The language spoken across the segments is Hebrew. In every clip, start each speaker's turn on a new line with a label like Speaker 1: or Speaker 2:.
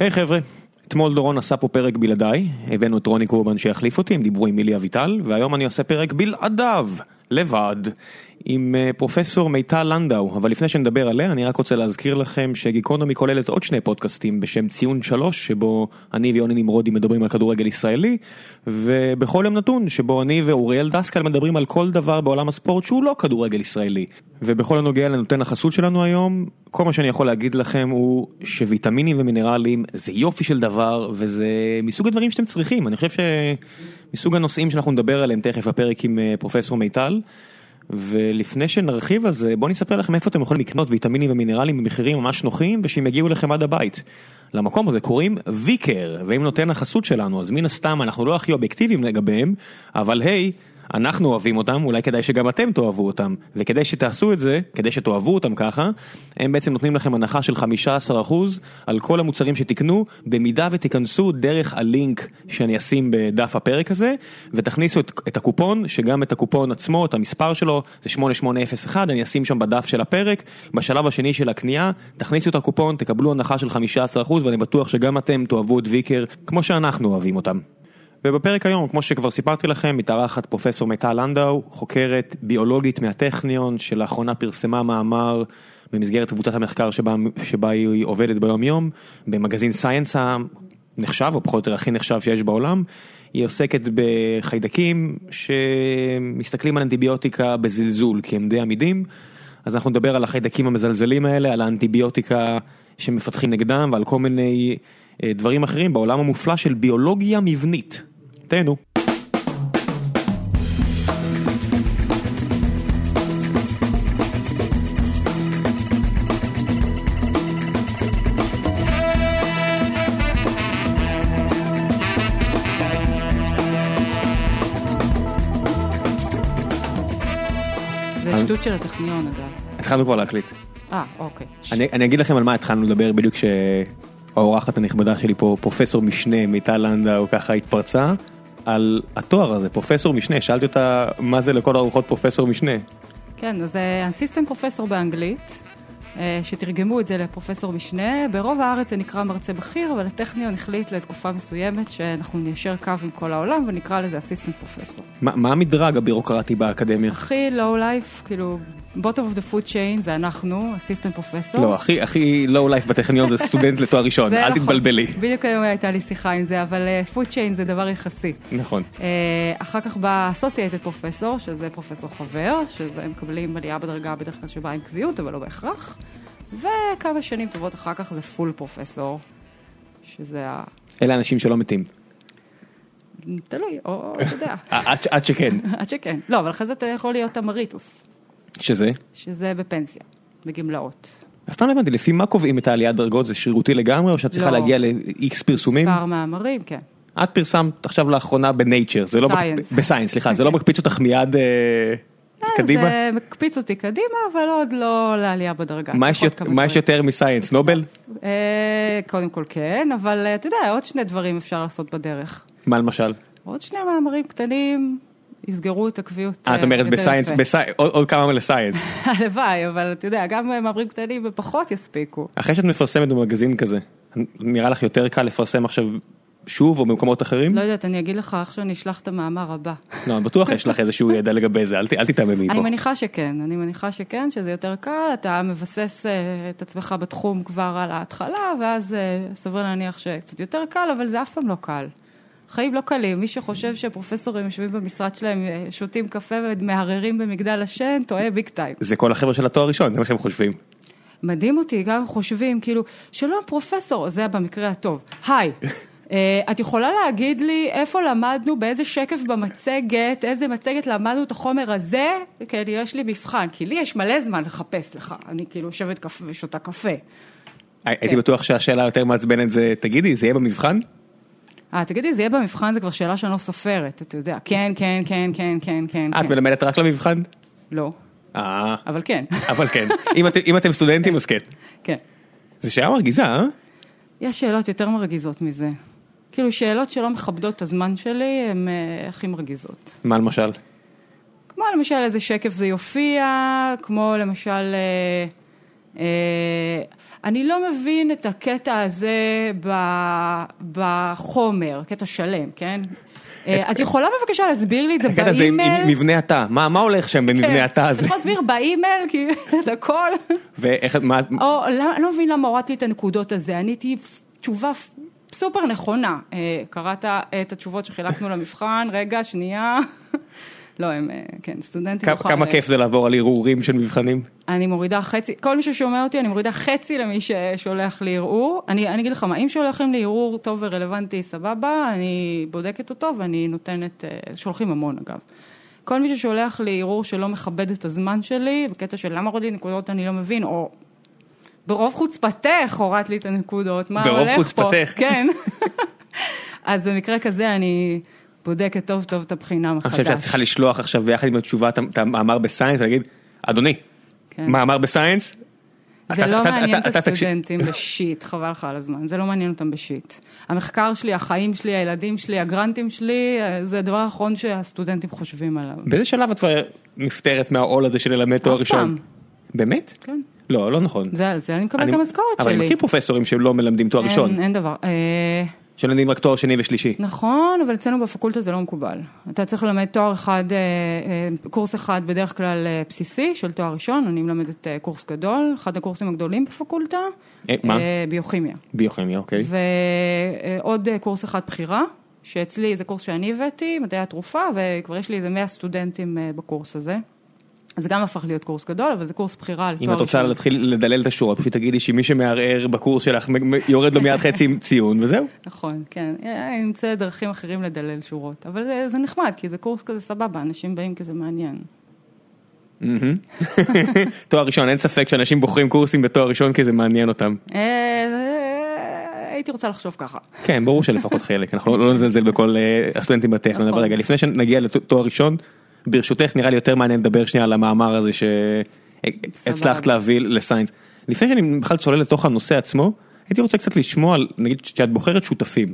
Speaker 1: היי חבר'ה, אתמול דורון עשה פה פרק בלעדיי, הבאנו את רוני קורבן שיחליף אותי, הם דיברו עם מילי אביטל, והיום אני עושה פרק בלעדיו, לבד, עם אה, פרופסור מיטל לנדאו, אבל לפני שנדבר עליה, אני רק רוצה להזכיר לכם שגיקונומי כוללת עוד שני פודקאסטים בשם ציון שלוש, שבו אני ויוני נמרודי מדברים על כדורגל ישראלי, ובכל יום נתון, שבו אני ואוריאל דסקל מדברים על כל דבר בעולם הספורט שהוא לא כדורגל ישראלי. ובכל הנוגע לנותן החסות שלנו היום, כל מה שאני יכול להגיד לכם הוא שוויטמינים ומינרלים זה יופי של דבר וזה מסוג הדברים שאתם צריכים. אני חושב שמסוג הנושאים שאנחנו נדבר עליהם תכף בפרק עם אה, פרופסור מיטל. ולפני שנרחיב על זה, בואו נספר לכם איפה אתם יכולים לקנות ויטמינים ומינרלים במחירים ממש נוחים ושהם יגיעו לכם עד הבית. למקום הזה קוראים ויקר, ואם נותן החסות שלנו, אז מן הסתם אנחנו לא הכי אובייקטיביים לגביהם, אבל היי, אנחנו אוהבים אותם, אולי כדאי שגם אתם תאהבו אותם, וכדי שתעשו את זה, כדי שתאהבו אותם ככה, הם בעצם נותנים לכם הנחה של 15% על כל המוצרים שתקנו, במידה ותיכנסו דרך הלינק שאני אשים בדף הפרק הזה, ותכניסו את, את הקופון, שגם את הקופון עצמו, את המספר שלו, זה 8801, אני אשים שם בדף של הפרק, בשלב השני של הקנייה, תכניסו את הקופון, תקבלו הנחה של 15%, ואני בטוח שגם אתם תאהבו את ויקר, כמו שאנחנו אוהבים אותם. ובפרק היום, כמו שכבר סיפרתי לכם, מתארחת פרופסור מיטל לנדאו, חוקרת ביולוגית מהטכניון, שלאחרונה פרסמה מאמר במסגרת קבוצת המחקר שבה, שבה היא עובדת ביום יום, במגזין סייאנס הנחשב, או פחות או יותר הכי נחשב שיש בעולם. היא עוסקת בחיידקים שמסתכלים על אנטיביוטיקה בזלזול, כי הם די עמידים. אז אנחנו נדבר על החיידקים המזלזלים האלה, על האנטיביוטיקה שמפתחים נגדם ועל כל מיני אה, דברים אחרים בעולם המופלא של ביולוגיה מבנית. תהנו.
Speaker 2: זה
Speaker 1: אז-
Speaker 2: שטות של הטכניון אגב.
Speaker 1: התחלנו כבר להקליט.
Speaker 2: אה, אוקיי.
Speaker 1: אני, אני אגיד לכם על מה התחלנו לדבר בדיוק כשהאורחת הנכבדה שלי פה, פרופסור משנה מיטל לנדאו, ככה התפרצה. על התואר הזה, פרופסור משנה, שאלתי אותה מה זה לכל הרוחות פרופסור משנה.
Speaker 2: כן, אז אה, אסיסטנט פרופסור באנגלית, אה, שתרגמו את זה לפרופסור משנה. ברוב הארץ זה נקרא מרצה בכיר, אבל הטכניון החליט לתקופה מסוימת שאנחנו ניישר קו עם כל העולם ונקרא לזה אסיסטנט פרופסור.
Speaker 1: מה, מה המדרג הבירוקרטי באקדמיה?
Speaker 2: הכי לואו לייף, כאילו, bottom of the food chain זה אנחנו, אסיסטנט פרופסור.
Speaker 1: לא, הכי הכי לואו לייף בטכניון זה סטודנט לתואר ראשון,
Speaker 2: זה
Speaker 1: אל
Speaker 2: נכון.
Speaker 1: תתבלבלי.
Speaker 2: בדיוק היום הייתה לי שיחה עם זה, אבל אה, food chain זה דבר יחסי.
Speaker 1: נכון.
Speaker 2: אה, אחר כך בא Associated Professor, שזה פרופסור חבר, שזה הם מקבלים עלייה בדרגה בדרך כלל שבאה עם קביעות, אבל לא בהכרח. וכמה שנים טובות אחר כך זה פול פרופסור, שזה ה...
Speaker 1: אלה אנשים שלא מתים.
Speaker 2: תלוי, או אתה יודע,
Speaker 1: אה, עד ש- עד שכן.
Speaker 2: עד שכן. לא, אבל אחרי זה אתה יכול להיות אמריטוס,
Speaker 1: שזה?
Speaker 2: שזה בפנסיה, בגמלאות.
Speaker 1: אף פעם לא הבנתי, לפי מה קובעים את העליית דרגות? זה שרירותי לגמרי, או שאת צריכה
Speaker 2: לא.
Speaker 1: להגיע ל-X פרסומים?
Speaker 2: מספר מאמרים, כן.
Speaker 1: את פרסמת עכשיו לאחרונה בנייצ'ר, זה לא...
Speaker 2: Science. אוקיי.
Speaker 1: מקפ- בסייאנס, סליחה, זה לא מקפיץ אותך מיד אה, קדימה?
Speaker 2: זה מקפיץ אותי קדימה, אבל עוד לא לעלייה בדרגה.
Speaker 1: מה
Speaker 2: צריך
Speaker 1: יש
Speaker 2: עוד
Speaker 1: יות-
Speaker 2: כמה
Speaker 1: מה יש
Speaker 2: דברים.
Speaker 1: יותר מסייאנס, נובל?
Speaker 2: אה, קודם כל כן, אבל אה, אתה יודע, עוד שני דברים אפשר לעשות בדרך.
Speaker 1: מה למשל? אה,
Speaker 2: עוד שני מאמרים קטנים, יסגרו את הקביעות.
Speaker 1: אה, את
Speaker 2: אה,
Speaker 1: אומרת
Speaker 2: יותר
Speaker 1: בסייאנס,
Speaker 2: יפה.
Speaker 1: בסי- עוד עוד כמה לסייאנס.
Speaker 2: הלוואי, אבל אתה יודע, גם אה, מאמרים קטנים ופחות יספיקו.
Speaker 1: אחרי שאת מפרסמת במגזין כזה, נראה לך יותר קל לפרסם עכשיו שוב או במקומות אחרים?
Speaker 2: לא יודעת, אני אגיד לך איך שאני אשלח את המאמר הבא.
Speaker 1: לא, אני בטוח יש לך איזשהו ידע לגבי זה, אל ת- אל תתעממי
Speaker 2: אני
Speaker 1: פה.
Speaker 2: מניחה שכן, אני מניחה שכן, שזה יותר קל, אתה מבסס אה, את עצמך בתחום כבר על ההתחלה, ואז אה, סביר להניח שקצת יותר קל, אבל זה אף פעם לא קל. חיים לא קלים, מי שחושב שפרופסורים יושבים במשרד שלהם, אה, שותים קפה ומהרהרים במגדל השן, טועה ביג טיים.
Speaker 1: זה כל החבר'ה של התואר ראשון, זה מה שהם חושבים.
Speaker 2: מדהים אותי, גם חושבים, כאילו, שלום פרופסור, זה במקרה הטוב. היי, אה, את יכולה להגיד לי איפה למדנו, באיזה שקף במצגת, איזה מצגת למדנו את החומר הזה? כן, יש לי מבחן, כי לי יש מלא זמן לחפש לך, אני כאילו יושבת קפה ושותה קפה. כן.
Speaker 1: הייתי בטוח שהשאלה היותר מעצבנת זה, תגידי, זה יהיה במבחן?
Speaker 2: אה, תגידי, זה יהיה במבחן, זה כבר שאלה שאני לא סופרת, אתה יודע. כן, כן, כן, כן, כן, כן.
Speaker 1: את
Speaker 2: כן.
Speaker 1: מלמדת רק למבחן?
Speaker 2: לא,
Speaker 1: אה,
Speaker 2: אבל כן,
Speaker 1: אבל כן. אם אתם- אם אתם סטודנטים אז כן.
Speaker 2: כן.
Speaker 1: זו שאלה מרגיזה, אה?
Speaker 2: יש שאלות יותר מרגיזות מזה. כאילו, שאלות שלא מכבדות את הזמן שלי, הן אה, הכי מרגיזות.
Speaker 1: מה למשל?
Speaker 2: כמו למשל איזה שקף זה יופיע, כמו למשל אה, אה, אני לא מבין את הקטע הזה ב- בחומר, קטע שלם, כן? אה, את יכולה בבקשה להסביר לי את זה
Speaker 1: הקטע הזה עם- עם
Speaker 2: באימייל?
Speaker 1: מבנה התא, מה מה הולך שם במבנה התא
Speaker 2: אתה
Speaker 1: הזה?
Speaker 2: יכול להסביר באימייל, כי את הכל?
Speaker 1: ואיך, מה,
Speaker 2: או, למה- אני לא מבין למה הורדת לי את הנקודות הזה, עניתי תשובה פ- סופר נכונה. אה, קראת את התשובות שחילקנו למבחן, רגע, שנייה. לא, הם, אה, כן, סטודנטים.
Speaker 1: כמה-
Speaker 2: נוכל-
Speaker 1: כמה כיף זה לעבור על ערעורים של מבחנים?
Speaker 2: אני מורידה חצי, כל מי ששומע אותי, אני מורידה חצי למי ששולח לי ערעור. אני, אני אגיד לך מה, אם שולחים לי ערעור טוב ורלוונטי, סבבה, אני בודקת אותו ואני נותנת, אה, שולחים המון אגב. כל מי ששולח לי ערעור שלא מכבד את הזמן שלי, בקטע של למה הורדת לי נקודות אני לא מבין, או ברוב חוצפתך הורדת לי את הנקודות, מה
Speaker 1: ברוב
Speaker 2: הולך פה?
Speaker 1: חוצפתך.
Speaker 2: כן. אז במקרה כזה אני בודקת טוב טוב את הבחינה מחדש.
Speaker 1: אני חושב שאת צריכה לשלוח עכשיו ביחד עם התשובה את את המאמר בסיינס ולהגיד, אדוני,
Speaker 2: כן.
Speaker 1: מאמר בסיינס?
Speaker 2: זה
Speaker 1: אתה-
Speaker 2: לא
Speaker 1: אתה-
Speaker 2: מעניין
Speaker 1: אתה-
Speaker 2: את
Speaker 1: אתה תקשיב-
Speaker 2: הסטודנטים בשיט, חבל לך על הזמן, זה לא מעניין אותם בשיט. המחקר שלי, החיים שלי, הילדים שלי, הגרנטים שלי, אה, זה הדבר האחרון שהסטודנטים חושבים עליו.
Speaker 1: באיזה שלב את כבר נפטרת מהעול הזה של ללמד תואר
Speaker 2: אף
Speaker 1: ראשון?
Speaker 2: פעם.
Speaker 1: באמת?
Speaker 2: כן.
Speaker 1: לא, לא נכון.
Speaker 2: זה על זה אני מקבלת את
Speaker 1: אני-
Speaker 2: המשכורת שלי.
Speaker 1: אבל אני מכיר פרופסורים שלא מלמדים תואר ראשון,
Speaker 2: אין, אין דבר. אה,
Speaker 1: שלומדים רק תואר שני ושלישי.
Speaker 2: נכון, אבל אצלנו בפקולטה זה לא מקובל. אתה צריך ללמד תואר אחד, אה, אה, קורס אחד בדרך כלל אה, בסיסי של תואר ראשון, אני מלמדת אה, קורס גדול, אחד הקורסים הגדולים בפקולטה.
Speaker 1: אה, מה?
Speaker 2: אה, ביוכימיה.
Speaker 1: ביוכימיה, אוקיי.
Speaker 2: ועוד אה, קורס אחד בחירה, שאצלי זה קורס שאני הבאתי, מדעי התרופה, וכבר יש לי איזה 100 סטודנטים אה, בקורס הזה. אז זה גם הפך להיות קורס גדול, אבל זה קורס בחירה לתואר
Speaker 1: אם את רוצה להתחיל לדלל את השורות, פשוט תגידי שמי שמערער בקורס שלך מ- מ- יורד לו מיד חצי ציון וזהו.
Speaker 2: נכון, כן. אה, אני אמצא דרכים אחרים לדלל שורות. אבל זה, זה נחמד, כי זה קורס כזה סבבה, אנשים באים כי זה מעניין.
Speaker 1: מהמם. תואר ראשון, אין ספק שאנשים בוחרים קורסים בתואר ראשון כי זה מעניין אותם.
Speaker 2: אה, אה, הייתי רוצה לחשוב ככה.
Speaker 1: כן, ברור שלפחות חלק, אנחנו לא לא נזלזל בכל אה, הסטודנטים בטכניון, אבל
Speaker 2: נכון.
Speaker 1: רגע, לפני שנגיע לתואר ראשון, ברשותך נראה לי יותר מעניין לדבר שנייה על המאמר הזה שהצלחת
Speaker 2: סבבה.
Speaker 1: להביא לסיינס. לפני שאני בכלל צולל לתוך הנושא עצמו, הייתי רוצה קצת לשמוע, על- נגיד, כשאת בוחרת שותפים.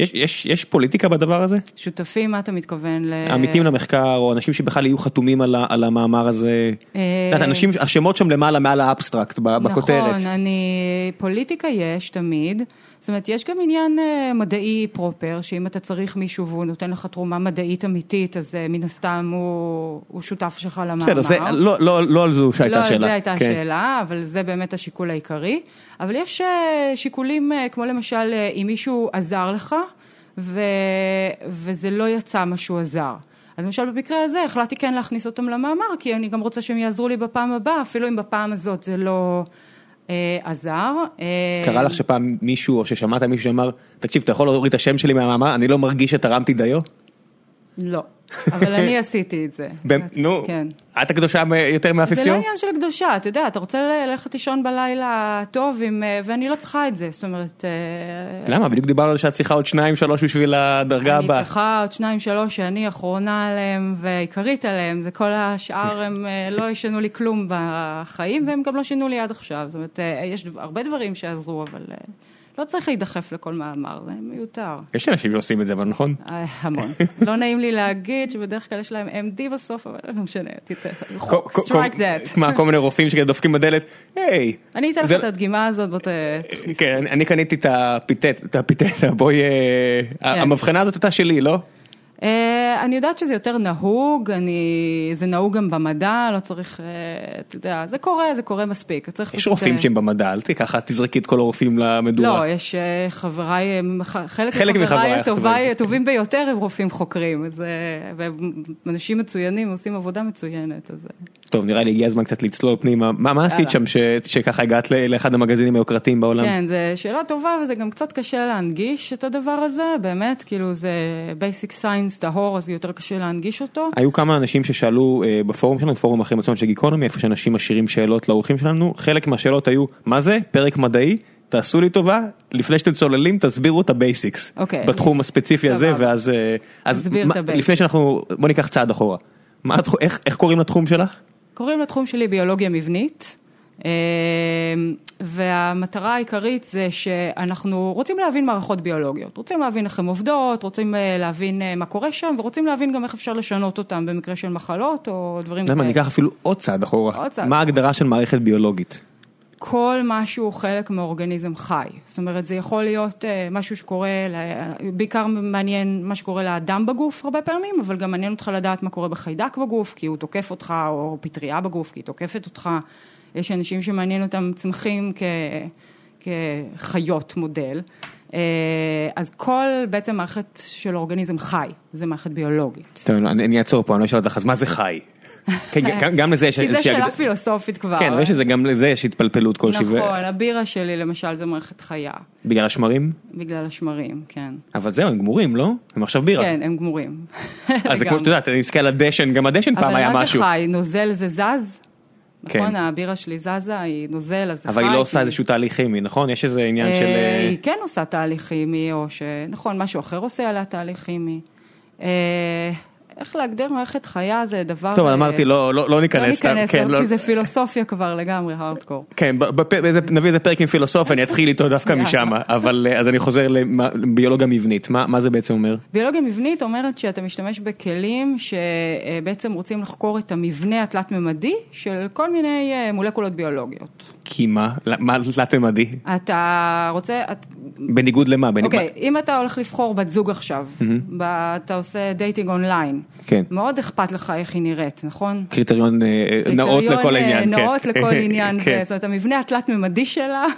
Speaker 1: יש, יש, יש פוליטיקה בדבר הזה?
Speaker 2: שותפים, מה אתה מתכוון ל... אה,
Speaker 1: עמיתים למחקר או אנשים שבכלל יהיו חתומים על, ה- על המאמר הזה.
Speaker 2: אה,
Speaker 1: את יודעת, אנשים, השמות שם למעלה מעל האבסטרקט ב- בכותרת.
Speaker 2: נכון, אני... פוליטיקה יש תמיד. זאת אומרת, יש גם עניין אה, מדעי פרופר, שאם אתה צריך מישהו והוא נותן לך תרומה מדעית אמיתית, אז אה, מן הסתם הוא, הוא שותף שלך למאמר.
Speaker 1: בסדר, זה, לא, לא, לא על זו
Speaker 2: לא,
Speaker 1: שהייתה השאלה.
Speaker 2: לא, זו הייתה
Speaker 1: כן.
Speaker 2: השאלה, אבל זה באמת השיקול העיקרי. אבל יש אה, שיקולים, אה, כמו למשל, אה, אם מישהו עזר לך, ו... וזה לא יצא מה שהוא עזר. אז למשל במקרה הזה החלטתי כן להכניס אותם למאמר, כי אני גם רוצה שהם יעזרו לי בפעם הבאה, אפילו אם בפעם הזאת זה לא אה, עזר. אה,
Speaker 1: קרה לך שפעם מישהו או ששמעת מישהו שאמר תקשיב אתה יכול להוריד את השם שלי מהמאמר אני לא מרגיש שתרמתי דיו?
Speaker 2: לא, אבל אני עשיתי את זה.
Speaker 1: במ- נו
Speaker 2: כן.
Speaker 1: את הקדושה מ- יותר
Speaker 2: זה לא
Speaker 1: מהאפיפיור?
Speaker 2: עניין של קדושה, אתה יודע, אתה רוצה ללכת לישון בלילה טוב, עם, אה, ואני לא צריכה את זה, זאת אומרת... אה,
Speaker 1: למה בדיוק דיברנו על שאת צריכה עוד שניים שלוש בשביל הדרגה
Speaker 2: אני
Speaker 1: הבאה.
Speaker 2: צריכה עוד שניים שלוש שאני אחרונה עליהם ועיקרית עליהם, וכל השאר הם אה, לא ישנו לי כלום בחיים, והם גם לא שינו לי עד עכשיו. זאת אומרת, אה, יש דבר- הרבה דברים שעזרו, אבל אה, לא צריך להידחף לכל מאמר, זה מיותר.
Speaker 1: יש אנשים שעושים את זה אבל נכון?
Speaker 2: אה, המון. לא נעים לי להגיד שבדרך כלל יש להם MD בסוף, אבל לא משנה, תתכף.
Speaker 1: כל- כל-
Speaker 2: Oh, strike
Speaker 1: כל-
Speaker 2: that.
Speaker 1: מה, כל מיני רופאים שדופקים בדלת היי.
Speaker 2: אני אתן לך
Speaker 1: זה-
Speaker 2: את הדגימה הזאת, בוא ת... תכניס.
Speaker 1: כן אני- אני קניתי את הפיתט את הפיתט בואי אה,
Speaker 2: כן.
Speaker 1: ה- המבחנה הזאת הייתה שלי לא?
Speaker 2: אה, אני יודעת שזה יותר נהוג, אני... זה נהוג גם במדע, לא צריך, אה, אתה יודע, זה קורה, זה קורה מספיק. צריך
Speaker 1: יש
Speaker 2: פשוט,
Speaker 1: רופאים
Speaker 2: אה,
Speaker 1: שהם במדע אל תיקח את תזרקי את כל הרופאים למדורה.
Speaker 2: לא, יש אה, חבריי, אה, ח- חלק
Speaker 1: חלק
Speaker 2: מחבריי
Speaker 1: מחבריי,
Speaker 2: הטוביי-
Speaker 1: אבל-
Speaker 2: הטובים ביותר הם רופאים חוקרים, אז, אה, והם אנשים מצוינים, עושים עבודה מצוינת, אז... אה,
Speaker 1: טוב נראה לי הגיע הזמן קצת לצלול פנימה מה מה עשית
Speaker 2: יאללה.
Speaker 1: שם ש- שככה הגעת ל- לאחד המגזינים היוקרתיים בעולם
Speaker 2: כן, זו שאלה טובה, וזה גם קצת קשה להנגיש את הדבר הזה, באמת, כאילו זה basic science טהור, אז יותר קשה להנגיש אותו.
Speaker 1: היו כמה אנשים ששאלו אה, בפורום שלנו פורום אחים עצמם של גיקונומי איפה שאנשים משאירים שאלות לאורחים שלנו חלק מהשאלות היו מה זה פרק מדעי תעשו לי טובה לפני שאתם צוללים תסבירו את הבייסיקס
Speaker 2: אוקיי.
Speaker 1: בתחום הספציפי הזה
Speaker 2: סבבה.
Speaker 1: ואז אה, אז
Speaker 2: תסביר
Speaker 1: מה-
Speaker 2: את הבייסיקס.
Speaker 1: לפני שאנחנו בוא ניקח צעד אחורה מה התח- איך איך קוראים לתחום שלך
Speaker 2: קוראים לתחום שלי ביולוגיה מבנית, אה, והמטרה העיקרית זה שאנחנו רוצים להבין מערכות ביולוגיות, רוצים להבין איך הן עובדות, רוצים אה, להבין אה, מה קורה שם, ורוצים להבין גם איך אפשר לשנות אותן במקרה של מחלות או דברים
Speaker 1: למה
Speaker 2: כאלה.
Speaker 1: ניקח אפילו עוד צעד אחורה
Speaker 2: עוד צעד.
Speaker 1: מה ההגדרה של מערכת ביולוגית
Speaker 2: כל משהו הוא חלק מאורגניזם חי. זאת אומרת, זה יכול להיות אה, משהו שקורה, ל- בעיקר מעניין מה שקורה לאדם בגוף הרבה פעמים, אבל גם מעניין אותך לדעת מה קורה בחיידק בגוף, כי הוא תוקף אותך, או פטריה בגוף, כי היא תוקפת אותך. יש אנשים שמעניין אותם צמחים כ... כחיות מודל. אה, אז כל בעצם מערכת של אורגניזם חי, זה מערכת ביולוגית.
Speaker 1: טוב, אני אני אעצור פה, אני לא אשאל אותך, אז מה זה חי? כן, גם- גם לזה יש
Speaker 2: כי זו
Speaker 1: איזושהי
Speaker 2: שאלה
Speaker 1: הגד-
Speaker 2: פילוסופית כבר.
Speaker 1: כן, אבל יש איזה, גם לזה יש התפלפלות כלשהי. ו-
Speaker 2: נכון, הבירה שלי למשל זה מערכת חיה,
Speaker 1: בגלל השמרים?
Speaker 2: בגלל השמרים, כן.
Speaker 1: אבל זהו, הם גמורים, לא? הם עכשיו בירה.
Speaker 2: כן, הם גמורים.
Speaker 1: אז אה, זה כמו שאת
Speaker 2: לגמרי.
Speaker 1: יודעת, אני מסתכל על הדשן, גם הדשן פעם היה
Speaker 2: אבל מה זה
Speaker 1: משהו.
Speaker 2: חי? נוזל זה זז?
Speaker 1: כן.
Speaker 2: נכון, הבירה שלי זזה, היא נוזל, אז זה חי.
Speaker 1: אבל היא לא עושה
Speaker 2: כי-
Speaker 1: איזשהו תהליך כימי, נכון? יש איזה עניין
Speaker 2: אה,
Speaker 1: של... אה,
Speaker 2: היא כן עושה תהליך כימי, או ש... נכון, משהו אחר עושה עליה תהליך כימי. אה, איך להגדיר מערכת חיה זה דבר...
Speaker 1: טוב,
Speaker 2: אה,
Speaker 1: אמרתי, לא לא- לא
Speaker 2: לא
Speaker 1: ניכנס. סתם,
Speaker 2: ניכנס,
Speaker 1: כן,
Speaker 2: לא,
Speaker 1: לא-
Speaker 2: כי זה פילוסופיה כבר לגמרי, הארדקור.
Speaker 1: כן, ב- בפ- באיזה- נביא איזה פרק עם פילוסוף, אני אתחיל איתו דווקא
Speaker 2: יאללה.
Speaker 1: משם, אבל אה, אז אני חוזר למה- לביולוגיה מבנית, מה מה זה בעצם אומר?
Speaker 2: ביולוגיה מבנית אומרת שאתה משתמש בכלים שבעצם רוצים לחקור את המבנה התלת-ממדי של כל מיני אה, מולקולות ביולוגיות.
Speaker 1: כי מה? ל- מה זה תלת-ממדי?
Speaker 2: אתה רוצה, את-
Speaker 1: בניגוד למה? בניג-
Speaker 2: אוקיי, אם אתה הולך לבחור בת זוג עכשיו,
Speaker 1: Mm-hmm.
Speaker 2: ב- אתה עושה דייטינג אונליין,
Speaker 1: כן.
Speaker 2: מאוד אכפת לך איך היא נראית, נכון?
Speaker 1: קריטריון אה, אה, נאות
Speaker 2: קריטריון,
Speaker 1: לכל
Speaker 2: אה,
Speaker 1: עניין. כן.
Speaker 2: נאות לכל עניין,
Speaker 1: כן.
Speaker 2: כן. זאת אומרת, המבנה התלת-ממדי שלה,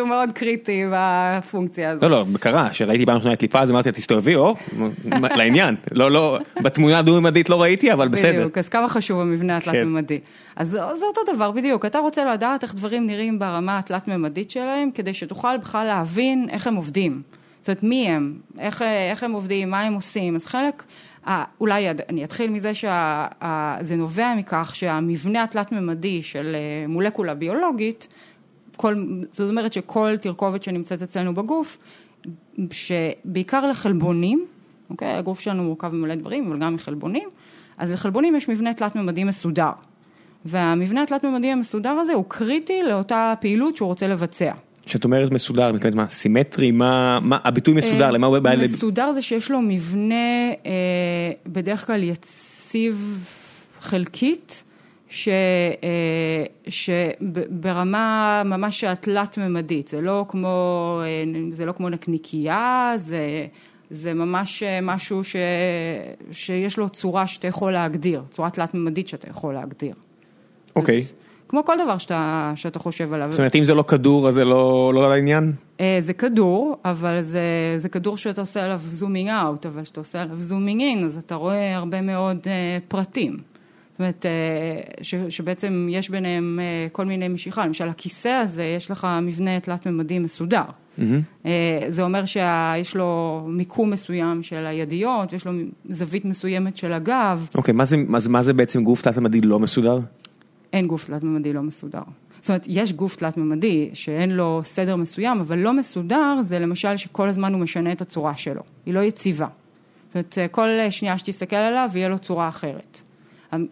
Speaker 2: הוא מאוד קריטי בפונקציה הזאת.
Speaker 1: לא לא קרה שראיתי פעם ראשונה את ליפז אמרתי תסתובבי או מ- לעניין לא לא בתמונה דו ממדית לא ראיתי אבל בסדר כן.
Speaker 2: בדיוק, אז כמה חשוב המבנה התלת-ממדי. אז זה זה אותו דבר בדיוק, אתה רוצה לדעת איך דברים נראים ברמה התלת-ממדית שלהם, כדי שתוכל בכלל להבין איך הם עובדים. זאת אומרת, מי הם, איך, איך הם עובדים, מה הם עושים. אז חלק, אה, אולי עד- אני אתחיל מזה שזה נובע מכך שהמבנה התלת-ממדי של אה, מולקולה ביולוגית, כל, זאת אומרת שכל תרכובת שנמצאת אצלנו בגוף, שבעיקר לחלבונים, אוקיי? הגוף שלנו מורכב ממלא דברים, אבל גם מחלבונים, אז לחלבונים יש מבנה תלת-ממדי מסודר. והמבנה התלת-ממדי המסודר הזה הוא קריטי לאותה פעילות שהוא רוצה לבצע.
Speaker 1: כשאת אומרת מסודר מתכוונת מה סימטרי מה מה הביטוי מסודר למה הוא בא ל...
Speaker 2: אה, מסודר זה שיש לו מבנה אה, בדרך כלל יציב חלקית, ש, אה, שברמה ממש התלת-ממדית, זה לא כמו, אה, זה לא כמו נקניקייה, זה, זה ממש אה, משהו ש, שיש לו צורה שאתה יכול להגדיר, צורה תלת-ממדית שאתה יכול להגדיר.
Speaker 1: אוקיי
Speaker 2: זאת- כמו כל דבר שאתה, שאתה חושב עליו.
Speaker 1: זאת אומרת אם זה לא כדור אז זה לא לא לעניין
Speaker 2: אה, זה כדור, אבל זה, זה כדור שאתה עושה עליו זומינג אאוט, אבל כשאתה עושה עליו זומינג אין, אז אתה רואה הרבה מאוד אה, פרטים. זאת אומרת, אה, ש, שבעצם יש ביניהם אה, כל מיני משיכה. למשל, הכיסא הזה, יש לך מבנה תלת-ממדי מסודר. Mm-hmm. זה אומר שיש לו מיקום מסוים של הידיות, יש לו זווית מסוימת של הגב,
Speaker 1: אוקיי מה זה מה זה- מה זה בעצם גוף תת ממדי לא מסודר
Speaker 2: אין גוף תלת-ממדי לא מסודר. זאת אומרת, יש גוף תלת-ממדי שאין לו סדר מסוים, אבל לא מסודר זה למשל שכל הזמן הוא משנה את הצורה שלו. היא לא יציבה. זאת אומרת, כל שנייה שתסתכל עליו, יהיה לו צורה אחרת.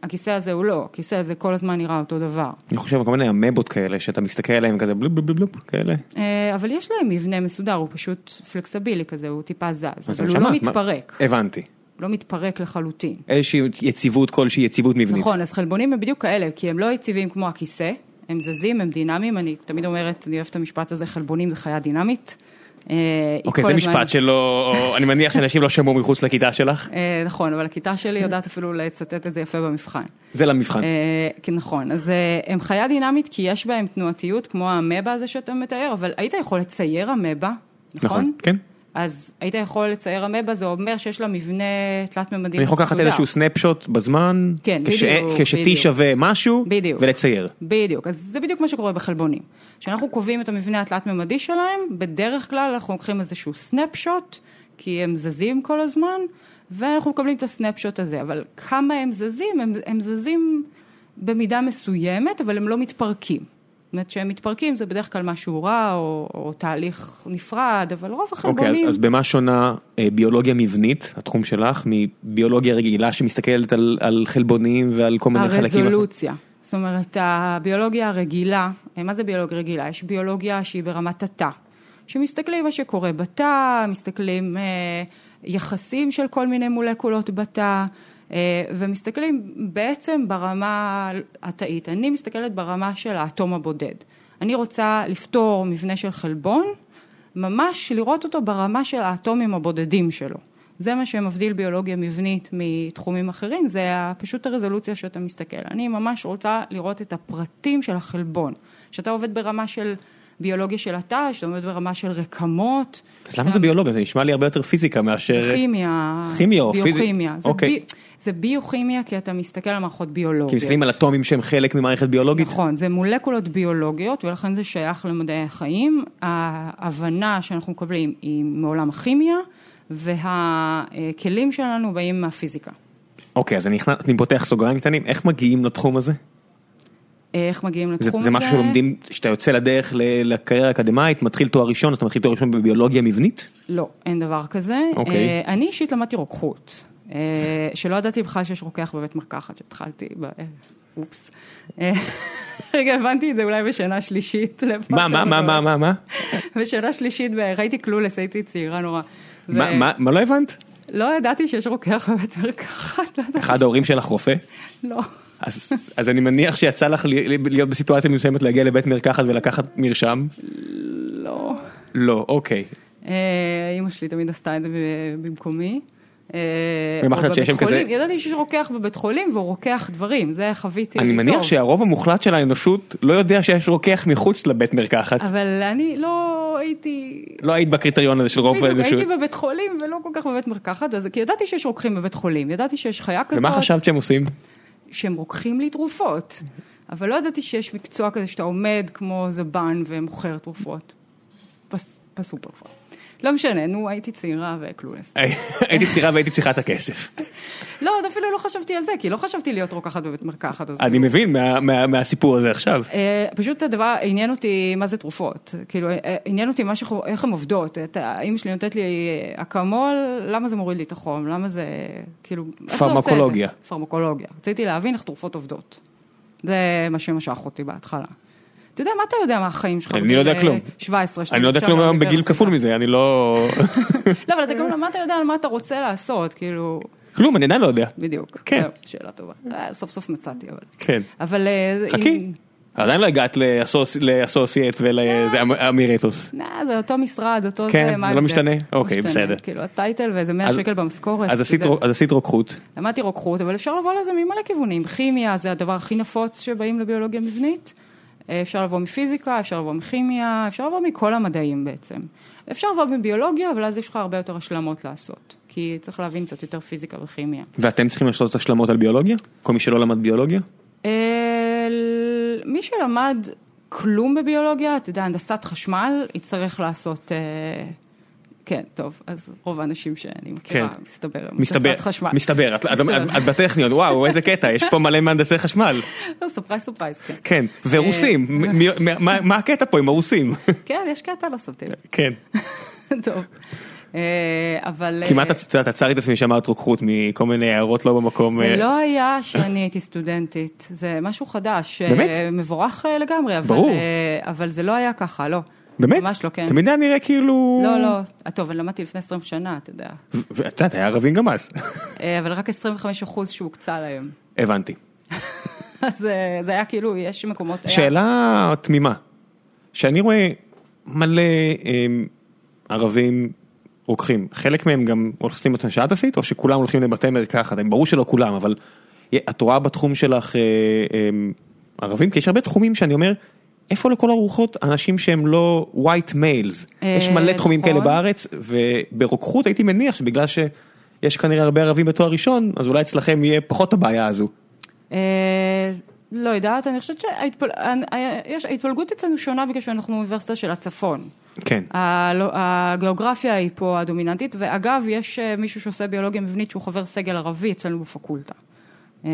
Speaker 2: הכיסא הזה הוא לא, הכיסא הזה כל הזמן נראה אותו דבר.
Speaker 1: אני חושב על כל מיני אמבות כאלה שאתה מסתכל עליהם כזה בלופ בלופ בלופ כאלה
Speaker 2: אה, אבל יש להם מבנה מסודר, הוא פשוט פלקסבילי כזה, הוא טיפה זז,
Speaker 1: אז
Speaker 2: אבל הוא
Speaker 1: נשמה,
Speaker 2: לא
Speaker 1: מה-
Speaker 2: מתפרק,
Speaker 1: הבנתי
Speaker 2: הוא לא מתפרק לחלוטין.
Speaker 1: איזושהי יציבות כלשהי יציבות מבנית
Speaker 2: נכון, אז חלבונים הם בדיוק כאלה, כי הם לא יציבים כמו הכיסא, הם זזים, הם דינמיים, אני תמיד אומרת, אני אוהבת את המשפט הזה, חלבונים זה חיה דינמית. אה, היא
Speaker 1: אוקיי
Speaker 2: כל
Speaker 1: זה
Speaker 2: הזמן-
Speaker 1: משפט שלא אני מניח שאנשים לא שמעו מחוץ לכיתה שלך
Speaker 2: אה, נכון, אבל הכיתה שלי יודעת אפילו לצטט את זה יפה במבחן.
Speaker 1: זה למבחן.
Speaker 2: אה, כן, נכון, אז אה, הם חיה דינמית כי יש בהם תנועתיות כמו האמבה הזה שאתה מתאר, אבל היית יכול לצייר אמבה, נכון?
Speaker 1: כן.
Speaker 2: אז היית יכול לצייר אמבה, זה אומר שיש לה מבנה תלת-ממדי
Speaker 1: אני יכול לקחת איזשהו סנאפ שוט בזמן,
Speaker 2: כן,
Speaker 1: כש-
Speaker 2: בדיוק,
Speaker 1: כש-t
Speaker 2: בדיוק.
Speaker 1: שווה משהו,
Speaker 2: בדיוק.
Speaker 1: ולצייר.
Speaker 2: בדיוק, אז זה בדיוק מה שקורה בחלבונים. כשאנחנו קובעים את המבנה התלת-ממדי שלהם, בדרך כלל אנחנו לוקחים איזשהו סנפשוט, כי הם זזים כל הזמן, ואנחנו מקבלים את הסנפשוט הזה. אבל כמה הם זזים, הם, הם זזים במידה מסוימת, אבל הם לא מתפרקים. זאת אומרת שהם מתפרקים זה בדרך כלל משהו רע או, או תהליך נפרד, אבל רוב
Speaker 1: אוקיי,
Speaker 2: החלבונים...
Speaker 1: אז- אז במה שונה אה, ביולוגיה מבנית, התחום שלך, מביולוגיה רגילה שמסתכלת על- על חלבונים ועל כל מיני חלקים? אחרים?
Speaker 2: הרזולוציה. זאת אומרת, הביולוגיה הרגילה, אה, מה זה ביולוגיה רגילה? יש ביולוגיה שהיא ברמת התא, שמסתכלים מה שקורה בתא, מסתכלים אה, יחסים של כל מיני מולקולות בתא, אה, ומסתכלים בעצם ברמה התאית. אני מסתכלת ברמה של האטום הבודד. אני רוצה לפתור מבנה של חלבון, ממש לראות אותו ברמה של האטומים הבודדים שלו. זה מה שמבדיל ביולוגיה מבנית מתחומים אחרים, זה ה- פשוט הרזולוציה שאתה מסתכל. אני ממש רוצה לראות את הפרטים של החלבון. כשאתה עובד ברמה של ביולוגיה של התא, כשאתה עובד ברמה של רקמות,
Speaker 1: אז למה זה ביולוגיה? זה נשמע לי הרבה יותר פיזיקה מאשר...
Speaker 2: כימיה,
Speaker 1: כימיה או פיזי-
Speaker 2: ביוכימיה. זה,
Speaker 1: אוקיי.
Speaker 2: בי, זה ביוכימיה כי אתה מסתכל על מערכות ביולוגיות.
Speaker 1: כי מסתכלים על אטומים שהם חלק ממערכת ביולוגית.
Speaker 2: נכון, זה מולקולות ביולוגיות ולכן זה שייך למדעי החיים. ההבנה שאנחנו מקבלים היא מעולם הכימיה והכלים שלנו באים מהפיזיקה.
Speaker 1: אוקיי, אז אני נכנס- אני פותח סוגריים קטנים, איך מגיעים לתחום הזה?
Speaker 2: איך מגיעים
Speaker 1: זה,
Speaker 2: לתחום
Speaker 1: זה
Speaker 2: הזה?
Speaker 1: משהו שלומדים, שאתה יוצא לדרך ל- לקריירה האקדמית, מתחיל תואר ראשון, אז אתה מתחיל תואר ראשון בביולוגיה מבנית?
Speaker 2: לא, אין דבר כזה.
Speaker 1: אוקיי.
Speaker 2: אה, אני אישית למדתי רוקחות, אה, שלא ידעתי בכלל שיש רוקח בבית מרקחת, שהתחלתי ב... אה, אופס. אה, רגע, הבנתי את זה אולי בשנה שלישית.
Speaker 1: מה, מה, מה, מה, מה, מה?
Speaker 2: בשנה שלישית, ב- ראיתי קלולס, הייתי צעירה נורא. ו-
Speaker 1: מה, מה, מה לא הבנת?
Speaker 2: לא ידעתי שיש רוקח בבית מרקחת, לא ידעתי.
Speaker 1: אחד ההורים שלך רופא?
Speaker 2: לא.
Speaker 1: אז, אז אני מניח שיצא לך ל- ל- להיות בסיטואציה מסוימת להגיע לבית מרקחת ולקחת מרשם?
Speaker 2: לא.
Speaker 1: לא, אוקיי.
Speaker 2: אה, אימא שלי תמיד עשתה את זה ב- במקומי. אה,
Speaker 1: ומה
Speaker 2: או
Speaker 1: חשבת שיש שם
Speaker 2: בבית חולים.
Speaker 1: כזה-
Speaker 2: ידעתי שיש רוקח בבית חולים והוא רוקח דברים, זה חוויתי
Speaker 1: אני מניח
Speaker 2: טוב.
Speaker 1: שהרוב המוחלט של האנושות לא יודע שיש רוקח מחוץ לבית מרקחת.
Speaker 2: אבל אני לא הייתי...
Speaker 1: לא היית בקריטריון הזה של רוב
Speaker 2: בדיוק,
Speaker 1: האנושות.
Speaker 2: הייתי בבית חולים ולא כל כך בבית מרקחת, אז- כי ידעתי שיש רוקחים בבית חולים, ידעתי שיש חיה כזאת.
Speaker 1: ומה חשבת שהם עושים?
Speaker 2: שהם רוקחים לי תרופות, אבל לא ידעתי שיש מקצוע כזה שאתה עומד כמו זבן ומוכר תרופות. בס- בסופר פארם. לא משנה, נו, הייתי צעירה וקלולס.
Speaker 1: הייתי צעירה והייתי צריכה את הכסף.
Speaker 2: לא, עוד אפילו לא חשבתי על זה, כי לא חשבתי להיות רוקחת בבית מרקחת. אז...
Speaker 1: אני מבין מה- מה- מהסיפור הזה עכשיו.
Speaker 2: אה, פשוט הדבר, עניין אותי מה זה תרופות. כאילו, אה, עניין אותי מה שחו- איך הן עובדות. את ה- אמא שלי נותנת לי אה, אקמול, למה זה מוריד לי את החום? למה זה, כאילו... איך זה עושה את זה?
Speaker 1: פרמקולוגיה.
Speaker 2: פרמקולוגיה. רציתי להבין איך תרופות עובדות. זה מה שמשך אותי בהתחלה. אתה יודע, מה אתה יודע מהחיים שלך?
Speaker 1: אני לא יודע
Speaker 2: בגיל,
Speaker 1: כלום.
Speaker 2: אה, 17 שאתה
Speaker 1: אני לא יודע
Speaker 2: נרשם
Speaker 1: כלום היום בגיל
Speaker 2: לאוניברסיטה.
Speaker 1: כפול מזה, אני לא...
Speaker 2: לא, אבל אתה גם, מה אתה יודע על מה אתה רוצה לעשות? כאילו,
Speaker 1: כלום, אני עדיין לא יודע.
Speaker 2: בדיוק.
Speaker 1: כן.
Speaker 2: זהו, שאלה טובה. אה, סוף סוף מצאתי, אבל...
Speaker 1: כן.
Speaker 2: אבל... אה, זה-
Speaker 1: חכי. עדיין לא הגעת לאסוס- אמ- לאסוסייט ולאמירטוס.
Speaker 2: נה, זה אותו משרד, אותו
Speaker 1: כן, זה
Speaker 2: זה, מה
Speaker 1: לא
Speaker 2: ההבדל?
Speaker 1: משתנה? אוקיי, בסדר.
Speaker 2: כאילו הטייטל ואיזה 100
Speaker 1: אז-
Speaker 2: שקל במשכורת.
Speaker 1: אז
Speaker 2: אתה
Speaker 1: עשית
Speaker 2: יודע.
Speaker 1: רוק- אז עשית רוקחות,
Speaker 2: למדתי רוקחות, אבל אפשר לבוא לזה ממלא כיוונים. כימיה זה הדבר הכי נפוץ שבאים לביולוגיה מבנית. אה, אפשר לבוא מפיזיקה, אפשר לבוא מכימיה, אפשר לבוא מכל המדעים בעצם. אפשר לבוא מביולוגיה, אבל אז יש לך הרבה יותר השלמות לעשות. כי צריך להבין קצת יותר פיזיקה וכימיה.
Speaker 1: ואתם צריכים לעשות השלמות על ביולוגיה? כל מי שלא למד ביולוגיה?
Speaker 2: אה, ל- מי שלמד כלום בביולוגיה, אתה יודע, הנדסת חשמל, יצטרך לעשות... אה, כן, טוב, אז רוב האנשים שאני מכירה,
Speaker 1: כן.
Speaker 2: מסתבר, הם
Speaker 1: מסתבר,
Speaker 2: הנדסת חשמל.
Speaker 1: מסתבר, את- את-
Speaker 2: מסתבר.
Speaker 1: את בטכניון, וואו, איזה קטע, יש פה מלא מהנדסי חשמל.
Speaker 2: סופרייז, סופרייז, כן.
Speaker 1: כן, ורוסים,
Speaker 2: אה,
Speaker 1: מ- מי- מה- מה- מה הקטע פה עם הרוסים?
Speaker 2: כן, יש קטע לעשות את זה.
Speaker 1: כן,
Speaker 2: טוב. אה, אבל... אה,
Speaker 1: כמעט עצ- את יודעת, עצר את עצמי שאמרת רוקחות מכל מיני הערות לא במקום.
Speaker 2: זה
Speaker 1: אה,
Speaker 2: לא היה שאני הייתי סטודנטית, זה משהו חדש. אה,
Speaker 1: באמת?
Speaker 2: מבורך אה, לגמרי, אבל,
Speaker 1: ברור.
Speaker 2: אה, אבל זה לא היה ככה, לא.
Speaker 1: באמת?
Speaker 2: ממש לא, כן.
Speaker 1: תמיד היה נראה כאילו...
Speaker 2: לא, לא. אה, טוב, אני למדתי לפני 20 שנה, אתה יודע.
Speaker 1: ו- ואת יודעת, היה ערבים גם אז.
Speaker 2: אה, אבל רק 25 אחוז שהוקצה להם.
Speaker 1: הבנתי.
Speaker 2: אז אה, זה היה כאילו, יש מקומות... היה-
Speaker 1: שאלה תמימה, שאני רואה מלא אמ, ערבים רוקחים, חלק מהם גם עושים את מה שאת עשית, או שכולם הולכים לבתי מרקחת, ברור שלא כולם, אבל את רואה בתחום שלך אה, אמ, ערבים, כי יש הרבה תחומים שאני אומר, איפה לכל הרוחות אנשים שהם לא white males,
Speaker 2: אה,
Speaker 1: יש מלא תחומים
Speaker 2: נכון.
Speaker 1: כאלה בארץ, וברוקחות הייתי מניח שבגלל שיש כנראה הרבה ערבים בתואר ראשון, אז אולי אצלכם יהיה פחות הבעיה הזו.
Speaker 2: אה, לא יודעת, אני חושבת שההתפלגות אצלנו שונה בגלל שאנחנו אוניברסיטה של הצפון.
Speaker 1: כן.
Speaker 2: הלא- הגיאוגרפיה היא פה הדומיננטית, ואגב, יש אה, מישהו שעושה ביולוגיה מבנית שהוא חבר סגל ערבי אצלנו בפקולטה. אה,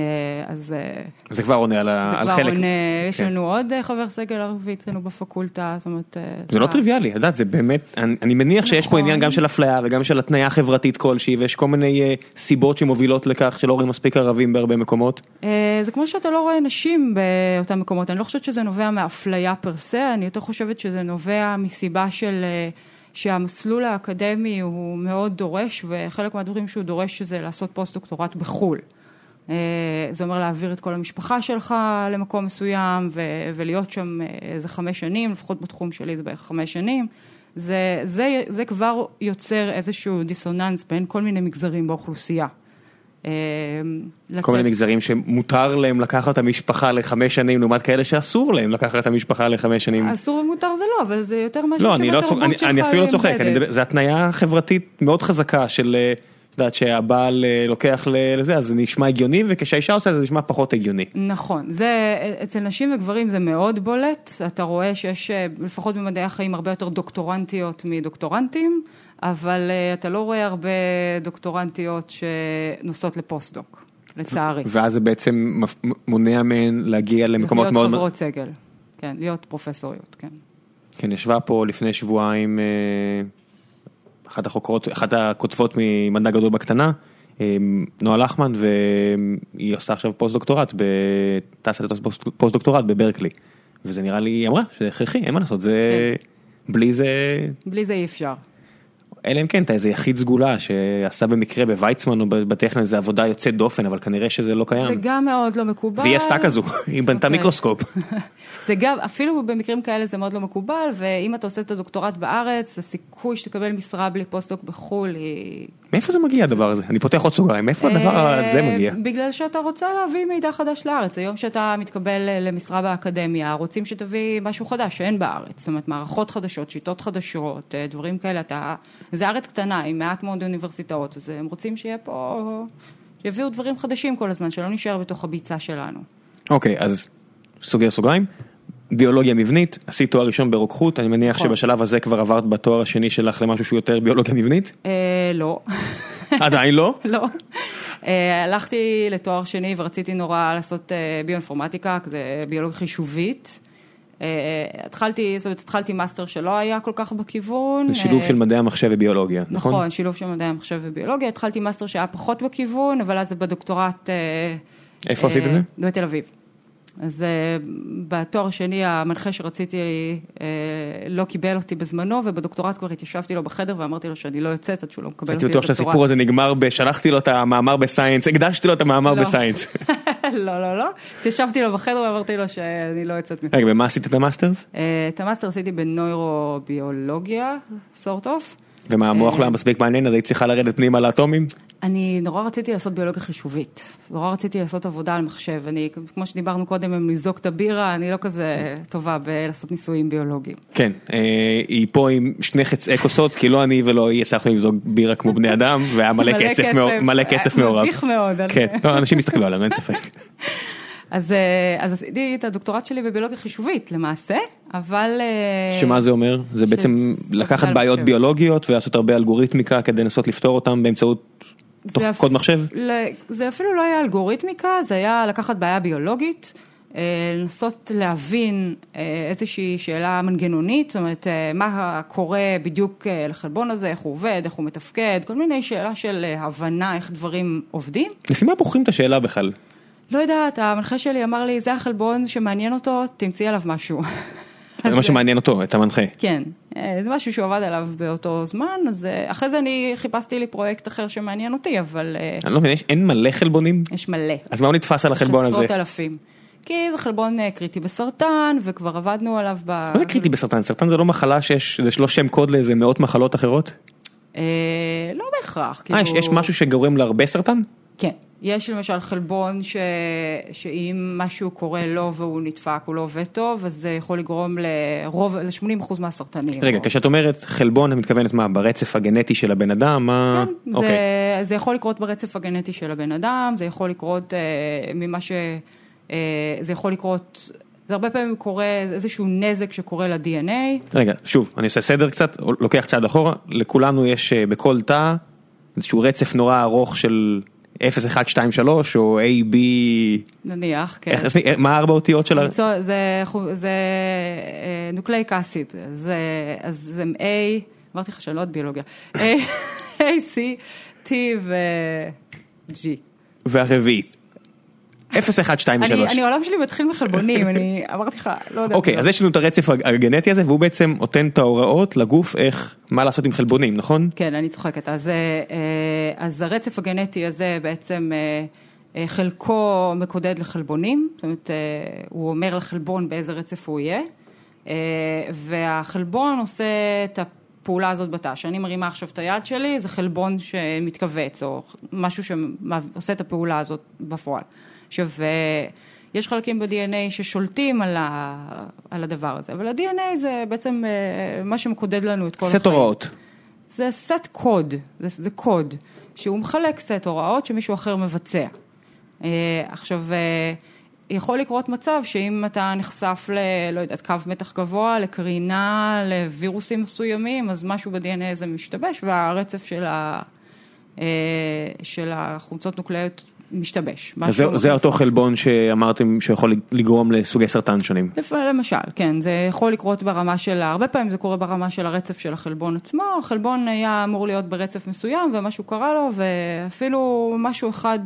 Speaker 2: אז אה,
Speaker 1: זה כבר עונה על, ה-
Speaker 2: זה
Speaker 1: אה, על
Speaker 2: כבר
Speaker 1: חלק.
Speaker 2: עונה, יש
Speaker 1: כן.
Speaker 2: לנו עוד אה, חבר סגל ערבי אצלנו בפקולטה, זאת אומרת... אה,
Speaker 1: זה לא
Speaker 2: אתה-
Speaker 1: טריוויאלי, את יודעת, זה באמת, אני, אני מניח שיש פה
Speaker 2: נכון.
Speaker 1: עניין גם של אפליה וגם של התניה חברתית כלשהי, ויש כל מיני אה, סיבות שמובילות לכך שלא רואים מספיק ערבים בהרבה מקומות.
Speaker 2: אה, זה כמו שאתה לא רואה נשים באותם מקומות. אני לא חושבת שזה נובע מאפליה פר סה, אני יותר חושבת שזה נובע מסיבה של... אה, שהמסלול האקדמי הוא מאוד דורש, וחלק מהדברים שהוא דורש זה לעשות פוסט-דוקטורט בחו"ל. אה, זה אומר להעביר את כל המשפחה שלך למקום מסוים ו- ולהיות שם אה, איזה חמש שנים, לפחות בתחום שלי זה בערך חמש שנים. זה, זה, זה כבר יוצר איזשהו דיסוננס בין כל מיני מגזרים באוכלוסייה. אה,
Speaker 1: כל מיני
Speaker 2: לצאת-
Speaker 1: מגזרים שמותר להם לקחת את המשפחה לחמש שנים לעומת כאלה שאסור להם לקחת את המשפחה לחמש שנים.
Speaker 2: אסור ומותר זה לא, אבל זה יותר משהו
Speaker 1: לא, אני לא צוחק, אני,
Speaker 2: שבתרבות שלך
Speaker 1: אני אפילו לא צוחק, אני
Speaker 2: נמדדת.
Speaker 1: מדבר, זו התניה חברתית מאוד חזקה של, אה, את יודעת, שהבעל אה, לוקח ל- לזה, אז זה נשמע הגיוני, וכשהאישה עושה את זה זה נשמע פחות הגיוני.
Speaker 2: נכון, זה אצל נשים וגברים זה מאוד בולט, אתה רואה שיש אה, לפחות במדעי החיים הרבה יותר דוקטורנטיות מדוקטורנטים, אבל אה, אתה לא רואה הרבה דוקטורנטיות שנוסעות לפוסט-דוק, לצערי.
Speaker 1: ואז זה בעצם מפ- מונע מהן להגיע למקומות
Speaker 2: להיות
Speaker 1: מאוד...
Speaker 2: חברות סגל, כן, להיות פרופסוריות, כן.
Speaker 1: כן, ישבה פה לפני שבועיים אה, אחת החוקרות, אחת הכותבות ממדע גדול בקטנה, אה, נועה לחמן, והיא עושה עכשיו פוסט דוקטורט, ב- טסה לתעשות פוסט- פוסט דוקטורט בברקלי. וזה נראה לי, היא אמרה, שזה הכרחי, אין מה לעשות, זה...
Speaker 2: כן.
Speaker 1: בלי זה,
Speaker 2: בלי זה אי אפשר.
Speaker 1: אלא אם כן אתה איזה יחיד סגולה שעשה במקרה בוויצמן או בטכניון איזה עבודה יוצאת דופן, אבל כנראה שזה לא
Speaker 2: זה
Speaker 1: קיים.
Speaker 2: גם מאוד לא מקובל.
Speaker 1: והיא עשתה כזו, היא בנתה
Speaker 2: אוקיי.
Speaker 1: מיקרוסקופ.
Speaker 2: זה גם, אפילו במקרים כאלה זה מאוד לא מקובל, ואם אתה עושה את הדוקטורט בארץ, הסיכוי שתקבל משרה בלי פוסט-דוק בחו"ל היא
Speaker 1: מאיפה זה מגיע הדבר הזה? אני פותח עוד סוגריים, מאיפה הדבר
Speaker 2: אה,
Speaker 1: הזה מגיע?
Speaker 2: בגלל שאתה רוצה להביא מידע חדש לארץ. היום שאתה מתקבל אה, למשרה באקדמיה, רוצים שתביא משהו חדש שאין בארץ. זאת אומרת, מערכות חדשות, שיטות חדשות, אה, דברים כאלה. אתה... זה ארץ קטנה עם מעט מאוד אוניברסיטאות, אז אה, הם רוצים שיהיה פה... שיביאו דברים חדשים כל הזמן, שלא נשאר בתוך הביצה שלנו.
Speaker 1: אוקיי, אז סוגר סוגריים. ביולוגיה מבנית, עשית תואר ראשון ברוקחות, אני מניח
Speaker 2: נכון.
Speaker 1: שבשלב הזה כבר עברת בתואר השני שלך למשהו שהוא יותר ביולוגיה מבנית?
Speaker 2: אה, לא.
Speaker 1: עדיין לא?
Speaker 2: לא. אה, הלכתי לתואר שני ורציתי נורא לעשות אה, ביואינפורמטיקה, כזה אה, ביולוגיה חישובית. אה, התחלתי, זאת אומרת, התחלתי מאסטר שלא היה כל כך בכיוון.
Speaker 1: זה שילוב
Speaker 2: אה,
Speaker 1: של מדעי המחשב וביולוגיה, נכון?
Speaker 2: נכון, שילוב של מדעי המחשב וביולוגיה. התחלתי מאסטר שהיה פחות בכיוון, אבל אז בדוקטורט... אה,
Speaker 1: איפה עשית את
Speaker 2: אה,
Speaker 1: זה?
Speaker 2: בתל אביב. אז אה, בתואר השני המנחה שרציתי אה, לא קיבל אותי בזמנו, ובדוקטורט כבר התיישבתי לו בחדר ואמרתי לו שאני לא יוצאת עד שהוא לא מקבל אותי
Speaker 1: הייתי
Speaker 2: לדוקטורט.
Speaker 1: בטוח שהסיפור הזה נגמר ב... שלחתי לו את המאמר בסיינס, הקדשתי לו את המאמר
Speaker 2: לא.
Speaker 1: בסיינס.
Speaker 2: לא, לא, לא. התיישבתי לו בחדר ואמרתי לו שאני לא יוצאת מפה.
Speaker 1: רגע, ומה עשית את המאסטרס?
Speaker 2: אה, את המאסטר עשיתי בנוירוביולוגיה, סורט אוף.
Speaker 1: ומה, המוח לא היה מספיק מעניין, אז היית צריכה לרדת פנימה לאטומים?
Speaker 2: אני נורא רציתי לעשות ביולוגיה חישובית. נורא רציתי לעשות עבודה על מחשב. אני, כמו שדיברנו קודם, עם לזעוק את הבירה, אני לא כזה טובה בלעשות ניסויים ביולוגיים.
Speaker 1: כן, אה, היא פה עם שני חצאי כוסות, כי לא אני ולא היא הצלחנו למזוג בירה כמו בני אדם, והיה מלא קצף מעור- מלא קצף
Speaker 2: אה,
Speaker 1: מעורב.
Speaker 2: מביך מאוד. אני-
Speaker 1: כן, לא, אנשים הסתכלו עלינו, אין ספק.
Speaker 2: אז אה, אז עשיתי את הדוקטורט שלי בביולוגיה חישובית, למעשה, אבל... אה,
Speaker 1: שמה זה אומר? זה בעצם
Speaker 2: שזה לא
Speaker 1: לקחת
Speaker 2: עבודה
Speaker 1: בעיות
Speaker 2: על מחשב.
Speaker 1: ביולוגיות ולעשות הרבה אלגוריתמיקה כדי לנסות לפתור אותם באמצעות
Speaker 2: זה
Speaker 1: תוך-
Speaker 2: אפ-
Speaker 1: קוד מחשב?
Speaker 2: ל- זה אפילו לא היה אלגוריתמיקה, זה היה לקחת בעיה ביולוגית, אה, לנסות להבין אה, איזושהי שאלה מנגנונית, זאת אומרת, אה, מה קורה בדיוק אה, לחלבון הזה, איך הוא עובד, איך הוא מתפקד, כל מיני שאלה של אה, הבנה איך דברים עובדים.
Speaker 1: לפי מה בוחרים את השאלה בכלל?
Speaker 2: לא יודעת, המנחה שלי אמר לי, זה החלבון שמעניין אותו, תמצאי עליו משהו. אה,
Speaker 1: זה מה שמעניין אותו, את המנחה.
Speaker 2: כן, אה, זה משהו שהוא עבד עליו באותו זמן, אז אה, אחרי זה אני חיפשתי לי פרויקט אחר שמעניין אותי, אבל אה,
Speaker 1: אני לא מבין, יש- אין מלא חלבונים?
Speaker 2: יש מלא.
Speaker 1: אז מה הוא נתפס על החלבון
Speaker 2: יש
Speaker 1: הזה?
Speaker 2: עשרות אלפים. כי זה חלבון אה, קריטי בסרטן, וכבר עבדנו עליו ב...
Speaker 1: מה זה קריטי בסרטן? סרטן זה לא מחלה שיש, זה לא שם קוד לאיזה מאות מחלות אחרות?
Speaker 2: כאילו- אה, לא בהכרח.
Speaker 1: אה, יש- יש משהו שגורם להרבה סרטן?
Speaker 2: כן. יש למשל חלבון ש... שאם משהו קורה לו והוא נדפק, הוא לא עובד טוב, אז זה יכול לגרום לרוב, ל-80% מהסרטנים. כן,
Speaker 1: רגע,
Speaker 2: או-
Speaker 1: כשאת אומרת חלבון, את מתכוונת מה, ברצף הגנטי של הבן אדם? מה...
Speaker 2: כן, זה,
Speaker 1: אוקיי.
Speaker 2: זה יכול לקרות ברצף הגנטי של הבן אדם, זה יכול לקרות אה, ממה ש... אה, זה יכול לקרות... זה הרבה פעמים קורה איזשהו נזק שקורה ל-DNA,
Speaker 1: רגע, שוב, אני עושה סדר קצת, לוקח צעד אחורה, לכולנו יש אה, בכל תא איזשהו רצף נורא ארוך של 0, 1, 2, 3 או A, B,
Speaker 2: נניח, כן.
Speaker 1: איך, איך, איך, מה ארבע אותיות של ה...
Speaker 2: למצוא, זה, חו- זה אה, נוקלאיק אסיד, זה, אז זה A, אמרתי לך שאני לא עוד ביולוגיה, A, A, C, T ו-G.
Speaker 1: והרביעית. 0, 1, 2
Speaker 2: אני,
Speaker 1: ו-3.
Speaker 2: אני, העולם שלי מתחיל מחלבונים, אני אמרתי לך, לא יודעת.
Speaker 1: אוקיי, אז יש לנו את הרצף הג- הגנטי הזה והוא בעצם נותן את ההוראות לגוף איך, מה לעשות עם חלבונים, נכון?
Speaker 2: כן, אני צוחקת. אז, אה, אה, אז הרצף הגנטי הזה בעצם אה, אה, חלקו מקודד לחלבונים, זאת אומרת, אה, הוא אומר לחלבון באיזה רצף הוא יהיה, אה, והחלבון עושה את הפעולה הזאת בת"ש. אני מרימה עכשיו את היד שלי, זה חלבון שמתכווץ, או משהו שעושה את הפעולה הזאת בפועל. עכשיו, אה, יש חלקים ב-DNA ששולטים על, ה, על הדבר הזה, אבל ה-DNA זה בעצם אה, מה שמקודד לנו את כל
Speaker 1: סט הוראות.
Speaker 2: זה סט קוד, זה, זה קוד, שהוא מחלק סט הוראות שמישהו אחר מבצע. אה, עכשיו, אה, יכול לקרות מצב שאם אתה נחשף ל... לא יודעת, קו מתח גבוה, לקרינה, לווירוסים מסוימים, אז משהו ב-DNA הזה משתבש, והרצף של, ה, אה, של החומצות נוקלאיות משתבש.
Speaker 1: אז
Speaker 2: משהו-
Speaker 1: זה, זה אותו חלבון שאמרתם שיכול לגרום לסוגי סרטן שונים.
Speaker 2: לפ- למשל, כן, זה יכול לקרות ברמה של, ה- הרבה פעמים זה קורה ברמה של הרצף של החלבון עצמו, החלבון היה אמור להיות ברצף מסוים ומשהו קרה לו ואפילו משהו אחד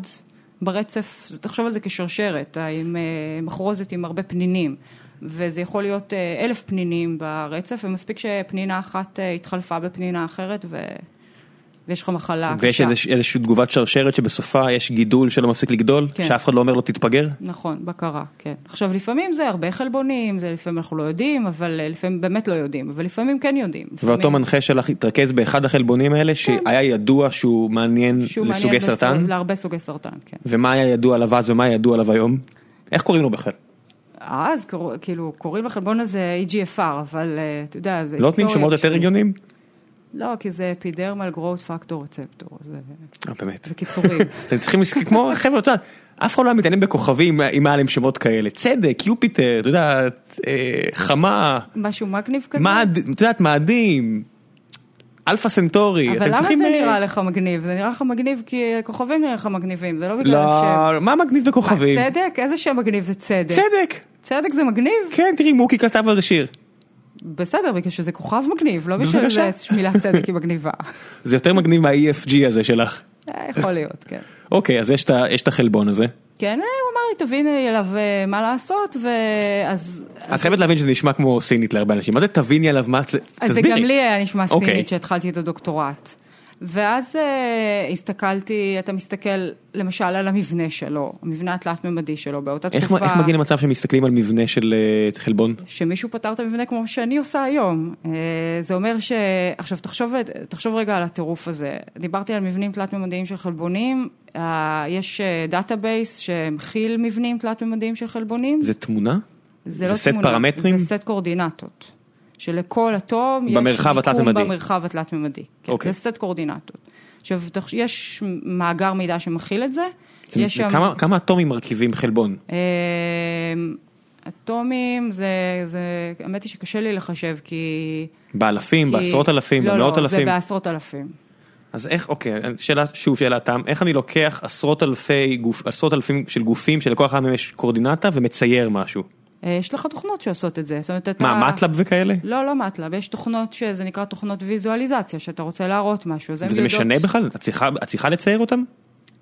Speaker 2: ברצף, זה- תחשוב על זה כשרשרת, אה, עם אה, מחרוזת עם הרבה פנינים, וזה יכול להיות אה, אלף פנינים ברצף, ומספיק שפנינה אחת אה, התחלפה בפנינה אחרת ו... ויש לך מחלה
Speaker 1: ויש
Speaker 2: קשה.
Speaker 1: איזוש, איזושהי תגובת שרשרת שבסופה יש גידול שלא מפסיק לגדול,
Speaker 2: כן.
Speaker 1: שאף אחד לא אומר לו תתפגר.
Speaker 2: נכון, בקרה, כן. עכשיו, לפעמים זה הרבה חלבונים, זה לפעמים אנחנו לא יודעים, אבל אה, לפעמים באמת לא יודעים, אבל לפעמים כן יודעים.
Speaker 1: ואותו
Speaker 2: לפעמים-
Speaker 1: מנחה שלך התרכז באחד החלבונים האלה שהיה ידוע שהוא מעניין
Speaker 2: כן. שהוא מעניין לא.
Speaker 1: לסוגי
Speaker 2: לס-
Speaker 1: סרטן,
Speaker 2: להרבה סוגי סרטן, כן.
Speaker 1: ומה היה ידוע עליו אז ומה היה ידוע עליו היום. איך קוראים לו בכלל? לא
Speaker 2: אז קור- כאילו, קוראים לחלבון הזה E EGFR, אבל אה, אתה יודע, זה
Speaker 1: לא נותנים
Speaker 2: היסטוריה
Speaker 1: שמות יותר
Speaker 2: פשוט.
Speaker 1: הגיוניים?
Speaker 2: לא, כי זה אפידרמל גרוט פקטור רצפטור, זה
Speaker 1: אה באמת.
Speaker 2: זה קיצורים.
Speaker 1: אתם צריכים לזכור, כמו חבר'ה, אתה יודע, אף אחד לא היה מתעניין בכוכבים אם היה להם שמות כאלה. צדק, יופיטר, אתה יודע, אה, חמה,
Speaker 2: משהו מגניב כזה.
Speaker 1: מאד, את יודעת, מאדים, אלפא סנטורי.
Speaker 2: אבל
Speaker 1: אתם
Speaker 2: למה זה
Speaker 1: צריכים, אה,
Speaker 2: נראה לך מגניב? זה נראה לך מגניב כי הכוכבים נראה לך מגניבים, זה לא בגלל ש...
Speaker 1: לא, מה מגניב בכוכבים?
Speaker 2: צדק? איזה שם מגניב זה צדק.
Speaker 1: צדק.
Speaker 2: צדק זה מגניב?
Speaker 1: כן, תראי, מוקי כתב על זה שיר.
Speaker 2: בסדר, בגלל שזה כוכב מגניב, לא בשביל
Speaker 1: בבקשה.
Speaker 2: זה מילה צדק היא מגניבה.
Speaker 1: זה יותר מגניב מה-EFG הזה שלך.
Speaker 2: אה, יכול להיות, כן.
Speaker 1: אוקיי, אז יש את ה- יש את החלבון הזה.
Speaker 2: כן, אה, הוא אמר לי, תביני אליו אה, מה לעשות, ואז...
Speaker 1: את חייבת להבין שזה נשמע כמו סינית להרבה אנשים. מה זה תביני עליו מה? זה-
Speaker 2: אז זה
Speaker 1: תסבירי.
Speaker 2: גם לי היה נשמע
Speaker 1: אוקיי.
Speaker 2: סינית שהתחלתי את הדוקטורט. ואז אה, הסתכלתי, אתה מסתכל למשל על המבנה שלו, המבנה התלת-ממדי שלו באותה
Speaker 1: איך
Speaker 2: תקופה.
Speaker 1: איך מגיעים למצב שמסתכלים על מבנה של אה, חלבון?
Speaker 2: שמישהו פתר את המבנה כמו שאני עושה היום. אה, זה אומר ש... עכשיו, תחשוב, תחשוב רגע על הטירוף הזה. דיברתי על מבנים תלת-ממדיים של חלבונים, אה, יש אה, דאטאבייס שמכיל מבנים תלת-ממדיים של חלבונים.
Speaker 1: זה תמונה? זה סט
Speaker 2: לא תמונה,
Speaker 1: פרמטרים?
Speaker 2: זה סט קורדינטות. שלכל אטום יש
Speaker 1: במרחב
Speaker 2: מיקום
Speaker 1: התלת-ממדי.
Speaker 2: במרחב התלת-ממדי. כן,
Speaker 1: אוקיי.
Speaker 2: זה סט קורדינטות. עכשיו, תחש- יש מאגר מידע שמכיל את זה.
Speaker 1: זה-
Speaker 2: יש
Speaker 1: זה-
Speaker 2: שם...
Speaker 1: כמה- כמה אטומים מרכיבים חלבון?
Speaker 2: אמ, אטומים זה, זה, האמת היא שקשה לי לחשב כי...
Speaker 1: באלפים,
Speaker 2: כי-
Speaker 1: בעשרות אלפים,
Speaker 2: לא,
Speaker 1: במאות
Speaker 2: לא, זה
Speaker 1: אלפים?
Speaker 2: בעשרות אלפים.
Speaker 1: אז איך, אוקיי, שאלה, שוב שאלה תם, איך אני לוקח עשרות אלפי, גופ, עשרות אלפים של גופים שלכל אחד מהם יש קורדינטה ומצייר משהו?
Speaker 2: אה, יש לך תוכנות שעושות את זה, זאת אומרת אתה...
Speaker 1: מה, מטלאב וכאלה?
Speaker 2: לא, לא מטלב, יש תוכנות שזה נקרא תוכנות ויזואליזציה, שאתה רוצה להראות משהו. אז הן
Speaker 1: וזה
Speaker 2: יודעות-
Speaker 1: משנה בכלל? את צריכה, את צריכה לצייר אותם?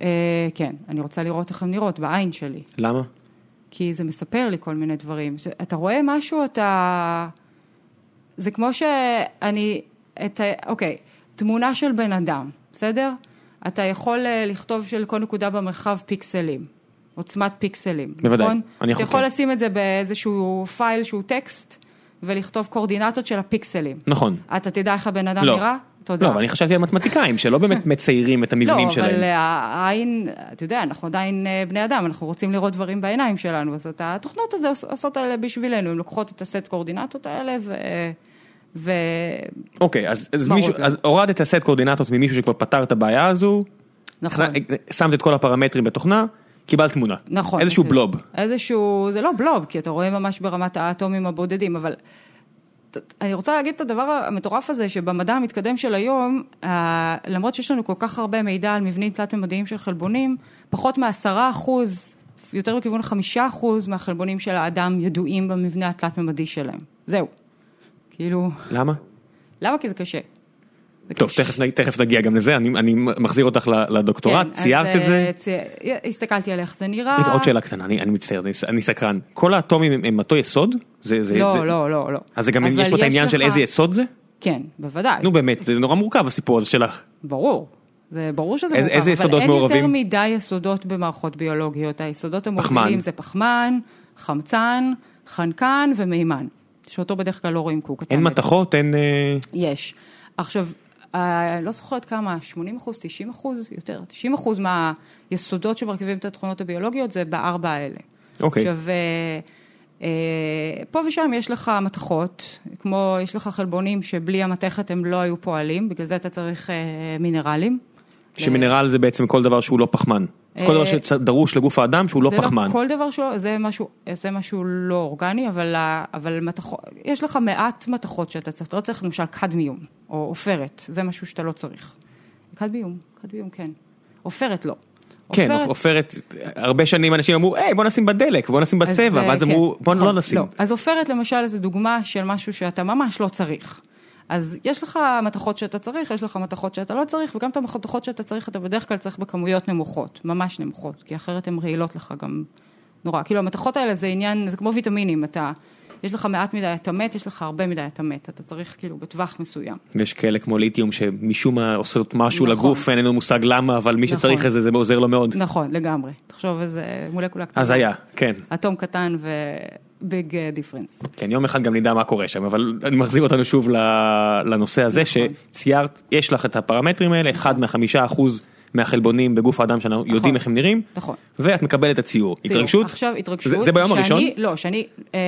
Speaker 2: אה, כן, אני רוצה לראות איך הן נראות בעין שלי,
Speaker 1: למה?
Speaker 2: כי זה מספר לי כל מיני דברים. זה- אתה רואה משהו, אתה... זה כמו שאני... את ה... אוקיי, תמונה של בן אדם, בסדר? אתה יכול אה, לכתוב של כל נקודה במרחב פיקסלים, עוצמת פיקסלים,
Speaker 1: בוודאי,
Speaker 2: נכון?
Speaker 1: אני יכול-
Speaker 2: אתה יכול
Speaker 1: כן.
Speaker 2: לשים את זה באיזשהו פייל שהוא טקסט, ולכתוב קורדינטות של הפיקסלים.
Speaker 1: נכון.
Speaker 2: אתה תדע איך הבן אדם
Speaker 1: לא.
Speaker 2: נראה? תודה.
Speaker 1: לא, אבל אני חשבתי על מתמטיקאים שלא באמת מציירים את המבנים
Speaker 2: לא, אבל
Speaker 1: שלהם.
Speaker 2: אה, העין, אתה יודע, אנחנו עדיין אה, בני אדם, אנחנו רוצים לראות דברים בעיניים שלנו, אז את התוכנות הזה עוש- עושות האלה בשבילנו, הן לוקחות את הסט קורדינטות האלה ו... ו...
Speaker 1: אוקיי, אז, אז,
Speaker 2: ברור,
Speaker 1: מישהו,
Speaker 2: כן.
Speaker 1: אז הורדת סט קורדינטות ממישהו שכבר פתר את הבעיה הזו,
Speaker 2: נכון.
Speaker 1: הכנ- שמת את כל הפרמטרים בתוכנה, קיבלת תמונה.
Speaker 2: נכון.
Speaker 1: איזשהו
Speaker 2: בדיוק.
Speaker 1: בלוב.
Speaker 2: איזשהו, זה לא בלוב, כי אתה רואה ממש ברמת האטומים הבודדים, אבל ת- ת- אני רוצה להגיד את הדבר המטורף הזה, שבמדע המתקדם של היום, אה, למרות שיש לנו כל כך הרבה מידע על מבנים תלת-ממדיים של חלבונים, פחות מעשרה אחוז, יותר בכיוון חמישה אחוז מהחלבונים של האדם ידועים במבנה התלת-ממדי שלהם. זהו. כאילו,
Speaker 1: למה?
Speaker 2: למה? כי זה קשה. זה
Speaker 1: טוב,
Speaker 2: קשה.
Speaker 1: תכף, נ- תכף נגיע גם לזה, אני, אני מחזיר אותך ל- לדוקטורט,
Speaker 2: כן, אז,
Speaker 1: ציירת את זה.
Speaker 2: אה, צי- הסתכלתי על איך זה נראה.
Speaker 1: רגע, עוד שאלה קטנה, אני, אני מצטער, אני, ס- אני סקרן. כל האטומים הם, הם אותו יסוד? זה, זה, זה...
Speaker 2: לא, לא, לא, לא.
Speaker 1: אז זה גם, יש
Speaker 2: אבל
Speaker 1: פה את העניין של
Speaker 2: לך-
Speaker 1: איזה יסוד זה?
Speaker 2: כן, בוודאי.
Speaker 1: נו באמת, זה נורא מורכב הסיפור הזה שלך.
Speaker 2: ברור. זה ברור שזה
Speaker 1: איזה-
Speaker 2: מורכב,
Speaker 1: איזה יסודות
Speaker 2: אבל
Speaker 1: מעורבים?
Speaker 2: אין יותר מדי יסודות במערכות ביולוגיות. היסודות
Speaker 1: פחמן.
Speaker 2: המובילים זה פחמן, חמצן, חנקן ומימן, שאותו בדרך כלל לא רואים כי הוא קטן.
Speaker 1: אין
Speaker 2: מדי.
Speaker 1: מתכות, אין... אה,
Speaker 2: יש. עכשיו, אה, לא זוכרת כמה, 80 אחוז, 90 אחוז, יותר, 90 אחוז מהיסודות שמרכיבים את התכונות הביולוגיות זה בארבע האלה.
Speaker 1: אוקיי.
Speaker 2: עכשיו, אה, אה, פה ושם יש לך מתכות, כמו יש לך חלבונים שבלי המתכת הם לא היו פועלים, בגלל זה אתה צריך אה, מינרלים.
Speaker 1: שמינרל זה בעצם כל דבר שהוא לא פחמן.
Speaker 2: כן. אה,
Speaker 1: כל דבר שדרוש לגוף האדם שהוא לא פחמן.
Speaker 2: זה לא כל דבר שהוא, זה משהו, זה משהו לא אורגני, אבל, ה- אבל מתכות, יש לך מעט מתכות שאתה צריך, אתה לא צריך למשל קדמיום, או עופרת, זה משהו שאתה לא צריך. קדמיום, קדמיום כן. עופרת לא.
Speaker 1: כן, עופרת, הרבה שנים אנשים אמרו, היי בוא נשים בדלק, בוא נשים
Speaker 2: אז,
Speaker 1: בצבע,
Speaker 2: אה,
Speaker 1: ואז
Speaker 2: כן.
Speaker 1: אמרו, בוא
Speaker 2: נכון,
Speaker 1: לא נשים.
Speaker 2: אז עופרת למשל זו דוגמה של משהו שאתה ממש לא צריך. אז יש לך מתכות שאתה צריך, יש לך מתכות שאתה לא צריך, וגם את המתכות שאתה צריך, אתה בדרך כלל צריך בכמויות נמוכות, ממש נמוכות, כי אחרת הן רעילות לך גם נורא. כאילו המתכות האלה זה עניין, זה כמו ויטמינים, אתה, יש לך מעט מדי אתה מת, יש לך הרבה מדי אתה מת, אתה צריך כאילו בטווח מסוים.
Speaker 1: ויש כאלה כמו ליתיום שמשום מה עושות משהו
Speaker 2: נכון.
Speaker 1: לגוף, אין לנו מושג למה, אבל מי
Speaker 2: נכון.
Speaker 1: שצריך את זה, זה עוזר לו מאוד.
Speaker 2: נכון, לגמרי. תחשוב איזה מולקולה קטנה.
Speaker 1: אז היה, כן.
Speaker 2: אטום קטן וביג דיפרנס.
Speaker 1: כן, יום אחד גם נדע מה קורה שם, אבל אני מחזיר אותנו שוב ל- לנושא הזה
Speaker 2: נכון.
Speaker 1: שציירת, יש לך את הפרמטרים האלה, אחד מהחמישה אחוז מהחלבונים בגוף האדם שאנחנו יודעים איך הם נראים,
Speaker 2: נכון.
Speaker 1: ואת מקבלת את הציור.
Speaker 2: ציור.
Speaker 1: התרגשות?
Speaker 2: עכשיו התרגשות.
Speaker 1: זה- זה ביום
Speaker 2: שאני-
Speaker 1: הראשון?
Speaker 2: לא, שאני, אה,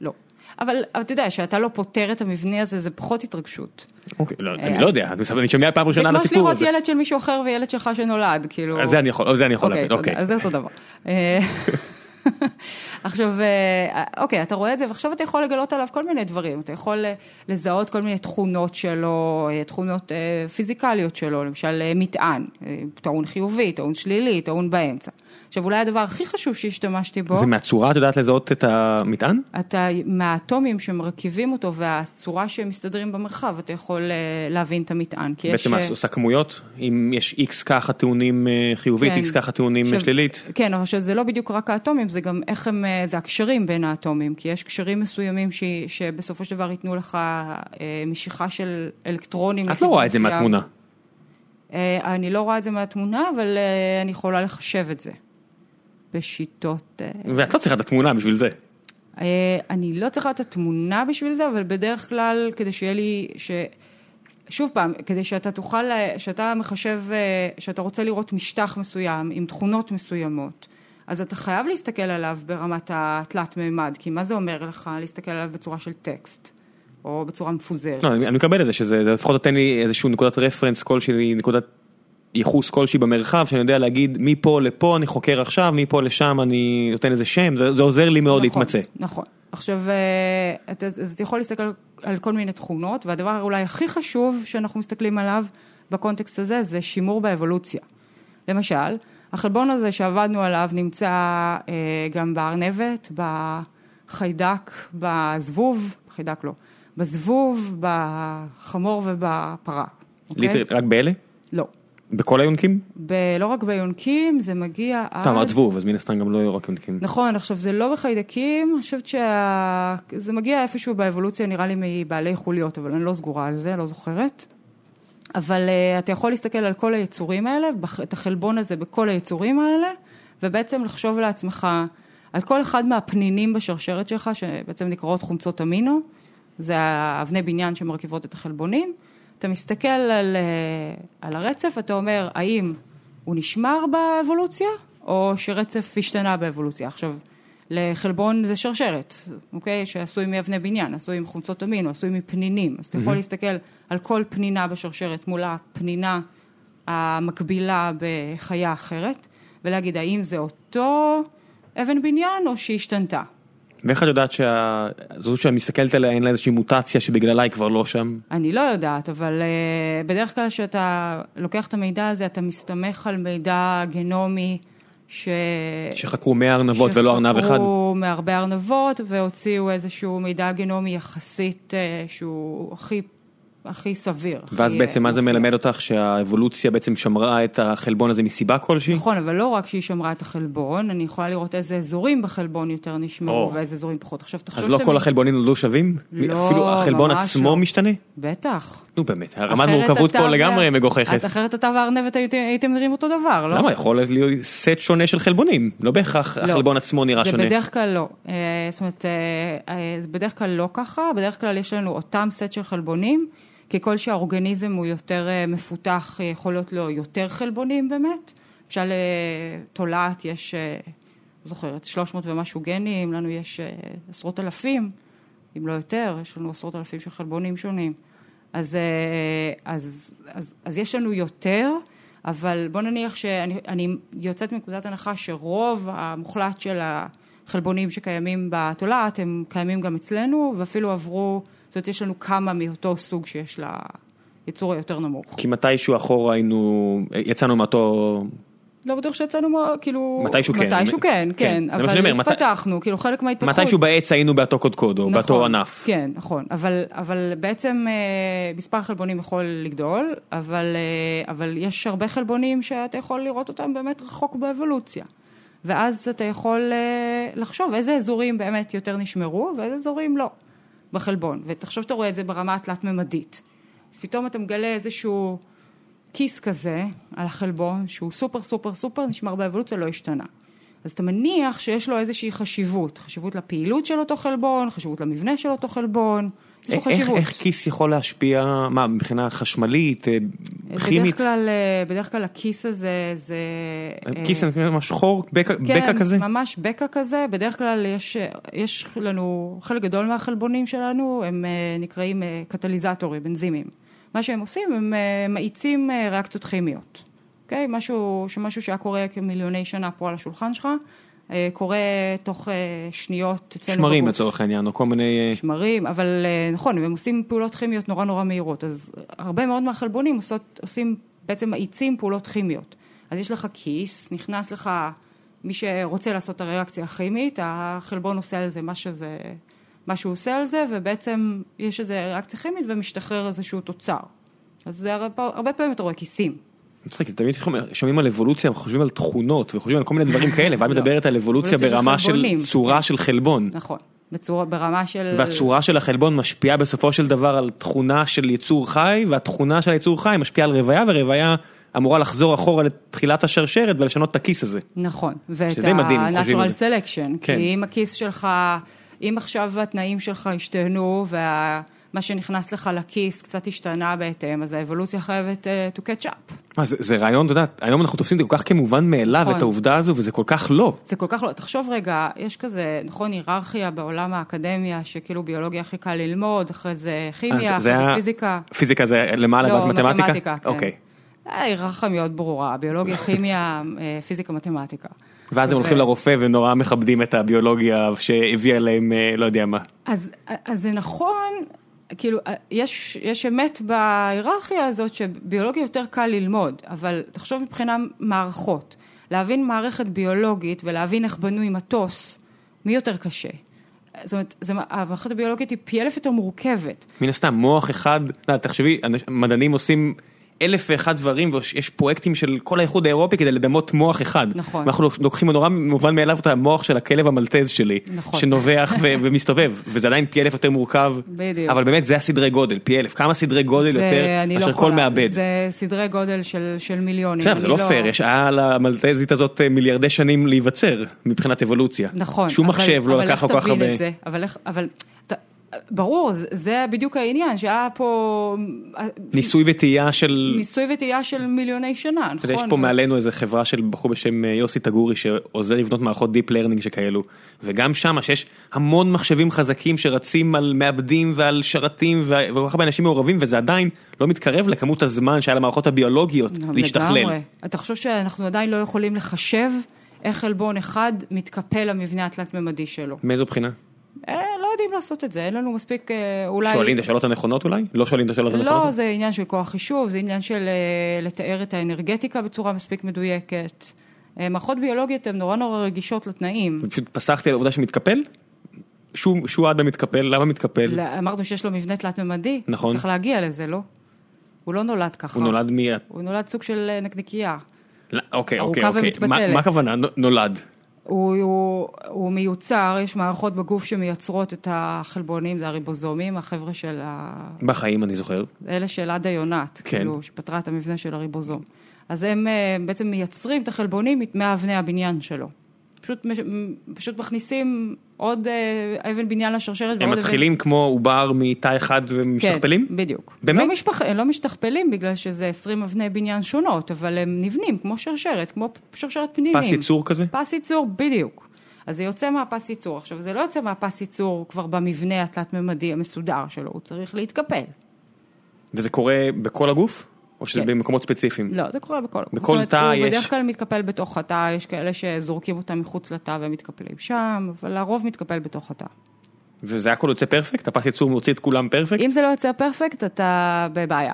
Speaker 2: לא. אבל אבל אתה יודע, שאתה לא פותר את המבנה הזה, זה פחות התרגשות.
Speaker 1: אוקיי, לא, אני
Speaker 2: אה,
Speaker 1: לא יודע, אני אני שומע פעם
Speaker 2: זה
Speaker 1: ראשונה על
Speaker 2: כמו
Speaker 1: הסיפור
Speaker 2: לראות
Speaker 1: הזה.
Speaker 2: ילד של מישהו אחר וילד שלך שנולד, כאילו...
Speaker 1: אז זה אני יכול, זה אני יכול להבין,
Speaker 2: תודה,
Speaker 1: אוקיי.
Speaker 2: אז זה אותו דבר. אה, עכשיו, אה, אוקיי, אתה רואה את זה, ועכשיו אתה יכול לגלות עליו כל מיני דברים. אתה יכול אה, לזהות כל מיני תכונות שלו, אה, תכונות אה, פיזיקליות שלו, למשל אה, מטען, אה, טעון חיובי, טעון שלילי, טעון באמצע. עכשיו, אולי הדבר הכי חשוב שהשתמשתי בו...
Speaker 1: זה מהצורה את יודעת לזהות את המטען?
Speaker 2: אתה, מהאטומים שמרכיבים אותו והצורה שהם מסתדרים במרחב, אתה יכול אה, להבין את המטען. כי יש...
Speaker 1: בעצם
Speaker 2: אה,
Speaker 1: את עושה כמויות, אם יש איקס ככה טיעונים אה, חיובית,
Speaker 2: כן.
Speaker 1: איקס ככה טיעונים
Speaker 2: עכשיו,
Speaker 1: שלילית.
Speaker 2: כן, אבל שזה לא בדיוק רק האטומים, זה גם איך הם, אה, זה הקשרים בין האטומים, כי יש קשרים מסוימים ש, שבסופו של דבר ייתנו לך אה, משיכה של אלקטרונים.
Speaker 1: את לא רואה את זה
Speaker 2: לכיוון מסוים.
Speaker 1: מהתמונה.
Speaker 2: אה, אני לא רואה את זה מהתמונה, אבל אה, אני יכולה לחשב את זה. בשיטות... אה,
Speaker 1: ואת לא צריכה את התמונה בשביל זה.
Speaker 2: אה, אני לא צריכה את התמונה בשביל זה, אבל בדרך כלל כדי שיהיה לי, ש... שוב פעם, כדי שאתה תוכל, ל- שאתה מחשב, אה, שאתה רוצה לראות משטח מסוים עם תכונות מסוימות, אז אתה חייב להסתכל עליו ברמת התלת מימד, כי מה זה אומר לך להסתכל עליו בצורה של טקסט, או בצורה מפוזרת?
Speaker 1: לא, אני אני מקבל את זה שזה זה לפחות נותן לי איזשהו נקודת רפרנס כלשהי, נקודת ייחוס כלשהי במרחב, שאני יודע להגיד מפה לפה אני חוקר עכשיו, מפה לשם אני נותן איזה שם, זה זה עוזר לי מאוד
Speaker 2: נכון,
Speaker 1: להתמצא.
Speaker 2: נכון. עכשיו, אה, אתה, אז אתה יכול להסתכל על כל מיני תכונות, והדבר אולי הכי חשוב שאנחנו מסתכלים עליו בקונטקסט הזה, זה שימור באבולוציה. למשל, החלבון הזה שעבדנו עליו נמצא אה, גם בארנבת, בחיידק, בזבוב, חיידק לא, בזבוב, בחמור ובפרה. אוקיי?
Speaker 1: ליטר- רק באלה?
Speaker 2: לא.
Speaker 1: בכל היונקים?
Speaker 2: ב- לא רק ביונקים, זה מגיע עד...
Speaker 1: אתה אמרת זבוב, אז מן הסתם גם לא יהיו רק יונקים.
Speaker 2: אה, נכון, עכשיו זה לא בחיידקים, אני חושבת שזה מגיע איפשהו באבולוציה, נראה לי מבעלי חוליות, אבל אני לא סגורה על זה, לא זוכרת. אבל uh, אתה יכול להסתכל על כל היצורים האלה, בח- את החלבון הזה בכל היצורים האלה, ובעצם לחשוב לעצמך על כל אחד מהפנינים בשרשרת שלך, שבעצם נקראות חומצות אמינו, זה האבני בניין שמרכיבות את החלבונים. אתה מסתכל על, אה, על הרצף, אתה אומר, האם הוא נשמר באבולוציה, או שרצף השתנה באבולוציה. עכשיו, לחלבון זה שרשרת, אוקיי? שעשוי מאבני בניין, עשוי מחומצות אמינו, עשוי מפנינים. אז אתה יכול להסתכל על כל פנינה בשרשרת מול הפנינה המקבילה בחיה אחרת, ולהגיד האם זה אותו אבן בניין או שהשתנתה.
Speaker 1: ואיך את יודעת שה- זו שאת מסתכלת עליה אין לה איזושהי מוטציה שבגללה היא כבר לא שם?
Speaker 2: אני לא יודעת, אבל אה, בדרך כלל כשאתה לוקח את המידע הזה, אתה מסתמך על מידע גנומי ש...
Speaker 1: שחקרו 100 ארנבות ולא ארנב אחד?
Speaker 2: שחקרו מהרבה ארנבות והוציאו איזשהו מידע גנומי יחסית אה, שהוא הכי הכי סביר.
Speaker 1: ואז
Speaker 2: הכי,
Speaker 1: בעצם
Speaker 2: אה,
Speaker 1: מה זה
Speaker 2: מופיע.
Speaker 1: מלמד אותך שהאבולוציה בעצם שמרה את החלבון הזה מסיבה כלשהי?
Speaker 2: נכון, אבל לא רק שהיא שמרה את החלבון, אני יכולה לראות איזה אזורים בחלבון יותר נשמרו
Speaker 1: או.
Speaker 2: ואיזה אזורים פחות. עכשיו תחשוב
Speaker 1: אז לא
Speaker 2: שאתם-
Speaker 1: כל החלבונים נולדו שווים?
Speaker 2: לא,
Speaker 1: אפילו החלבון
Speaker 2: ממש
Speaker 1: עצמו
Speaker 2: לא.
Speaker 1: משתנה?
Speaker 2: בטח.
Speaker 1: נו באמת, הרמת
Speaker 2: אחרת
Speaker 1: מורכבות
Speaker 2: אתה
Speaker 1: פה
Speaker 2: וה-
Speaker 1: לגמרי מגוחכת.
Speaker 2: את- אחרת אתה והארנבת הייתם- הייתם נראים אותו דבר, לא?
Speaker 1: למה יכול להיות סט שונה של חלבונים? לא בהכרח החלבון עצמו נראה
Speaker 2: זה
Speaker 1: שונה.
Speaker 2: בדרך כלל לא. אה, זאת אומרת, אה, אה, זה בדרך כלל לא ככה, בדרך כלל יש לנו אותם סט של חלבונים, ככל שהאורגניזם הוא יותר אה, מפותח, אה, יכול להיות לו יותר חלבונים באמת. למשל, אה, תולעת יש, אה, זוכרת, 300 ומשהו גנים, לנו יש אה, עשרות אלפים, אם לא יותר, יש לנו עשרות אלפים של חלבונים שונים. אז, אה, אז, אז, אז יש לנו יותר, אבל בוא נניח שאני אני יוצאת מנקודת הנחה שרוב המוחלט של החלבונים שקיימים בתולעת הם קיימים גם אצלנו, ואפילו עברו, זאת אומרת יש לנו כמה מאותו סוג שיש ליצור היותר נמוך.
Speaker 1: כי מתישהו אחורה היינו, יצאנו מאותו...
Speaker 2: לא בטוח שיצאנו, מה- כאילו...
Speaker 1: מתישהו כן.
Speaker 2: מתישהו כן,
Speaker 1: כן.
Speaker 2: כן,
Speaker 1: זה מה שאני
Speaker 2: אבל
Speaker 1: אומר, מתי-
Speaker 2: התפתחנו, כאילו חלק מההתפתחות.
Speaker 1: מתישהו בעץ היינו באותו קודקוד או באותו ענף.
Speaker 2: כן, נכון. אבל, אבל בעצם אה, מספר החלבונים יכול לגדול, אבל, אה, אבל יש הרבה חלבונים שאתה יכול לראות אותם באמת רחוק באבולוציה. ואז אתה יכול אה, לחשוב איזה אזורים באמת יותר נשמרו ואיזה אזורים לא בחלבון. ותחשוב שאתה רואה את זה ברמה התלת-ממדית. אז פתאום אתה מגלה איזשהו כיס כזה על החלבון, שהוא סופר סופר סופר, נשמר באבולוציה, לא השתנה. אז אתה מניח שיש לו איזושהי חשיבות, חשיבות לפעילות של אותו חלבון, חשיבות למבנה של אותו חלבון, יש לו
Speaker 1: אה, איך-
Speaker 2: חשיבות.
Speaker 1: איך כיס יכול להשפיע, מה, מבחינה חשמלית, אה,
Speaker 2: בדרך
Speaker 1: כימית?
Speaker 2: כלל, אה, בדרך כלל הכיס הזה זה... אה,
Speaker 1: כיס אני מתכוון ממש חור, בקע בקע
Speaker 2: כן,
Speaker 1: כזה?
Speaker 2: ממש בקע כזה. בדרך כלל יש, יש לנו, חלק גדול מהחלבונים שלנו הם אה, נקראים אה, קטליזטורים, אנזימים. מה שהם עושים, הם אה, מאיצים אה, ריאקציות כימיות. אוקיי? משהו, שמשהו שהיה קורה כמיליוני שנה פה על השולחן שלך, אה, קורה תוך אה, שניות אצלנו
Speaker 1: שמרים
Speaker 2: בגוף.
Speaker 1: לצורך העניין, או כל מיני... אה,
Speaker 2: שמרים, אבל אה, נכון, הם עושים פעולות כימיות נורא נורא מהירות, אז הרבה מאוד מהחלבונים עושות, עושים, בעצם מאיצים פעולות כימיות. אז יש לך כיס, נכנס לך מי שרוצה לעשות את הריאקציה הכימית, החלבון עושה על זה מה שזה, מה שהוא עושה על זה, ובעצם יש איזו ריאקציה כימית ומשתחרר איזשהו תוצר. אז זה הרבה, הרבה פעמים אתה רואה כיסים.
Speaker 1: מצחיק, תמיד שומע- שומעים על אבולוציה, חושבים על תכונות וחושבים על כל מיני דברים כאלה, ואת
Speaker 2: לא.
Speaker 1: מדברת על אבולוציה
Speaker 2: אבולוציה של
Speaker 1: ברמה של
Speaker 2: חלבונים.
Speaker 1: צורה של חלבון.
Speaker 2: נכון. בצורה, ברמה של...
Speaker 1: והצורה של החלבון משפיעה בסופו של דבר על תכונה של יצור חי, והתכונה של היצור חי משפיעה על רוויה, ורוויה אמורה לחזור אחורה לתחילת השרשרת ולשנות את הכיס הזה.
Speaker 2: נכון, ואת
Speaker 1: די מדהים, אם חושבים על
Speaker 2: ה-Natural
Speaker 1: זה.
Speaker 2: Selection,
Speaker 1: כן.
Speaker 2: כן. כי אם הכיס שלך, אם עכשיו התנאים שלך השתנו ומה שנכנס לך לכיס קצת השתנה בהתאם, אז האבולוציה חייבת אה, to catch up.
Speaker 1: מה, זה, זה רעיון, אתה יודע, היום אנחנו תופסים את זה כל כך כמובן מאליו,
Speaker 2: נכון.
Speaker 1: את העובדה הזו, וזה כל כך לא.
Speaker 2: זה כל כך לא, תחשוב רגע, יש כזה, נכון, היררכיה בעולם האקדמיה, שכאילו ביולוגיה הכי קל ללמוד, אחרי זה כימיה,
Speaker 1: אז זה
Speaker 2: אחרי זה
Speaker 1: היה-
Speaker 2: פיזיקה.
Speaker 1: פיזיקה זה למעלה
Speaker 2: לא,
Speaker 1: ואז מתמטיקה?
Speaker 2: מתמטיקה, כן.
Speaker 1: אוקיי.
Speaker 2: אה, היררכיה מאוד ברורה, ביולוגיה, כימיה, אה, פיזיקה, מתמטיקה.
Speaker 1: ואז הם
Speaker 2: ו-
Speaker 1: הולכים לרופא ונורא מכבדים את הביולוגיה שהביאה להם אה, לא יודע מה.
Speaker 2: אז, אז זה נכון, כאילו, יש, יש אמת בהיררכיה הזאת שביולוגיה יותר קל ללמוד, אבל תחשוב מבחינה מערכות. להבין מערכת ביולוגית ולהבין איך בנוי מטוס, מי יותר קשה? זאת אומרת, זה, המערכת הביולוגית היא פי אלף יותר מורכבת.
Speaker 1: מן הסתם מוח אחד, אתה יודע, תחשבי, אנש- מדענים עושים אלף ואחד דברים ויש פרויקטים של כל האיחוד האירופי כדי לדמות מוח אחד.
Speaker 2: נכון.
Speaker 1: אנחנו לוקחים נורא מובן מאליו את המוח של הכלב המלטז שלי,
Speaker 2: נכון.
Speaker 1: שנובח ו- ומסתובב, וזה עדיין פי אלף יותר מורכב,
Speaker 2: בדיוק.
Speaker 1: אבל באמת זה הסדרי גודל, פי אלף, כמה סדרי גודל יותר
Speaker 2: אני לא
Speaker 1: מאשר כל
Speaker 2: יכולה,
Speaker 1: מעבד.
Speaker 2: זה סדרי גודל של, של מיליונים.
Speaker 1: עכשיו, זה
Speaker 2: אני
Speaker 1: לא פייר, יש היה למלטזית הזאת אה, מיליארדי שנים להיווצר מבחינת אבולוציה.
Speaker 2: נכון.
Speaker 1: שום
Speaker 2: אבל-
Speaker 1: מחשב לא
Speaker 2: אבל
Speaker 1: לקח
Speaker 2: איך
Speaker 1: לו כל כך
Speaker 2: תבין
Speaker 1: הרבה.
Speaker 2: את זה? אבל איך, אבל, ת, ברור, זה- זה בדיוק העניין, שהיה פה
Speaker 1: ניסוי וטעייה של...
Speaker 2: ניסוי וטעייה של מיליוני שנה,
Speaker 1: Mm. אתה
Speaker 2: נכון?
Speaker 1: יודע, יש פה מעלינו איזה חברה של בחור בשם אה, יוסי טגורי שעוזר לבנות מערכות דיפ לרנינג שכאלו וגם שמה שיש המון מחשבים חזקים שרצים על מעבדים ועל שרתים וה- וכל כך הרבה אנשים מעורבים וזה עדיין לא מתקרב לכמות הזמן שהיה למערכות הביולוגיות להשתכלל.
Speaker 2: לגמרי. אתה חושב שאנחנו עדיין לא יכולים לחשב איך חלבון אחד מתקפל למבנה התלת-ממדי שלו?
Speaker 1: מאיזו בחינה?
Speaker 2: אה, לא יודעים לעשות את זה, אין לנו מספיק, אה, אולי...
Speaker 1: שואלים את השאלות הנכונות אולי? לא שואלים את השאלות הנכונות?
Speaker 2: לא, זה עניין של כוח חישוב, זה עניין של אה, לתאר את האנרגטיקה בצורה מספיק מדויקת. אה, מערכות ביולוגיות הן נורא נורא רגישות לתנאים.
Speaker 1: פשוט פסחתי על העובדה שמתקפל? שהוא שהוא אדם מתקפל, למה מתקפל?
Speaker 2: לא, אמרנו שיש לו מבנה תלת-ממדי.
Speaker 1: כן. נכון.
Speaker 2: צריך להגיע לזה, לא? הוא לא נולד ככה.
Speaker 1: הוא נולד מ...
Speaker 2: הוא נולד סוג של אה, נקניקייה.
Speaker 1: לא, אוקיי,
Speaker 2: ארוכה
Speaker 1: אוקיי, אוקיי. מה-
Speaker 2: ומתבטלת.
Speaker 1: מה הכוונה? נו- נולד.
Speaker 2: הוא, הוא, הוא מיוצר, יש מערכות בגוף שמייצרות את החלבונים, זה הריבוזומים, החבר'ה של ה...
Speaker 1: בחיים אני זוכר.
Speaker 2: אלה של עדה יונת,
Speaker 1: כן.
Speaker 2: כאילו, שפתרה את המבנה של הריבוזום. אז הם אה, בעצם מייצרים את החלבונים מת- מאבני הבניין שלו. פשוט, מש- מ- פשוט מכניסים עוד אה, אבן בניין לשרשרת
Speaker 1: הם
Speaker 2: ועוד
Speaker 1: מתחילים כמו עובר מתא אחד
Speaker 2: כן,
Speaker 1: ומשתכפלים?
Speaker 2: בדיוק.
Speaker 1: באמת?
Speaker 2: לא, משפח... לא משתכפלים בגלל שזה 20 אבני בניין שונות, אבל הם נבנים כמו שרשרת, כמו פ- שרשרת פנינים.
Speaker 1: פס ייצור כזה?
Speaker 2: פס ייצור, בדיוק. אז זה יוצא מהפס ייצור. עכשיו, זה לא יוצא מהפס ייצור כבר במבנה התלת-ממדי המסודר שלו, הוא צריך להתקפל.
Speaker 1: וזה קורה בכל הגוף? או שזה
Speaker 2: כן.
Speaker 1: במקומות ספציפיים?
Speaker 2: לא, זה קורה בכל...
Speaker 1: בכל
Speaker 2: זאת אומרת,
Speaker 1: תא
Speaker 2: הוא
Speaker 1: יש-
Speaker 2: בדרך כלל מתקפל בתוך התא, יש כאלה שזורקים אותם מחוץ לתא ומתקפלים שם, אבל הרוב מתקפל בתוך התא.
Speaker 1: וזה הכל יוצא פרפקט? הפס ייצור מוציא את כולם פרפקט?
Speaker 2: אם זה לא יוצא פרפקט, אתה בבעיה.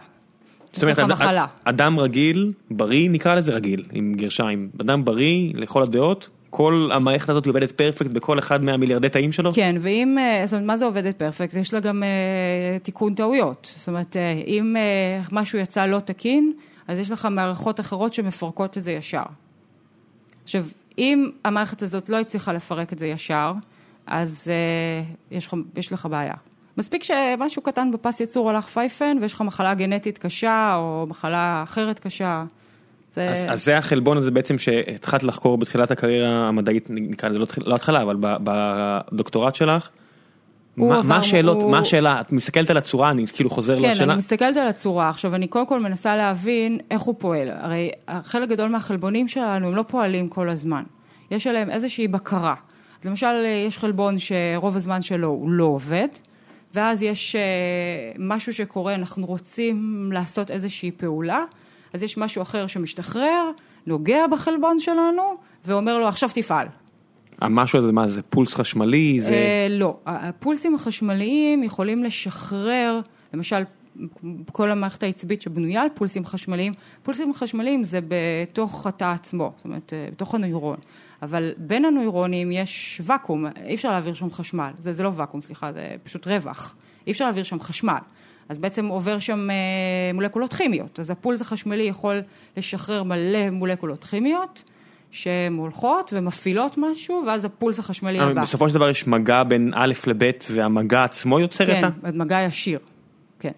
Speaker 2: יש לך
Speaker 1: אד-
Speaker 2: מחלה.
Speaker 1: אד- אדם רגיל, בריא, נקרא לזה רגיל, עם גרשיים. אדם בריא, לכל הדעות, כל המערכת הזאת עובדת פרפקט בכל אחד מהמיליארדי תאים שלו?
Speaker 2: כן, ואם, אה, זאת אומרת, מה זה עובדת פרפקט? יש לה גם אה, תיקון טעויות. זאת אומרת, אה, אם אה, משהו יצא לא תקין, אז יש לך מערכות אחרות שמפרקות את זה ישר. עכשיו, אם המערכת הזאת לא הצליחה לפרק את זה ישר, אז אה, יש, לך- יש לך בעיה. מספיק שמשהו קטן בפס ייצור הלך פייפן, ויש לך מחלה גנטית קשה, או מחלה אחרת קשה. זה...
Speaker 1: אז, אז זה החלבון הזה בעצם שהתחלת לחקור בתחילת הקריירה המדעית, נקרא לזה לא, תחיל- לא התחלה, אבל ב- בדוקטורט שלך.
Speaker 2: הוא
Speaker 1: מה,
Speaker 2: עבר-
Speaker 1: מה השאלות,
Speaker 2: הוא-
Speaker 1: מה השאלה, את מסתכלת על הצורה, אני כאילו חוזר
Speaker 2: כן,
Speaker 1: לשאלה.
Speaker 2: אני מסתכלת על הצורה. עכשיו, אני קודם כל מנסה להבין איך הוא פועל. הרי חלק גדול מהחלבונים שלנו, הם לא פועלים כל הזמן. יש עליהם איזושהי בקרה. אז למשל, אה, יש חלבון שרוב הזמן שלו הוא לא עובד, ואז יש אה, משהו שקורה, אנחנו רוצים לעשות איזושהי פעולה, אז יש משהו אחר שמשתחרר, נוגע בחלבון שלנו, ואומר לו, עכשיו תפעל.
Speaker 1: המשהו הזה, מה זה, פולס חשמלי, זה...
Speaker 2: אה, לא, הפולסים החשמליים יכולים לשחרר, למשל, כל המערכת העצבית שבנויה על פולסים חשמליים, פולסים חשמליים זה בתוך התא עצמו, זאת אומרת, אה, בתוך הנוירון. אבל בין הנוירונים יש ואקום, אי אפשר להעביר שם חשמל. זה, זה לא ואקום, סליחה, זה פשוט רווח. אי אפשר להעביר שם חשמל. אז בעצם עובר שם אה, מולקולות כימיות. אז הפולס החשמלי יכול לשחרר מלא מולקולות כימיות. שהן הולכות ומפעילות משהו, ואז הפולס החשמלי
Speaker 1: אבל
Speaker 2: הבא.
Speaker 1: בסופו של דבר יש מגע בין א' לב' והמגע עצמו יוצר את ה...
Speaker 2: כן, הדמגה ישיר, כן.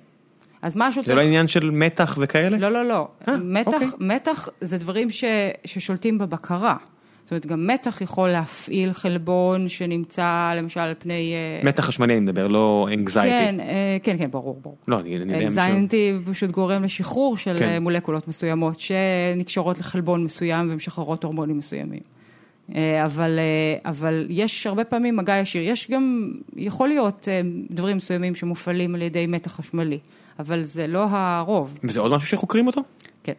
Speaker 2: אז משהו
Speaker 1: זה
Speaker 2: צריך...
Speaker 1: לא עניין של מתח וכאלה?
Speaker 2: לא, לא, לא.
Speaker 1: אה,
Speaker 2: מתח,
Speaker 1: אוקיי.
Speaker 2: מתח זה דברים ש, ששולטים בבקרה. זאת אומרת, גם מתח יכול להפעיל חלבון שנמצא, למשל, על פני... אה,
Speaker 1: מתח חשמלי אני מדבר, לא אנגזייטי.
Speaker 2: כן, אה, כן, כן, ברור, ברור.
Speaker 1: לא, אני אני יודע. מישהו-
Speaker 2: אנגזיינטי פשוט גורם לשחרור של
Speaker 1: כן.
Speaker 2: אה, מולקולות מסוימות שנקשרות לחלבון מסוים ומשחררות הורמונים מסוימים. אה, אבל, אה, אבל יש הרבה פעמים מגע ישיר. יש גם, יכול להיות אה, דברים מסוימים שמופעלים על ידי מתח חשמלי, אבל זה לא הרוב,
Speaker 1: וזה עוד משהו שחוקרים אותו?
Speaker 2: כן.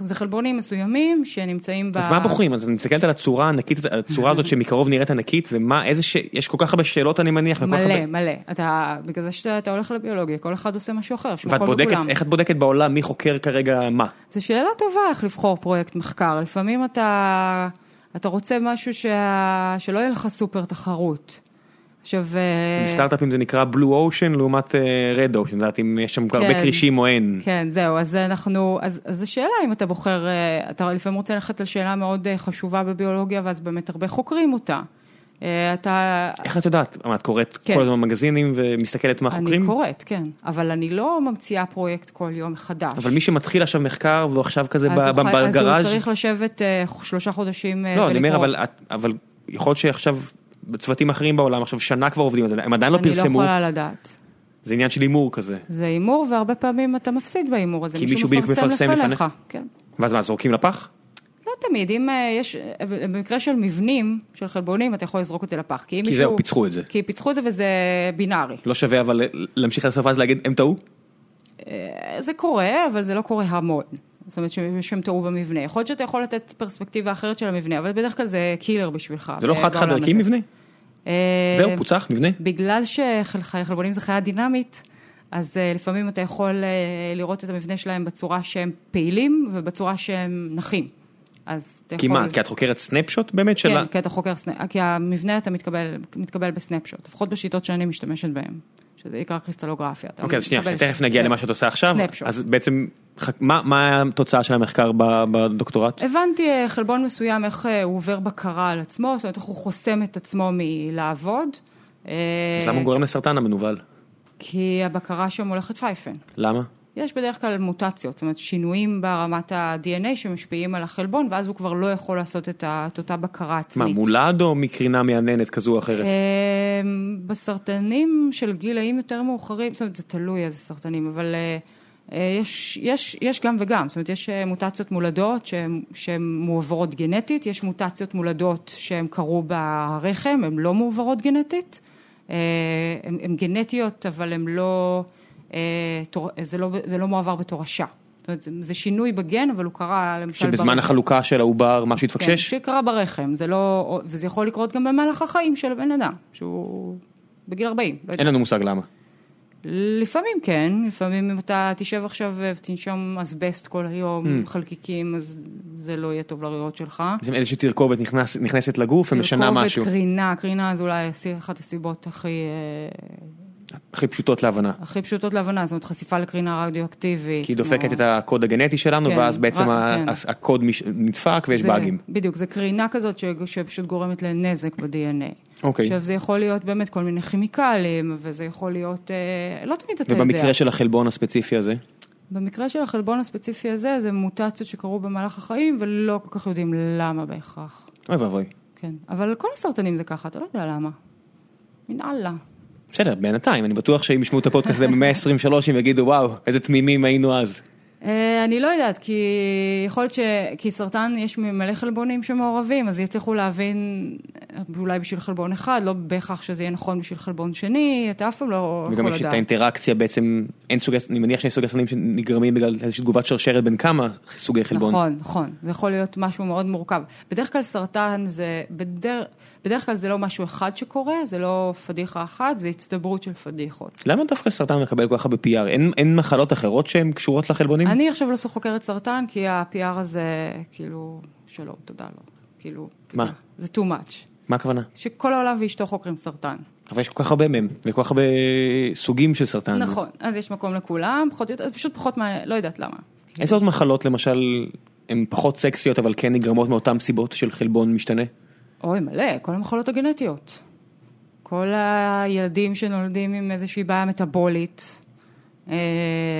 Speaker 2: זה חלבונים מסוימים שנמצאים ב...
Speaker 1: אז מה בוחרים? אז אני מסתכלת על הצורה הענקית, הצורה הזאת שמקרוב נראית ענקית, ומה, איזה ש... יש כל כך הרבה שאלות אני מניח. לכל אחד-
Speaker 2: מלא, נכון, מלא. אתה, בגלל זה שאתה אתה הולך לביולוגיה, כל אחד עושה משהו אחר, שהוא
Speaker 1: ואת
Speaker 2: הכל
Speaker 1: בודקת,
Speaker 2: בכולם.
Speaker 1: איך את בודקת בעולם מי חוקר כרגע מה?
Speaker 2: זו שאלה טובה איך לבחור פרויקט מחקר. לפעמים אתה, אתה רוצה משהו שה, שלא יהיה לך סופר תחרות. עכשיו, אה,
Speaker 1: בסטארט-אפים זה נקרא בלו אושן לעומת אה, רד אושן, יודעת אם יש שם הרבה כרישים או אין.
Speaker 2: כן, זהו, אז אנחנו, אז, אז זו שאלה אם אתה בוחר, אה, אתה לפעמים רוצה ללכת על שאלה מאוד אה, חשובה בביולוגיה, ואז באמת הרבה חוקרים אותה. אה, אתה,
Speaker 1: איך את יודעת? מה, את קוראת
Speaker 2: כן.
Speaker 1: כל הזמן מגזינים ומסתכלת מה
Speaker 2: אני
Speaker 1: חוקרים?
Speaker 2: קוראת, כן, אבל אני לא ממציאה פרויקט כל יום מחדש.
Speaker 1: אבל מי שמתחיל עכשיו מחקר והוא עכשיו כזה
Speaker 2: אז
Speaker 1: ב-
Speaker 2: הוא חי-
Speaker 1: בגראז'
Speaker 2: אז הוא צריך לשבת אה, שלושה חודשים אה,
Speaker 1: לא, אני אומר,
Speaker 2: ולקרוא.
Speaker 1: אבל, את- אבל יכול להיות שעכשיו צוותים אחרים בעולם עכשיו שנה כבר עובדים על זה, הם עדיין לא
Speaker 2: אני
Speaker 1: פרסמו,
Speaker 2: לא יכולה לדעת.
Speaker 1: זה עניין של הימור כזה.
Speaker 2: זה הימור, והרבה פעמים אתה מפסיד בהימור הזה.
Speaker 1: כי מישהו בדיוק מפרסם לפניך.
Speaker 2: כן.
Speaker 1: ואז מה, זורקים לפח?
Speaker 2: לא תמיד, אם אה, יש, אה, במקרה של מבנים, של חלבונים, אתה יכול לזרוק את זה לפח. כי אם
Speaker 1: כי
Speaker 2: מישהו...
Speaker 1: זהו, פיצחו את זה.
Speaker 2: כי פיצחו את זה וזה בינארי.
Speaker 1: לא שווה אבל להמשיך לסוף ואז להגיד, הם טעו?
Speaker 2: אה, זה קורה, אבל זה לא קורה המון. זאת אומרת שהם- שהם טעו במבנה. יכול להיות שאתה יכול לתת פרספקטיבה אחרת של המבנה, אבל בדרך כלל זה קילר בשבילך.
Speaker 1: זה לא
Speaker 2: בעולם
Speaker 1: חד-חד ערכי
Speaker 2: הזה.
Speaker 1: מבנה?
Speaker 2: אה,
Speaker 1: זהו, פוצח מבנה?
Speaker 2: בגלל שחלבונים זה חיה דינמית, אז אה, לפעמים אתה יכול אה, לראות את המבנה שלהם בצורה שהם פעילים ובצורה שהם נחים. אז אתה יכול...
Speaker 1: כמעט, כי את חוקרת סנפשוט באמת של ה...
Speaker 2: כן, כי אתה חוקר סנאפ, כי המבנה אתה מתקבל, מתקבל בסנאפשוט, לפחות בשיטות שאני משתמשת בהן, שזה עיקר קריסטלוגרפיה. אתה
Speaker 1: אוקיי, אז שנייה,
Speaker 2: מתקבל
Speaker 1: תכף נגיע
Speaker 2: סנאפ-
Speaker 1: למה שאת עושה עכשיו.
Speaker 2: snapshot.
Speaker 1: אז בעצם, ח- מה- מה התוצאה של המחקר ב- בדוקטורט?
Speaker 2: הבנתי אה, חלבון מסוים, איך אה, הוא עובר בקרה על עצמו, זאת אומרת, איך הוא חוסם את עצמו מלעבוד.
Speaker 1: אז
Speaker 2: אה,
Speaker 1: למה הוא גורם לסרטן המנוול?
Speaker 2: כי הבקרה שם הולכת פייפן.
Speaker 1: למה?
Speaker 2: יש בדרך כלל מוטציות, זאת אומרת שינויים ברמת ה-DNA שמשפיעים על החלבון, ואז הוא כבר לא יכול לעשות את, ה, את אותה בקרה
Speaker 1: מה,
Speaker 2: עצמית.
Speaker 1: מולד או מקרינה מעננת כזו או אחרת?
Speaker 2: אה, אמ, בסרטנים של גילאים יותר מאוחרים, זאת אומרת, זה תלוי איזה סרטנים, אבל אה, אה, יש, יש, יש גם וגם, זאת אומרת, יש אה, מוטציות מולדות שהן- שהן מועברות גנטית, יש מוטציות מולדות שהן קרו ברחם, הן לא מועברות גנטית, אה, הן הן גנטיות, אבל הן לא, אה, תור- זה לא, זה לא מועבר בתורשה. זאת אומרת, זה- זה שינוי בגן, אבל הוא קרה למשל...
Speaker 1: שבזמן
Speaker 2: ברחם.
Speaker 1: החלוקה של העובר משהו
Speaker 2: כן,
Speaker 1: התפקשש?
Speaker 2: שקרה ברחם, זה לא, וזה יכול לקרות גם במהלך החיים של הבן אדם, שהוא בגיל 40. לא
Speaker 1: אין
Speaker 2: יודעת.
Speaker 1: לנו מושג למה.
Speaker 2: לפעמים כן, לפעמים אם אתה תשב עכשיו ותנשום אסבסט כל
Speaker 1: Mm.
Speaker 2: היום, חלקיקים, אז זה לא יהיה טוב לריאות שלך.
Speaker 1: בעצם איזושהי תרכובת נכנס- נכנסת לגוף ומשנה משהו.
Speaker 2: תרכובת, קרינה, קרינה זה אולי הסי- אחת הסיבות הכי, אה,
Speaker 1: הכי פשוטות להבנה.
Speaker 2: הכי פשוטות להבנה, זאת אומרת חשיפה לקרינה רדיואקטיבית.
Speaker 1: כי היא
Speaker 2: כמו-
Speaker 1: כאילו דופקת את הקוד הגנטי שלנו,
Speaker 2: כן,
Speaker 1: ואז בעצם
Speaker 2: רק-
Speaker 1: ה-
Speaker 2: כן.
Speaker 1: ה- הקוד מש- נדפק ויש
Speaker 2: זה-
Speaker 1: באגים.
Speaker 2: בדיוק, זה קרינה כזאת ש- שפשוט גורמת לנזק ב-DNA.
Speaker 1: אוקיי.
Speaker 2: עכשיו, זה יכול להיות באמת כל מיני כימיקלים, וזה יכול להיות, אה, לא תמיד אתה יודע.
Speaker 1: ובמקרה של החלבון הספציפי הזה,
Speaker 2: במקרה של החלבון הספציפי הזה, זה מוטציות שקרו במהלך החיים, ולא כל כך יודעים למה בהכרח.
Speaker 1: אוי ואבוי.
Speaker 2: כן. אבל כל הסרטנים זה ככה, אתה לא יודע למה. מן אללה.
Speaker 1: בסדר, בינתיים, אני בטוח שאם ישמעו את הפודקאסט הזה במאה 23 הם יגידו וואו, איזה תמימים היינו אז.
Speaker 2: אה, אני לא יודעת, כי יכול להיות ש... כי סרטן, יש מלא חלבונים שמעורבים, אז יצליחו להבין אה, אולי בשביל חלבון אחד, לא בהכרח שזה יהיה נכון בשביל חלבון שני, אתה אף פעם לא יכול
Speaker 1: וגם יש את
Speaker 2: לדעת.
Speaker 1: האינטראקציה בעצם, אין סוגי, אני מניח שיש סוגי סרטנים שנגרמים בגלל איזושהי תגובת שרשרת בין כמה סוגי חלבון.
Speaker 2: נכון, נכון. זה יכול להיות משהו מאוד מורכב. בדרך כלל סרטן זה, בדר... בדרך כלל זה לא משהו אחד שקורה, זה לא פדיחה אחת, זה הצטברות של פדיחות.
Speaker 1: למה דווקא סרטן מקבל כל כך הרבה PR? אין- אין מחלות אחרות שהן קשורות לחלבונים?
Speaker 2: אני עכשיו לא חוקרת סרטן, כי ה-PR הזה, כאילו, שלא, תודה לו. כאילו, אתה
Speaker 1: מה?
Speaker 2: יודע, זה too much.
Speaker 1: מה הכוונה?
Speaker 2: שכל העולם ואשתו חוקרים סרטן.
Speaker 1: אבל יש כל כך הרבה מהם, וכל כך הרבה סוגים של סרטן.
Speaker 2: נכון, אז יש מקום לכולם, פחות, או יותר, פשוט פחות, מה- לא יודעת למה.
Speaker 1: איזה עוד כן. מחלות למשל הן פחות סקסיות אבל כן נגרמות מאותן סיבות של חלבון משתנה?
Speaker 2: אוי, מלא, כל המחלות הגנטיות. כל הילדים שנולדים עם איזושהי בעיה מטאבולית. אה,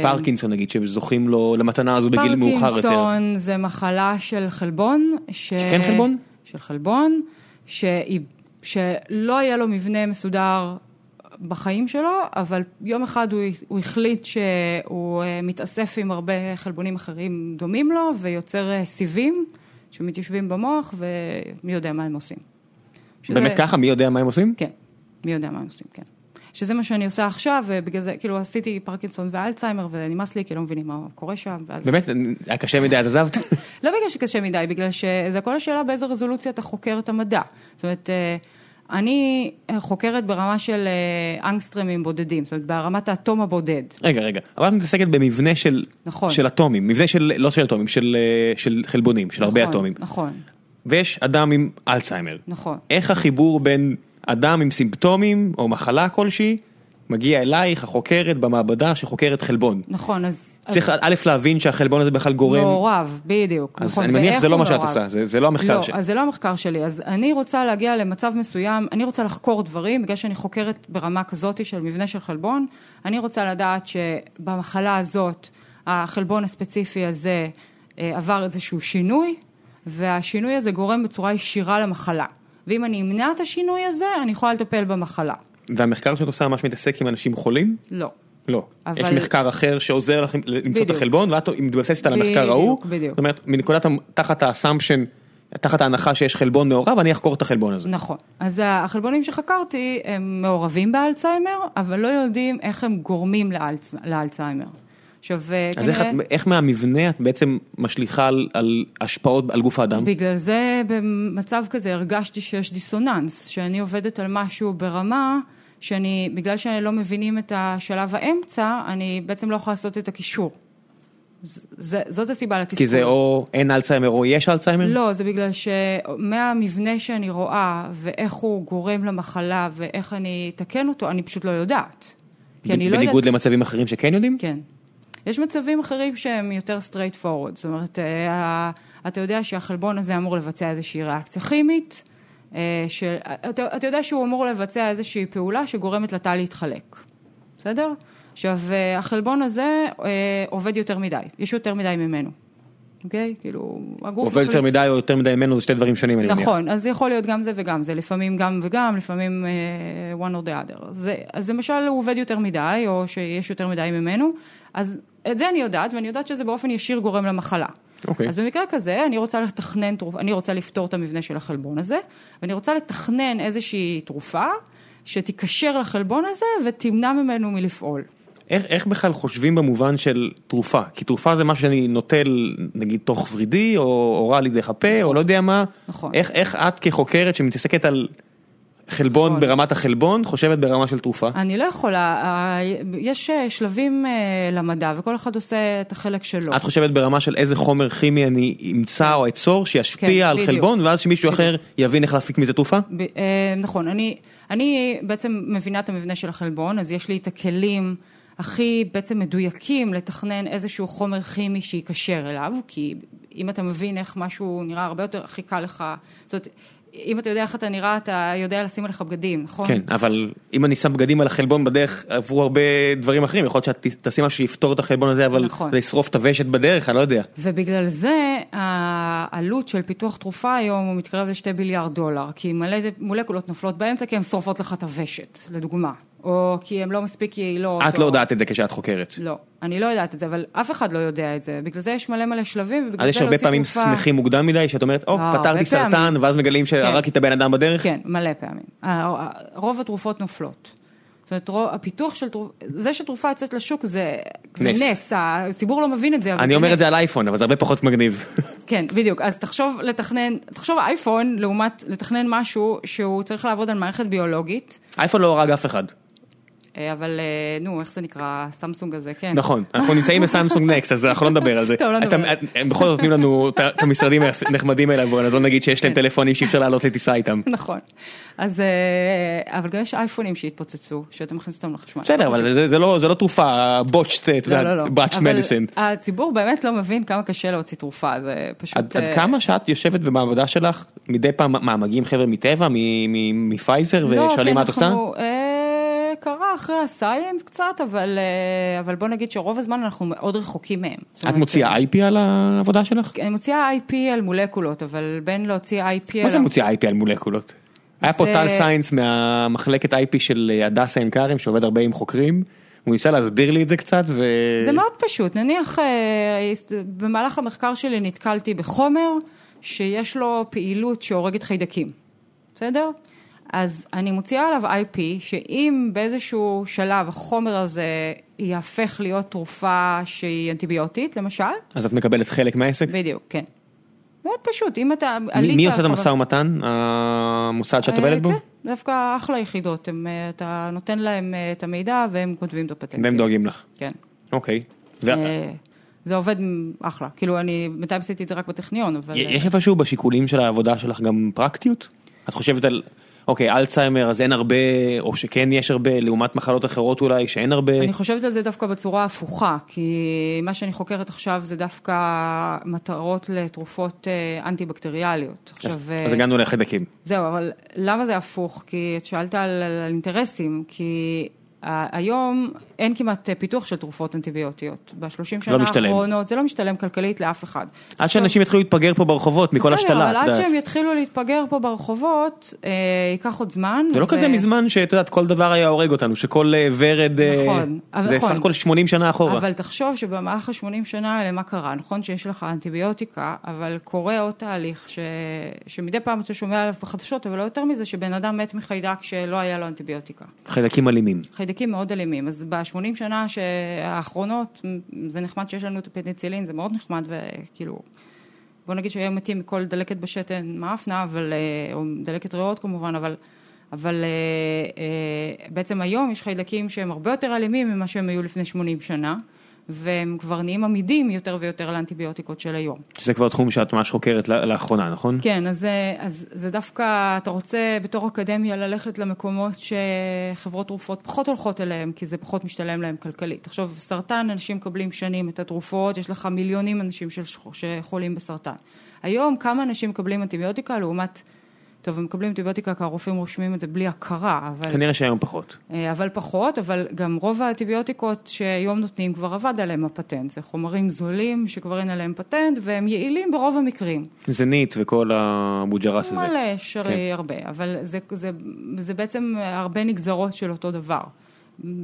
Speaker 1: פרקינסון נגיד שזוכים לו למתנה הזו בגיל מאוחר יותר.
Speaker 2: פרקינסון זה מחלה של חלבון. ש...
Speaker 1: כן חלבון?
Speaker 2: של חלבון, שהיא... שלא היה לו מבנה מסודר בחיים שלו, אבל יום אחד הוא, הוא החליט שהוא אה, מתאסף עם הרבה חלבונים אחרים דומים לו, ויוצר אה, סיבים שמתיישבים במוח, ומי יודע מה הם עושים. שזה-
Speaker 1: באמת ככה? מי יודע מה הם עושים?
Speaker 2: כן, מי יודע מה הם עושים, כן. שזה מה שאני עושה עכשיו, ובגלל זה, כאילו, עשיתי פרקינסון ואלצהיימר, ונמאס לי, כי לא מבינים מה קורה שם, ואז...
Speaker 1: באמת? היה קשה מדי אז עזבת?
Speaker 2: לא בגלל שקשה מדי, בגלל שזה הכל השאלה באיזה רזולוציה אתה חוקר את המדע. זאת אומרת, אה, אני אה, חוקרת ברמה של אה, אנגסטרמים בודדים, זאת אומרת, ברמת האטום הבודד.
Speaker 1: רגע רגע, אבל את מתעסקת במבנה של
Speaker 2: נכון.
Speaker 1: של אטומים, מבנה של לא של אטומים, של אה, של חלבונים, של הרבה
Speaker 2: נכון,
Speaker 1: אטומים.
Speaker 2: נכון,
Speaker 1: ויש אדם עם אלצהיימר.
Speaker 2: נכון.
Speaker 1: איך החיבור בין אדם עם סימפטומים או מחלה כלשהי מגיע אלייך החוקרת במעבדה שחוקרת חלבון?
Speaker 2: נכון, אז... לא,
Speaker 1: צריך א' להבין שהחלבון הזה בכלל גורם
Speaker 2: מעורב, בדיוק.
Speaker 1: אז
Speaker 2: נכון,
Speaker 1: אני מניח
Speaker 2: ואיך
Speaker 1: שזה לא
Speaker 2: הוא
Speaker 1: מה שאת
Speaker 2: מעורב?
Speaker 1: עושה, זה, זה לא המחקר
Speaker 2: לא,
Speaker 1: ש...
Speaker 2: אז זה לא המחקר שלי. אז אני רוצה להגיע למצב מסוים, אני רוצה לחקור דברים, בגלל שאני חוקרת ברמה כזאת של מבנה של חלבון, אני רוצה לדעת שבמחלה הזאת, החלבון הספציפי הזה אה, עבר איזשהו שינוי, והשינוי הזה גורם בצורה ישירה למחלה. ואם אני אמנע את השינוי הזה, אני יכולה לטפל במחלה.
Speaker 1: והמחקר שאת עושה ממש מתעסק עם אנשים חולים?
Speaker 2: לא.
Speaker 1: לא.
Speaker 2: אבל-
Speaker 1: יש מחקר אחר שעוזר לך למצוא את
Speaker 2: בדיוק.
Speaker 1: החלבון ואת מתבססת על המחקר
Speaker 2: בדיוק,
Speaker 1: ההוא.
Speaker 2: בדיוק.
Speaker 1: זאת אומרת, מנקודת, המ- תחת האסמפשן, תחת ההנחה שיש חלבון מעורב, אני אחקור את החלבון הזה.
Speaker 2: נכון. אז החלבונים שחקרתי הם מעורבים באלצהיימר, אבל לא יודעים איך הם גורמים לאלצ... לאלצהיימר. עכשיו, אה,
Speaker 1: אז איך, את- איך מהמבנה את בעצם משליכה על, על השפעות על גוף האדם?
Speaker 2: בגלל זה במצב כזה הרגשתי שיש דיסוננס, שאני עובדת על משהו ברמה שאני, בגלל שאני לא מבינים את השלב האמצע, אני בעצם לא יכולה לעשות את הקישור. ז- זה- זאת הסיבה לתסכול.
Speaker 1: כי זה או אין אלצהיימר או יש אלצהיימר?
Speaker 2: לא, זה בגלל שמהמבנה שאני רואה, ואיך הוא גורם למחלה, ואיך אני אתקן אותו, אני פשוט לא יודעת. כי אני לא יודעת...
Speaker 1: בניגוד למצבים אחרים שכן יודעים?
Speaker 2: כן. יש מצבים אחרים שהם יותר straight forward, זאת אומרת, אה, ה- אתה יודע שהחלבון הזה אמור לבצע איזושהי ריאקציה כימית, אה, של- אתה אתה יודע שהוא אמור לבצע איזושהי פעולה שגורמת לתא להתחלק, בסדר? עכשיו, אה, החלבון הזה אה, עובד יותר מדי, יש יותר מדי ממנו, אוקיי? כאילו, הגוף...
Speaker 1: עובד יותר
Speaker 2: מחליט-
Speaker 1: מדי או יותר מדי ממנו זה שתי דברים שונים, אני מניח.
Speaker 2: נכון, אז זה יכול להיות גם זה וגם זה, לפעמים גם וגם, לפעמים uh, one or the other. זה, אז למשל הוא עובד יותר מדי, או שיש יותר מדי ממנו, אז את זה אני יודעת, ואני יודעת שזה באופן ישיר גורם למחלה.
Speaker 1: אוקיי.
Speaker 2: אז במקרה כזה, אני רוצה לתכנן, תרופ- אני רוצה לפתור את המבנה של החלבון הזה, ואני רוצה לתכנן איזושהי תרופה שתיקשר לחלבון הזה ותמנע ממנו מלפעול.
Speaker 1: איך, איך בכלל חושבים במובן של תרופה? כי תרופה זה משהו שאני נוטל נגיד תוך ורידי או אוראלי דרך הפה או לא יודע מה.
Speaker 2: נכון.
Speaker 1: איך, איך את כחוקרת שמתעסקת על חלבון
Speaker 2: נכון.
Speaker 1: ברמת החלבון חושבת ברמה של תרופה?
Speaker 2: אני לא יכולה, אה, יש אה, שלבים אה, למדע, וכל אחד עושה את החלק שלו.
Speaker 1: את חושבת ברמה של איזה חומר כימי אני אמצא או אצור שישפיע
Speaker 2: כן,
Speaker 1: על
Speaker 2: בדיוק.
Speaker 1: חלבון ואז שמישהו אחר יבין איך להפיק מזה תרופה?
Speaker 2: ב, אה, נכון, אני, אני בעצם מבינה את המבנה של החלבון, אז יש לי את הכלים הכי בעצם מדויקים לתכנן איזשהו חומר כימי שיקשר אליו, כי אם אתה מבין איך משהו נראה הרבה יותר, הכי קל לך, זאת אומרת, אם אתה יודע איך אתה נראה, אתה יודע לשים עליך בגדים, נכון?
Speaker 1: כן, אבל אם אני שם בגדים על החלבון בדרך עברו הרבה דברים אחרים, יכול להיות שאת ת- תעשי משהו שיפתור את החלבון הזה, אבל
Speaker 2: נכון.
Speaker 1: זה ישרוף את הוושת בדרך, אני לא יודע.
Speaker 2: ובגלל זה העלות של פיתוח תרופה היום הוא מתקרב לשתי ביליארד דולר, כי מלא מולקולות נופלות באמצע כי הן שורפות לך את הוושת, לדוגמה, או כי הן לא מספיק יעילות.
Speaker 1: את לא
Speaker 2: או-
Speaker 1: יודעת את זה כשאת חוקרת.
Speaker 2: לא, אני לא יודעת את זה, אבל אף אחד לא יודע את זה. בגלל זה יש מלא מלא שלבים, ובגלל
Speaker 1: אז
Speaker 2: זה
Speaker 1: יש הרבה
Speaker 2: להוציא
Speaker 1: פעמים
Speaker 2: תרופה-
Speaker 1: שמחים מוקדם מדי, שאת אומרת, או,
Speaker 2: אה, הרבה
Speaker 1: פתרתי סרטן,
Speaker 2: פעמים.
Speaker 1: ואז מגלים שהרגתי את הבן אדם בדרך.
Speaker 2: כן, מלא פעמים. ה- ה- רוב התרופות נופלות. זאת אומרת, רוב- הפיתוח של תרופה, זה שתרופה יוצאת לשוק זה זה
Speaker 1: נס.
Speaker 2: נס, הציבור לא מבין את זה, אבל זה נס.
Speaker 1: אני אומר את זה על אייפון, אבל זה הרבה פחות מגניב.
Speaker 2: כן, בדיוק. אז תחשוב לתכנן, תחשוב אייפון לעומת לתכנן משהו שהוא צריך לעבוד על מערכת ביולוגית,
Speaker 1: אייפון לא הרג אף אחד.
Speaker 2: אה, אבל אה, נו, איך זה נקרא, סמסונג הזה, כן.
Speaker 1: נכון, אנחנו נמצאים בסמסונג נקסט, אז אנחנו לא נדבר על זה.
Speaker 2: טוב, לא נדבר.
Speaker 1: אתם- את- הם בכל זאת נותנים לנו את ה- את המשרדים הנחמדים האלה, אבל אז לא נגיד שיש להם
Speaker 2: כן.
Speaker 1: טלפונים שאי אפשר לעלות לטיסה איתם.
Speaker 2: נכון. אז, אה, אבל גם יש אייפונים שהתפוצצו, שאתה מכניס אותם לחשמל.
Speaker 1: בסדר, אבל זה- זה לא זה לא תרופה, בוטשט, אתה
Speaker 2: לא,
Speaker 1: יודע,
Speaker 2: לא, לא.
Speaker 1: botched
Speaker 2: אבל
Speaker 1: medicine.
Speaker 2: הציבור באמת לא מבין כמה קשה להוציא תרופה, זה פשוט...
Speaker 1: עד עד
Speaker 2: אה,
Speaker 1: כמה שאת יושבת במעבדה שלך, מדי פעם, מה, מגיעים חבר'ה מטבע, מ- מ- מפייזר,
Speaker 2: לא,
Speaker 1: ושואלים
Speaker 2: כן,
Speaker 1: מה את עושה?
Speaker 2: אנחנו, אה, קרה אחרי הסייאנס קצת, אבל, אה, אבל בוא נגיד שרוב הזמן אנחנו מאוד רחוקים מהם. זאת
Speaker 1: את
Speaker 2: אומרת,
Speaker 1: מוציאה IP על העבודה שלך?
Speaker 2: אני מוציאה IP על מולקולות, אבל בין להוציא IP על...
Speaker 1: מה זה מוציא IP על מולקולות? היה פה
Speaker 2: זה-
Speaker 1: טל סיינס מהמחלקת IP של אה, הדסה עין כרם שעובד הרבה עם חוקרים, הוא ניסה להסביר לי את זה קצת ו...
Speaker 2: זה מאוד פשוט, נניח אה, הס- במהלך המחקר שלי נתקלתי בחומר שיש לו פעילות שהורגת חיידקים, בסדר? אז אני מוציאה עליו IP, שאם באיזשהו שלב החומר הזה יהפך להיות תרופה שהיא אנטיביוטית, למשל,
Speaker 1: אז את מקבלת חלק מהעסק?
Speaker 2: בדיוק, כן. מאוד פשוט, אם אתה...
Speaker 1: מי
Speaker 2: עלית
Speaker 1: מי עושה את
Speaker 2: כבר-
Speaker 1: המשא ומתן? המוסד שאת
Speaker 2: אה,
Speaker 1: עובדת בו?
Speaker 2: כן, דווקא אחלה יחידות, הם, אה, אתה נותן להם אה, את המידע והם כותבים את הפטנטים.
Speaker 1: והם דואגים לך.
Speaker 2: כן.
Speaker 1: אוקיי. ו-
Speaker 2: אה, זה עובד מ- אחלה, כאילו אני בינתיים עשיתי את זה רק בטכניון, אבל... אה,
Speaker 1: י- יש איפשהו בשיקולים של העבודה שלך גם פרקטיות? את חושבת על, אוקיי, אלצהיימר אז אין הרבה, או שכן יש הרבה, לעומת מחלות אחרות אולי שאין הרבה.
Speaker 2: אני חושבת על זה דווקא בצורה הפוכה, כי מה שאני חוקרת עכשיו זה דווקא מטרות לתרופות אה,
Speaker 1: אז-
Speaker 2: אנטי-בקטריאליות. עכשיו, אה,
Speaker 1: אז הגענו לחדקים.
Speaker 2: זהו, אבל למה זה הפוך? כי את שאלת על, על אינטרסים, כי ה- היום אין כמעט אה, פיתוח של תרופות אנטיביוטיות. בשלושים שנה
Speaker 1: משתלם.
Speaker 2: האחרונות זה לא משתלם כלכלית לאף אחד.
Speaker 1: עד שאנשים יתחילו להתפגר פה ברחובות מכל השתלה,
Speaker 2: בסדר,
Speaker 1: את
Speaker 2: אבל עד
Speaker 1: יודעת.
Speaker 2: שהם יתחילו להתפגר פה ברחובות, אה, ייקח עוד זמן. אה,
Speaker 1: זה לא כזה מזמן שאת יודעת כל דבר היה הורג אותנו שכל אה, ורד אה,
Speaker 2: נכון, אבל
Speaker 1: זה
Speaker 2: נכון.
Speaker 1: סך הכל 80 שנה אחורה.
Speaker 2: אבל תחשוב שבמהלך ה-80 שנה האלה, מה קרה? נכון שיש לך אנטיביוטיקה, אבל קורה עוד תהליך ש... שמדי פעם אתה שומע עליו בחדשות, אבל לא יותר מזה, שבן אדם מת מחיידק שלא היה לו אנטיביוטיקה.
Speaker 1: חלקים אלימים.
Speaker 2: חיידקים מאוד אלימים, אז ב-80 שנה ש- האחרונות, מ- זה נחמד שיש לנו את הפניצילין, זה מאוד נחמד, וכאילו, בוא נגיד שהיו מתים מכל דלקת בשתן מאפנה, אבל, אה, או דלקת ריאות כמובן, אבל, אבל אה, אה, בעצם היום יש חיידקים שהם הרבה יותר אלימים ממה שהם היו לפני 80 שנה, והם כבר נהיים עמידים יותר ויותר לאנטיביוטיקות של היום.
Speaker 1: שזה כבר תחום שאת ממש חוקרת ל- לאחרונה, נכון?
Speaker 2: כן, אז, זה- אז זה דווקא, אתה רוצה בתור אקדמיה ללכת למקומות שחברות תרופות פחות הולכות אליהם, כי זה פחות משתלם להם כלכלית. תחשוב, סרטן, אנשים מקבלים שנים את התרופות, יש לך מיליונים אנשים של, שחולים בסרטן. היום כמה אנשים מקבלים אנטיביוטיקה לעומת, טוב, הם מקבלים אנטיביוטיקה כי הרופאים רושמים את זה בלי הכרה, אבל...
Speaker 1: כנראה שהיום פחות.
Speaker 2: אה, אבל פחות, אבל גם רוב האנטיביוטיקות שהיום נותנים כבר עבד עליהם הפטנט. זה חומרים זולים שכבר אין עליהם פטנט והם יעילים ברוב המקרים.
Speaker 1: זנית וכל הבוג'רס הזה.
Speaker 2: מלא, שרי
Speaker 1: כן.
Speaker 2: כן. הרבה, אבל זה, זה, זה בעצם הרבה נגזרות של אותו דבר.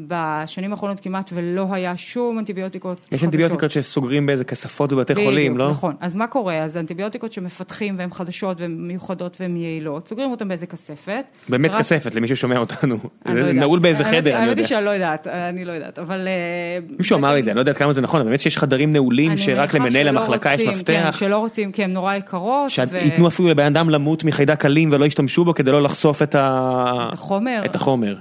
Speaker 2: בשנים האחרונות כמעט ולא היה שום אנטיביוטיקות חדשות.
Speaker 1: יש אנטיביוטיקות שסוגרים באיזה כספות בבתי חולים,
Speaker 2: בדיוק,
Speaker 1: לא?
Speaker 2: נכון. אז מה קורה? אז האנטיביוטיקות שמפתחים והן חדשות והן מיוחדות והן יעילות, סוגרים אותן באיזה כספת.
Speaker 1: באמת
Speaker 2: רק-
Speaker 1: כספת למי ששומע אותנו.
Speaker 2: אני לא
Speaker 1: זה
Speaker 2: יודעת.
Speaker 1: נעול באיזה
Speaker 2: האמת-
Speaker 1: חדר, אני
Speaker 2: האמת
Speaker 1: יודע.
Speaker 2: היא שאני לא יודעת, אני לא יודעת, אבל... אה,
Speaker 1: מישהו אמר לי את זה, אני לא יודעת כמה זה נכון, אבל באמת שיש חדרים נעולים
Speaker 2: אני
Speaker 1: שרק
Speaker 2: מניחה
Speaker 1: למנהל
Speaker 2: שלא
Speaker 1: המחלקה יש
Speaker 2: רוצים, כן,
Speaker 1: מפתח,
Speaker 2: שלא רוצים, כי הן נורא יקרות. ו-
Speaker 1: שייתנו אפילו לבן אדם למות מחיידק אלים ולא ישתמשו בו כדי לא לחשוף את ה-
Speaker 2: את החומר.
Speaker 1: את החומר.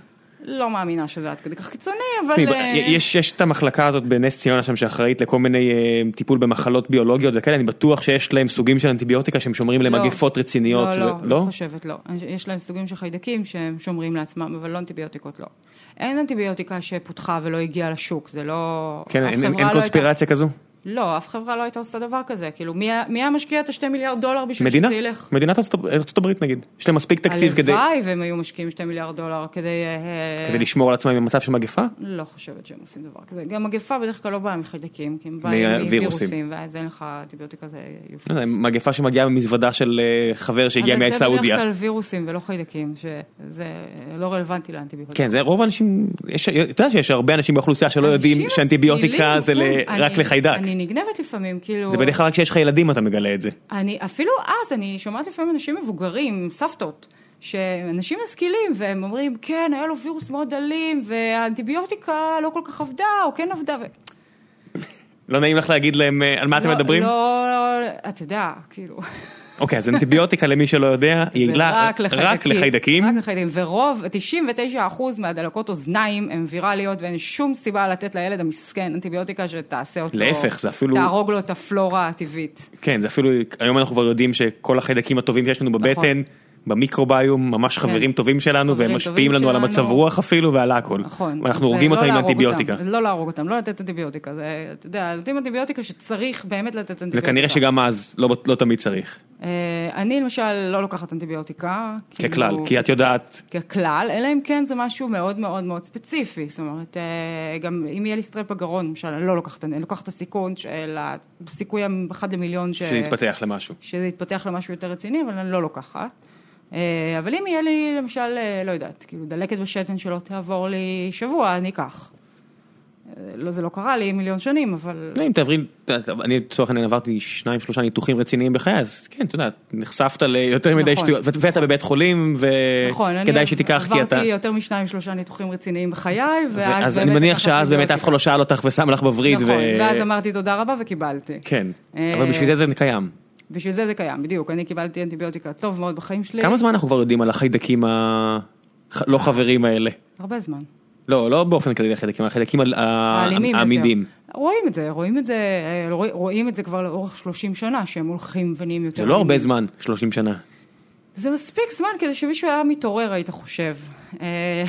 Speaker 2: לא מאמינה שזה עד כדי כך קיצוני, אבל...
Speaker 1: תשמעי,
Speaker 2: אה,
Speaker 1: יש יש את המחלקה הזאת בנס ציונה שם שאחראית לכל מיני אה, טיפול במחלות ביולוגיות וכאלה, אני בטוח שיש להם סוגים של אנטיביוטיקה שהם שומרים
Speaker 2: לא.
Speaker 1: למגפות רציניות.
Speaker 2: לא,
Speaker 1: ו-
Speaker 2: לא, לא חושבת, לא. יש להם סוגים של חיידקים שהם שומרים לעצמם, אבל לא אנטיביוטיקות, לא. אין אנטיביוטיקה שפותחה ולא הגיעה לשוק, זה לא...
Speaker 1: כן,
Speaker 2: אף
Speaker 1: אין- אין
Speaker 2: חברה לא
Speaker 1: אין קונספירציה כזו?
Speaker 2: הייתה- לא, אף חברה לא הייתה עושה דבר כזה. כאילו, מי היה- מי היה משקיע את השתי מיליארד דולר בשביל
Speaker 1: מדינה?
Speaker 2: שזה ילך?
Speaker 1: מדינת ארצות ארצות הברית נגיד. יש להם מספיק תקציב כדי
Speaker 2: הלוואי והם היו משקיעים שתי מיליארד דולר כדי... אה,
Speaker 1: כדי לשמור על עצמם במצב של מגפה?
Speaker 2: לא חושבת שהם עושים דבר כזה. גם מגפה בדרך כלל לא באה מחיידקים, כי הם
Speaker 1: מ-
Speaker 2: באים
Speaker 1: וירוסים.
Speaker 2: מווירוסים, ואז אין לך אנטיביוטיקה זה יופי.
Speaker 1: לא יודע, מגפה שמגיעה במזוודה של אה, חבר שהגיע
Speaker 2: אבל זה
Speaker 1: מהסעודיה.
Speaker 2: בדרך כלל וירוסים ולא חיידקים, שזה לא רלוונטי לאנטיביוטיקה.
Speaker 1: כן, זה רוב האנשים, יש- אתה יודע שיש הרבה אנשים באוכלוסייה שלא יודעים
Speaker 2: אנשים
Speaker 1: שאנטיביוטיקה
Speaker 2: משכילים,
Speaker 1: זה ל-
Speaker 2: כן,
Speaker 1: רק
Speaker 2: אני-
Speaker 1: לחיידק.
Speaker 2: אני נגנבת לפעמים, כאילו...
Speaker 1: זה בדרך כלל רק כשיש לך ילדים אתה מגלה את זה.
Speaker 2: אני, אפילו אז אני שומעת לפעמים אנשים מבוגרים, סבתות, שאנשים משכילים, והם אומרים, כן, היה לו וירוס מאוד אלים, והאנטיביוטיקה לא כל כך עבדה, או כן עבדה. ו...
Speaker 1: לא נעים לך להגיד להם אה, על מה אתם
Speaker 2: לא-
Speaker 1: מדברים?
Speaker 2: לא, לא, אתה יודע, כאילו...
Speaker 1: אוקיי, אז אנטיביוטיקה למי שלא יודע, יעילה
Speaker 2: רק לחיידקים.
Speaker 1: רק לחיידקים.
Speaker 2: רק לחיידקים, ורוב, 99% מהדלקות אוזניים הן ויראליות, ואין שום סיבה לתת לילד המסכן אנטיביוטיקה שתעשה אותו...
Speaker 1: להפך, זה אפילו-
Speaker 2: תהרוג לו את הפלורה הטבעית.
Speaker 1: כן, זה אפילו, היום אנחנו כבר יודעים שכל החיידקים הטובים שיש לנו בבטן, במיקרוביום, ממש חברים טובים שלנו, והם
Speaker 2: נכון. כן. חברים
Speaker 1: משפיעים
Speaker 2: טובים
Speaker 1: לנו על
Speaker 2: שלנו.
Speaker 1: המצב רוח אפילו ועל הכל.
Speaker 2: נכון. אז,
Speaker 1: ואנחנו
Speaker 2: אה,
Speaker 1: הורגים
Speaker 2: לא
Speaker 1: אותם עם
Speaker 2: להרוג
Speaker 1: אנטיביוטיקה.
Speaker 2: אותם, לא להרוג אותם, לא לתת אנטיביוטיקה. זה, אתה יודע, נותנים אנטיביוטיקה שצריך באמת לתת אנטיביוטיקה.
Speaker 1: וכנראה שגם אז לא לא תמיד צריך,
Speaker 2: אה, אני למשל לא לוקחת אנטיביוטיקה. כאילו-
Speaker 1: ככלל, כי את יודעת,
Speaker 2: ככלל, אלא אם כן זה משהו מאוד מאוד מאוד ספציפי. זאת אומרת, אה, גם אם יהיה לי סטרפ בגרון, למשל, אני לא לוקחת, אני לוקחת את הסיכון של הסיכוי האחד למיליון ש...
Speaker 1: שזה יתפתח למשהו.
Speaker 2: שזה יתפתח למשהו יותר רציני, אבל אני לא לוקחת. אה, אבל אם יהיה לי, למשל, אה, לא יודעת, כאילו דלקת בשתן שלא תעבור לי שבוע, אני אקח. אה, לא, זה לא קרה לי מיליון שנים, אבל...
Speaker 1: לא, אם תעברי, את יודעת, אני לצורך העניין עברתי שניים שלושה ניתוחים רציניים בחיי, אז כן, אתה יודע, נחשפת ליותר מדי
Speaker 2: נכון.
Speaker 1: שטויות, ו- ואתה בבית חולים,
Speaker 2: נכון, אני
Speaker 1: וכדאי שתיקח כי אתה...
Speaker 2: עברתי יותר משניים שלושה ניתוחים רציניים בחיי, ואז
Speaker 1: אז אני
Speaker 2: באמת
Speaker 1: מניח
Speaker 2: לקחתי
Speaker 1: שאז באמת אף אחד לא שאל אותך ושם לך בווריד.
Speaker 2: נכון,
Speaker 1: ו-
Speaker 2: ואז אמרתי תודה רבה וקיבלתי.
Speaker 1: כן,
Speaker 2: אה,
Speaker 1: אבל בשביל זה זה קיים.
Speaker 2: בשביל זה זה קיים, בדיוק. אני קיבלתי אנטיביוטיקה טוב מאוד בחיים שלי.
Speaker 1: כמה זמן אנחנו כבר יודעים על החיידקים הלא חברים האלה?
Speaker 2: הרבה זמן.
Speaker 1: לא, לא באופן כללי החיידקים, החיידקים ה-
Speaker 2: האלימים יותר.
Speaker 1: העמידים.
Speaker 2: רואים את זה, רואים את זה, אה, רוא- רואים את זה כבר לאורך 30 שנה, שהם הולכים ונהיים יותר...
Speaker 1: זה לא הרבה
Speaker 2: אלימים.
Speaker 1: זמן, 30 שנה.
Speaker 2: זה מספיק זמן כדי שמישהו היה מתעורר, היית חושב. אה,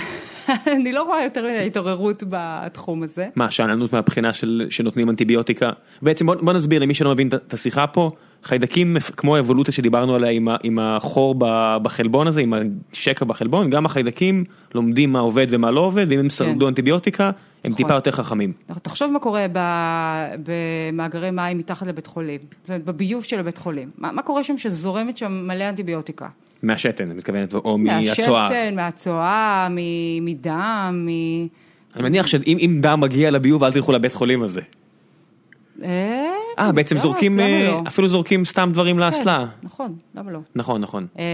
Speaker 2: אני לא רואה יותר מדי התעוררות בתחום הזה.
Speaker 1: מה, שאננות מהבחינה של שנותנים אנטיביוטיקה? בעצם בוא, בוא נסביר למי שלא מבין את- את השיחה פה, חיידקים מפ- כמו האבולוציה שדיברנו עליה עם, ה- עם החור ב- בחלבון הזה, עם השקע בחלבון, גם החיידקים לומדים מה עובד ומה לא עובד,
Speaker 2: כן.
Speaker 1: ואם הם שרדו אנטיביוטיקה, הם
Speaker 2: נכון.
Speaker 1: טיפה יותר חכמים.
Speaker 2: תחשוב מה קורה ב- במאגרי מים מתחת לבית חולים, זאת אומרת, בביוב של הבית חולים. מה, מה קורה שם שזורמת שם מלא אנטיביוטיקה?
Speaker 1: מהשתן, אני מתכוונת, או מהצואה.
Speaker 2: מהשתן, מהצואה, מ- מדם, מ...
Speaker 1: אני מניח שאם אם דם מגיע לביוב, אל תלכו לבית חולים הזה.
Speaker 2: אה,
Speaker 1: אה, בעצם
Speaker 2: יודעת,
Speaker 1: זורקים,
Speaker 2: למה
Speaker 1: אה,
Speaker 2: לא?
Speaker 1: אפילו זורקים סתם דברים לאסלה.
Speaker 2: כן, נכון, למה לא?
Speaker 1: נכון, נכון.
Speaker 2: אה,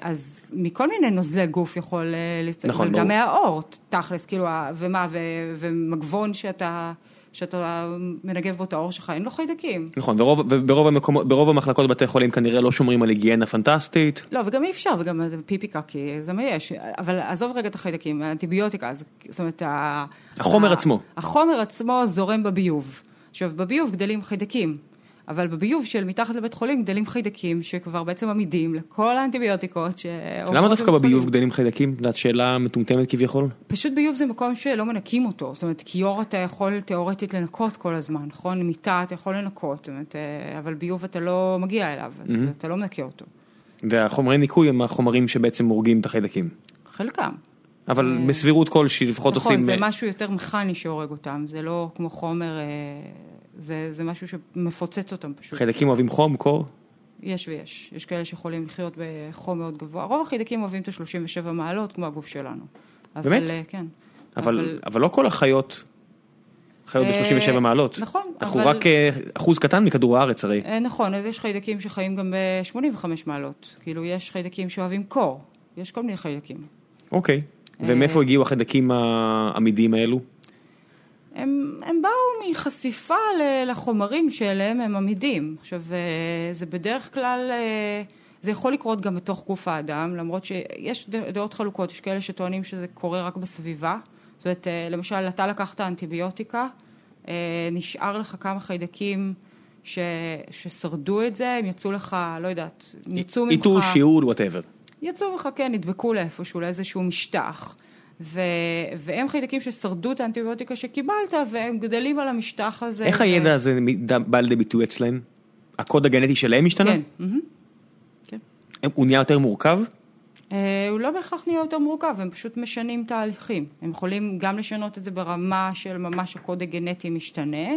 Speaker 2: אז מכל מיני נוזלי גוף יכול אה, לצאת,
Speaker 1: נכון,
Speaker 2: אבל גם
Speaker 1: ברור.
Speaker 2: מהעור, תכלס, כאילו, ה- ומה, ו- ומגבון שאתה, שאתה מנגב בו את העור שלך, אין לו חיידקים.
Speaker 1: נכון, ורוב, וברוב המקומות, ברוב המחלקות בתי חולים כנראה לא שומרים על היגיינה פנטסטית.
Speaker 2: לא, וגם אי אפשר, וגם פיפי קקי, זה מה יש. אבל עזוב רגע את החיידקים, האנטיביוטיקה, אז- זאת אומרת... ה-
Speaker 1: החומר
Speaker 2: ה-
Speaker 1: עצמו.
Speaker 2: החומר עצמו זורם בביוב. עכשיו, בביוב גדלים חיידקים, אבל בביוב של מתחת לבית חולים גדלים חיידקים שכבר בעצם עמידים לכל האנטיביוטיקות שעוברות
Speaker 1: למה דווקא
Speaker 2: בבית
Speaker 1: בביוב
Speaker 2: חולים.
Speaker 1: גדלים חיידקים? את יודעת, שאלה מטומטמת כביכול.
Speaker 2: פשוט ביוב זה מקום שלא מנקים אותו. זאת אומרת, כיור אתה יכול תיאורטית לנקות כל הזמן, נכון? מיטה אתה יכול לנקות, זאת אומרת, אה, אבל ביוב אתה לא מגיע אליו, אז
Speaker 1: Mm-hmm.
Speaker 2: אתה לא מנקה אותו.
Speaker 1: והחומרי ניקוי הם החומרים שבעצם הורגים את החיידקים.
Speaker 2: חלקם.
Speaker 1: אבל בסבירות כלשהי לפחות
Speaker 2: אה. נכון,
Speaker 1: עושים...
Speaker 2: זה
Speaker 1: אה,
Speaker 2: משהו יותר מכני שהורג אותם, זה לא כמו חומר, אה, זה, זה משהו שמפוצץ אותם פשוט.
Speaker 1: חיידקים אוהבים חום, קור.
Speaker 2: יש ויש, יש כאלה שיכולים לחיות בחום מאוד גבוה. רוב החיידקים אוהבים את ה-37 מעלות, כמו הגוף שלנו. אבל,
Speaker 1: באמת?
Speaker 2: אה, כן.
Speaker 1: אבל, אבל לא כל החיות חיות ב-37
Speaker 2: אה,
Speaker 1: מעלות.
Speaker 2: נכון,
Speaker 1: אנחנו
Speaker 2: אבל-
Speaker 1: רק אה, אחוז קטן מכדור הארץ הרי.
Speaker 2: אה, נכון, אז יש חיידקים שחיים גם ב-85 מעלות. כאילו, יש חיידקים שאוהבים קור, יש כל מיני חיידקים.
Speaker 1: אוקיי.
Speaker 2: אה,
Speaker 1: ומאיפה הגיעו החיידקים העמידים האלו?
Speaker 2: הם, הם באו מחשיפה ל- לחומרים שאליהם הם עמידים. עכשיו, אה, זה בדרך כלל, אה, זה יכול לקרות גם בתוך גוף האדם, למרות שיש ד- דעות חלוקות, יש כאלה שטוענים שזה קורה רק בסביבה. זאת אומרת, אה, למשל, אתה לקחת אנטיביוטיקה, אה, נשאר לך כמה חיידקים ש, ששרדו את זה, הם יצאו לך, לא יודעת, יצאו ממך...
Speaker 1: איתו, שיעול, וואטאבר.
Speaker 2: יצאו ממך, כן, נדבקו לאיפשהו, לאיזשהו משטח. ו... והם חיידקים ששרדו את האנטיביוטיקה שקיבלת, והם גדלים על המשטח הזה. אה,
Speaker 1: איך
Speaker 2: ו-
Speaker 1: הידע הזה מד- בא לידי ביטוי אצלהם? הקוד הגנטי שלהם השתנה?
Speaker 2: כן. מהמם.
Speaker 1: הם- הוא נהיה יותר מורכב?
Speaker 2: אה, הוא לא בהכרח נהיה יותר מורכב, הם פשוט משנים תהליכים. הם יכולים גם לשנות את זה ברמה של ממש הקוד הגנטי משתנה.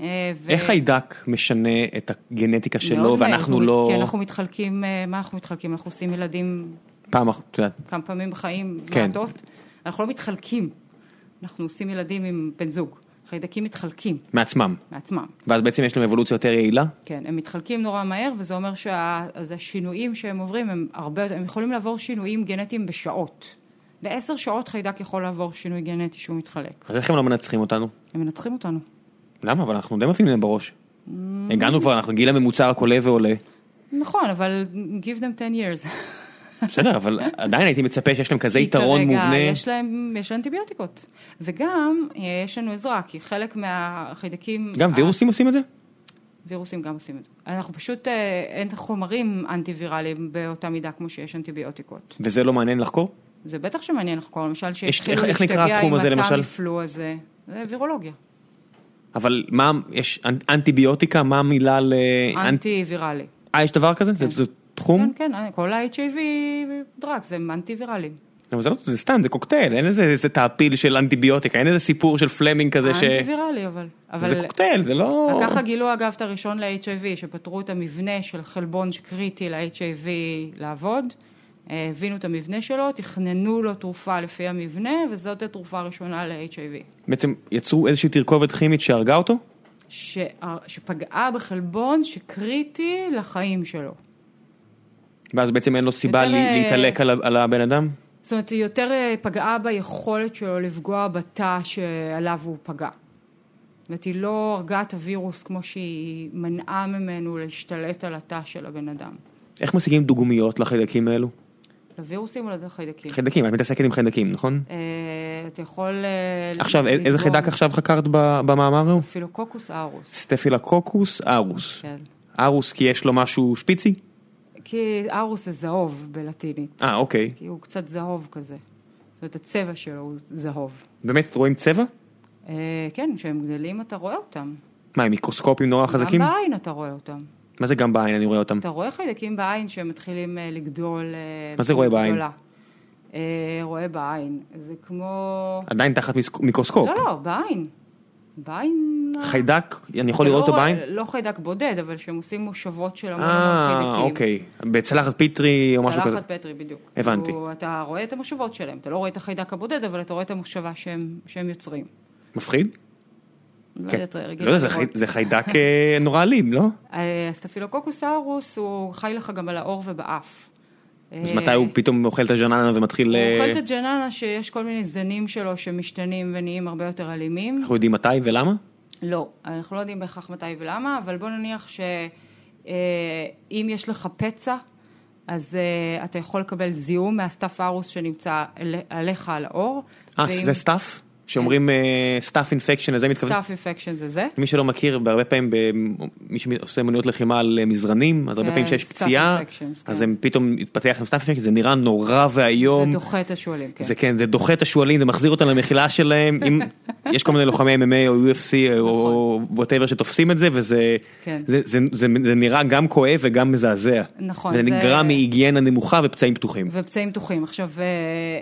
Speaker 2: אה, ו-
Speaker 1: איך חיידק משנה את הגנטיקה שלו
Speaker 2: מאוד מהר,
Speaker 1: ואנחנו
Speaker 2: הוא מת-
Speaker 1: לא...
Speaker 2: כי אנחנו מתחלקים, אה, מה אנחנו מתחלקים? אנחנו עושים ילדים
Speaker 1: פעם אחת, את יודעת,
Speaker 2: כמה פעמים בחיים
Speaker 1: כן.
Speaker 2: כן. מעטות. אנחנו לא מתחלקים. אנחנו עושים ילדים עם בן זוג. חיידקים מתחלקים
Speaker 1: מעצמם.
Speaker 2: מעצמם.
Speaker 1: ואז בעצם יש להם אבולוציה יותר יעילה?
Speaker 2: כן, הם מתחלקים נורא מהר, וזה אומר שהשינויים שהם עוברים הם הרבה יותר, הם יכולים לעבור שינויים גנטיים בשעות. בעשר שעות חיידק יכול לעבור שינוי גנטי שהוא מתחלק.
Speaker 1: אז איך הם לא מנצחים אותנו?
Speaker 2: הם מנצחים אותנו.
Speaker 1: למה? אבל אנחנו די מפעילים להם בראש.
Speaker 2: Mm.
Speaker 1: הגענו כבר, אנחנו גיל הממוצע רק עולה ועולה.
Speaker 2: נכון, אבל give them 10 years.
Speaker 1: בסדר, אבל עדיין הייתי מצפה שיש להם כזה
Speaker 2: כי
Speaker 1: יתרון
Speaker 2: כרגע
Speaker 1: מובנה.
Speaker 2: יש להם, יש להם אנטיביוטיקות. וגם אה, יש לנו עזרה, כי חלק מהחיידקים...
Speaker 1: גם
Speaker 2: ה-
Speaker 1: וירוסים עושים את זה?
Speaker 2: וירוסים גם עושים את זה. אנחנו פשוט, אה, אין חומרים אנטיווירליים באותה מידה כמו שיש אנטיביוטיקות.
Speaker 1: וזה לא מעניין לחקור?
Speaker 2: זה בטח שמעניין לחקור, למשל
Speaker 1: איך-
Speaker 2: שהתחילו
Speaker 1: איך נקרא
Speaker 2: להשתגע
Speaker 1: התחום
Speaker 2: עם
Speaker 1: הזה, למשל?
Speaker 2: הטמיפלו הזה, זה וירולוגיה,
Speaker 1: אבל מה, יש אנ- אנטיביוטיקה? מה המילה ל... אנ-
Speaker 2: אנטי ויראלי.
Speaker 1: אה, יש דבר כזה? זה- זה
Speaker 2: כן,
Speaker 1: תחום?
Speaker 2: כן, כל ה-HIV דרקס הם אנטי ויראליים.
Speaker 1: אבל זה לא, זה סתם, זה קוקטייל, אין איזה איזה תעפיל של אנטיביוטיקה, אין איזה סיפור של פלמינג כזה ש...
Speaker 2: אנטי ויראלי אבל.
Speaker 1: זה
Speaker 2: אבל
Speaker 1: קוקטייל, זה לא...
Speaker 2: ככה גילו אגב את הראשון ל-HIV, שפתרו את המבנה של חלבון שקריטי ל-HIV לעבוד, אה, הבינו את המבנה שלו, תכננו לו תרופה לפי המבנה, וזאת התרופה הראשונה ל-HIV.
Speaker 1: בעצם יצרו איזושהי תרכובת כימית שהרגה אותו?
Speaker 2: ש... שפגעה בחלבון שקריטי לחיים שלו.
Speaker 1: ואז בעצם אין לו סיבה
Speaker 2: יותר,
Speaker 1: לה-
Speaker 2: אה,
Speaker 1: להתעלק על ה- על הבן אדם?
Speaker 2: זאת אומרת, היא יותר אה, פגעה ביכולת שלו לפגוע בתא שעליו הוא פגע. זאת אומרת, היא לא הרגה את הווירוס כמו שהיא מנעה ממנו להשתלט על התא של הבן אדם.
Speaker 1: איך משיגים דוגמיות לחיידקים האלו?
Speaker 2: לווירוסים או לחיידקים?
Speaker 1: חיידקים, את מתעסקת עם חיידקים, נכון?
Speaker 2: אה, אתה יכול... אה,
Speaker 1: עכשיו, אי- איזה
Speaker 2: לדגום
Speaker 1: חיידק עכשיו חקרת ב- במאמר ההוא?
Speaker 2: פילוקוקוס ארוס.
Speaker 1: סטפילקוקוס ארוס.
Speaker 2: כן.
Speaker 1: ארוס כי יש לו משהו שפיצי?
Speaker 2: כי ארוס זה זהוב בלטינית.
Speaker 1: אה, אוקיי.
Speaker 2: כי הוא קצת זהוב כזה. זאת אומרת, הצבע שלו הוא זהוב.
Speaker 1: באמת רואים צבע?
Speaker 2: אה, כן, כשהם גדלים אתה רואה אותם.
Speaker 1: מה, הם מיקרוסקופים נורא חזקים?
Speaker 2: גם בעין אתה רואה אותם.
Speaker 1: מה זה גם בעין אני רואה אותם?
Speaker 2: אתה רואה חיידקים בעין שהם מתחילים אה, לגדול. אה,
Speaker 1: מה זה רואה בעין?
Speaker 2: גדולה. אה, רואה בעין. זה כמו...
Speaker 1: עדיין תחת מיסק- מיקרוסקופ.
Speaker 2: לא, לא, בעין. בעין... אה,
Speaker 1: חיידק, אני יכול
Speaker 2: אתה
Speaker 1: לראות אותו
Speaker 2: לא רואה-
Speaker 1: בעין?
Speaker 2: לא חיידק בודד, אבל שהם עושים מושבות של המון המון
Speaker 1: אה,
Speaker 2: חיידקים.
Speaker 1: אוקיי. בצלחת פיטרי או משהו כזה.
Speaker 2: צלחת פטרי בדיוק.
Speaker 1: הבנתי.
Speaker 2: הוא, אתה רואה את המושבות שלהם, אתה לא רואה את החיידק הבודד, אבל אתה רואה את המושבה שהם, שהם יוצרים.
Speaker 1: מפחיד?
Speaker 2: לא
Speaker 1: כן.
Speaker 2: יודעת, רגיל
Speaker 1: לא יודע, זה
Speaker 2: לראות.
Speaker 1: חי- זה חיידק אה, נורא אלים, לא?
Speaker 2: אה, הסטפילוקוקוס האורוס הוא חי לך גם על העור ובאף. אה,
Speaker 1: אז מתי הוא פתאום אוכל את הג'ננה ומתחיל...
Speaker 2: הוא
Speaker 1: אה,
Speaker 2: אוכל את הג'ננה שיש כל מיני זנים שלו שמשתנים ונהיים הרבה יותר אלימים.
Speaker 1: אנחנו יודעים מתי ולמה?
Speaker 2: לא, אנחנו לא יודעים בהכרח מתי ולמה, אבל בוא נניח שאם יש לך פצע, אז אה, אתה יכול לקבל זיהום מהסטף ארוס שנמצא על- עליך על האור.
Speaker 1: אה, זה סטאף? שאומרים סטאף אינפקשן, לזה מתכוון?
Speaker 2: סטף אינפקשן זה זה.
Speaker 1: מי שלא מכיר, בהרבה פעמים, ב- מי שעושה מוניות לחימה על אה, מזרנים, אז הרבה
Speaker 2: כן,
Speaker 1: פעמים שיש
Speaker 2: staph
Speaker 1: פציעה,
Speaker 2: infections,
Speaker 1: אז
Speaker 2: כן.
Speaker 1: הם פתאום התפתח עם סטאף אינפקשן, זה נראה נורא
Speaker 2: זה
Speaker 1: ואיום.
Speaker 2: דוחה את השועלים, כן.
Speaker 1: לא- זה כן, זה דוחה את השועלים, זה מחזיר אותם למחילה שלהם, אם יש כל מיני לוחמי MMA או UFC או וואטאבר שתופסים את זה, וזה
Speaker 2: נכון. כן.
Speaker 1: זה- זה- זה- זה נראה גם כואב וגם מזעזע.
Speaker 2: נכון,
Speaker 1: זה
Speaker 2: זה-
Speaker 1: נגרע מהיגיינה נמוכה ופצעים פתוחים.
Speaker 2: ופצעים פתוחים. עכשיו, אה,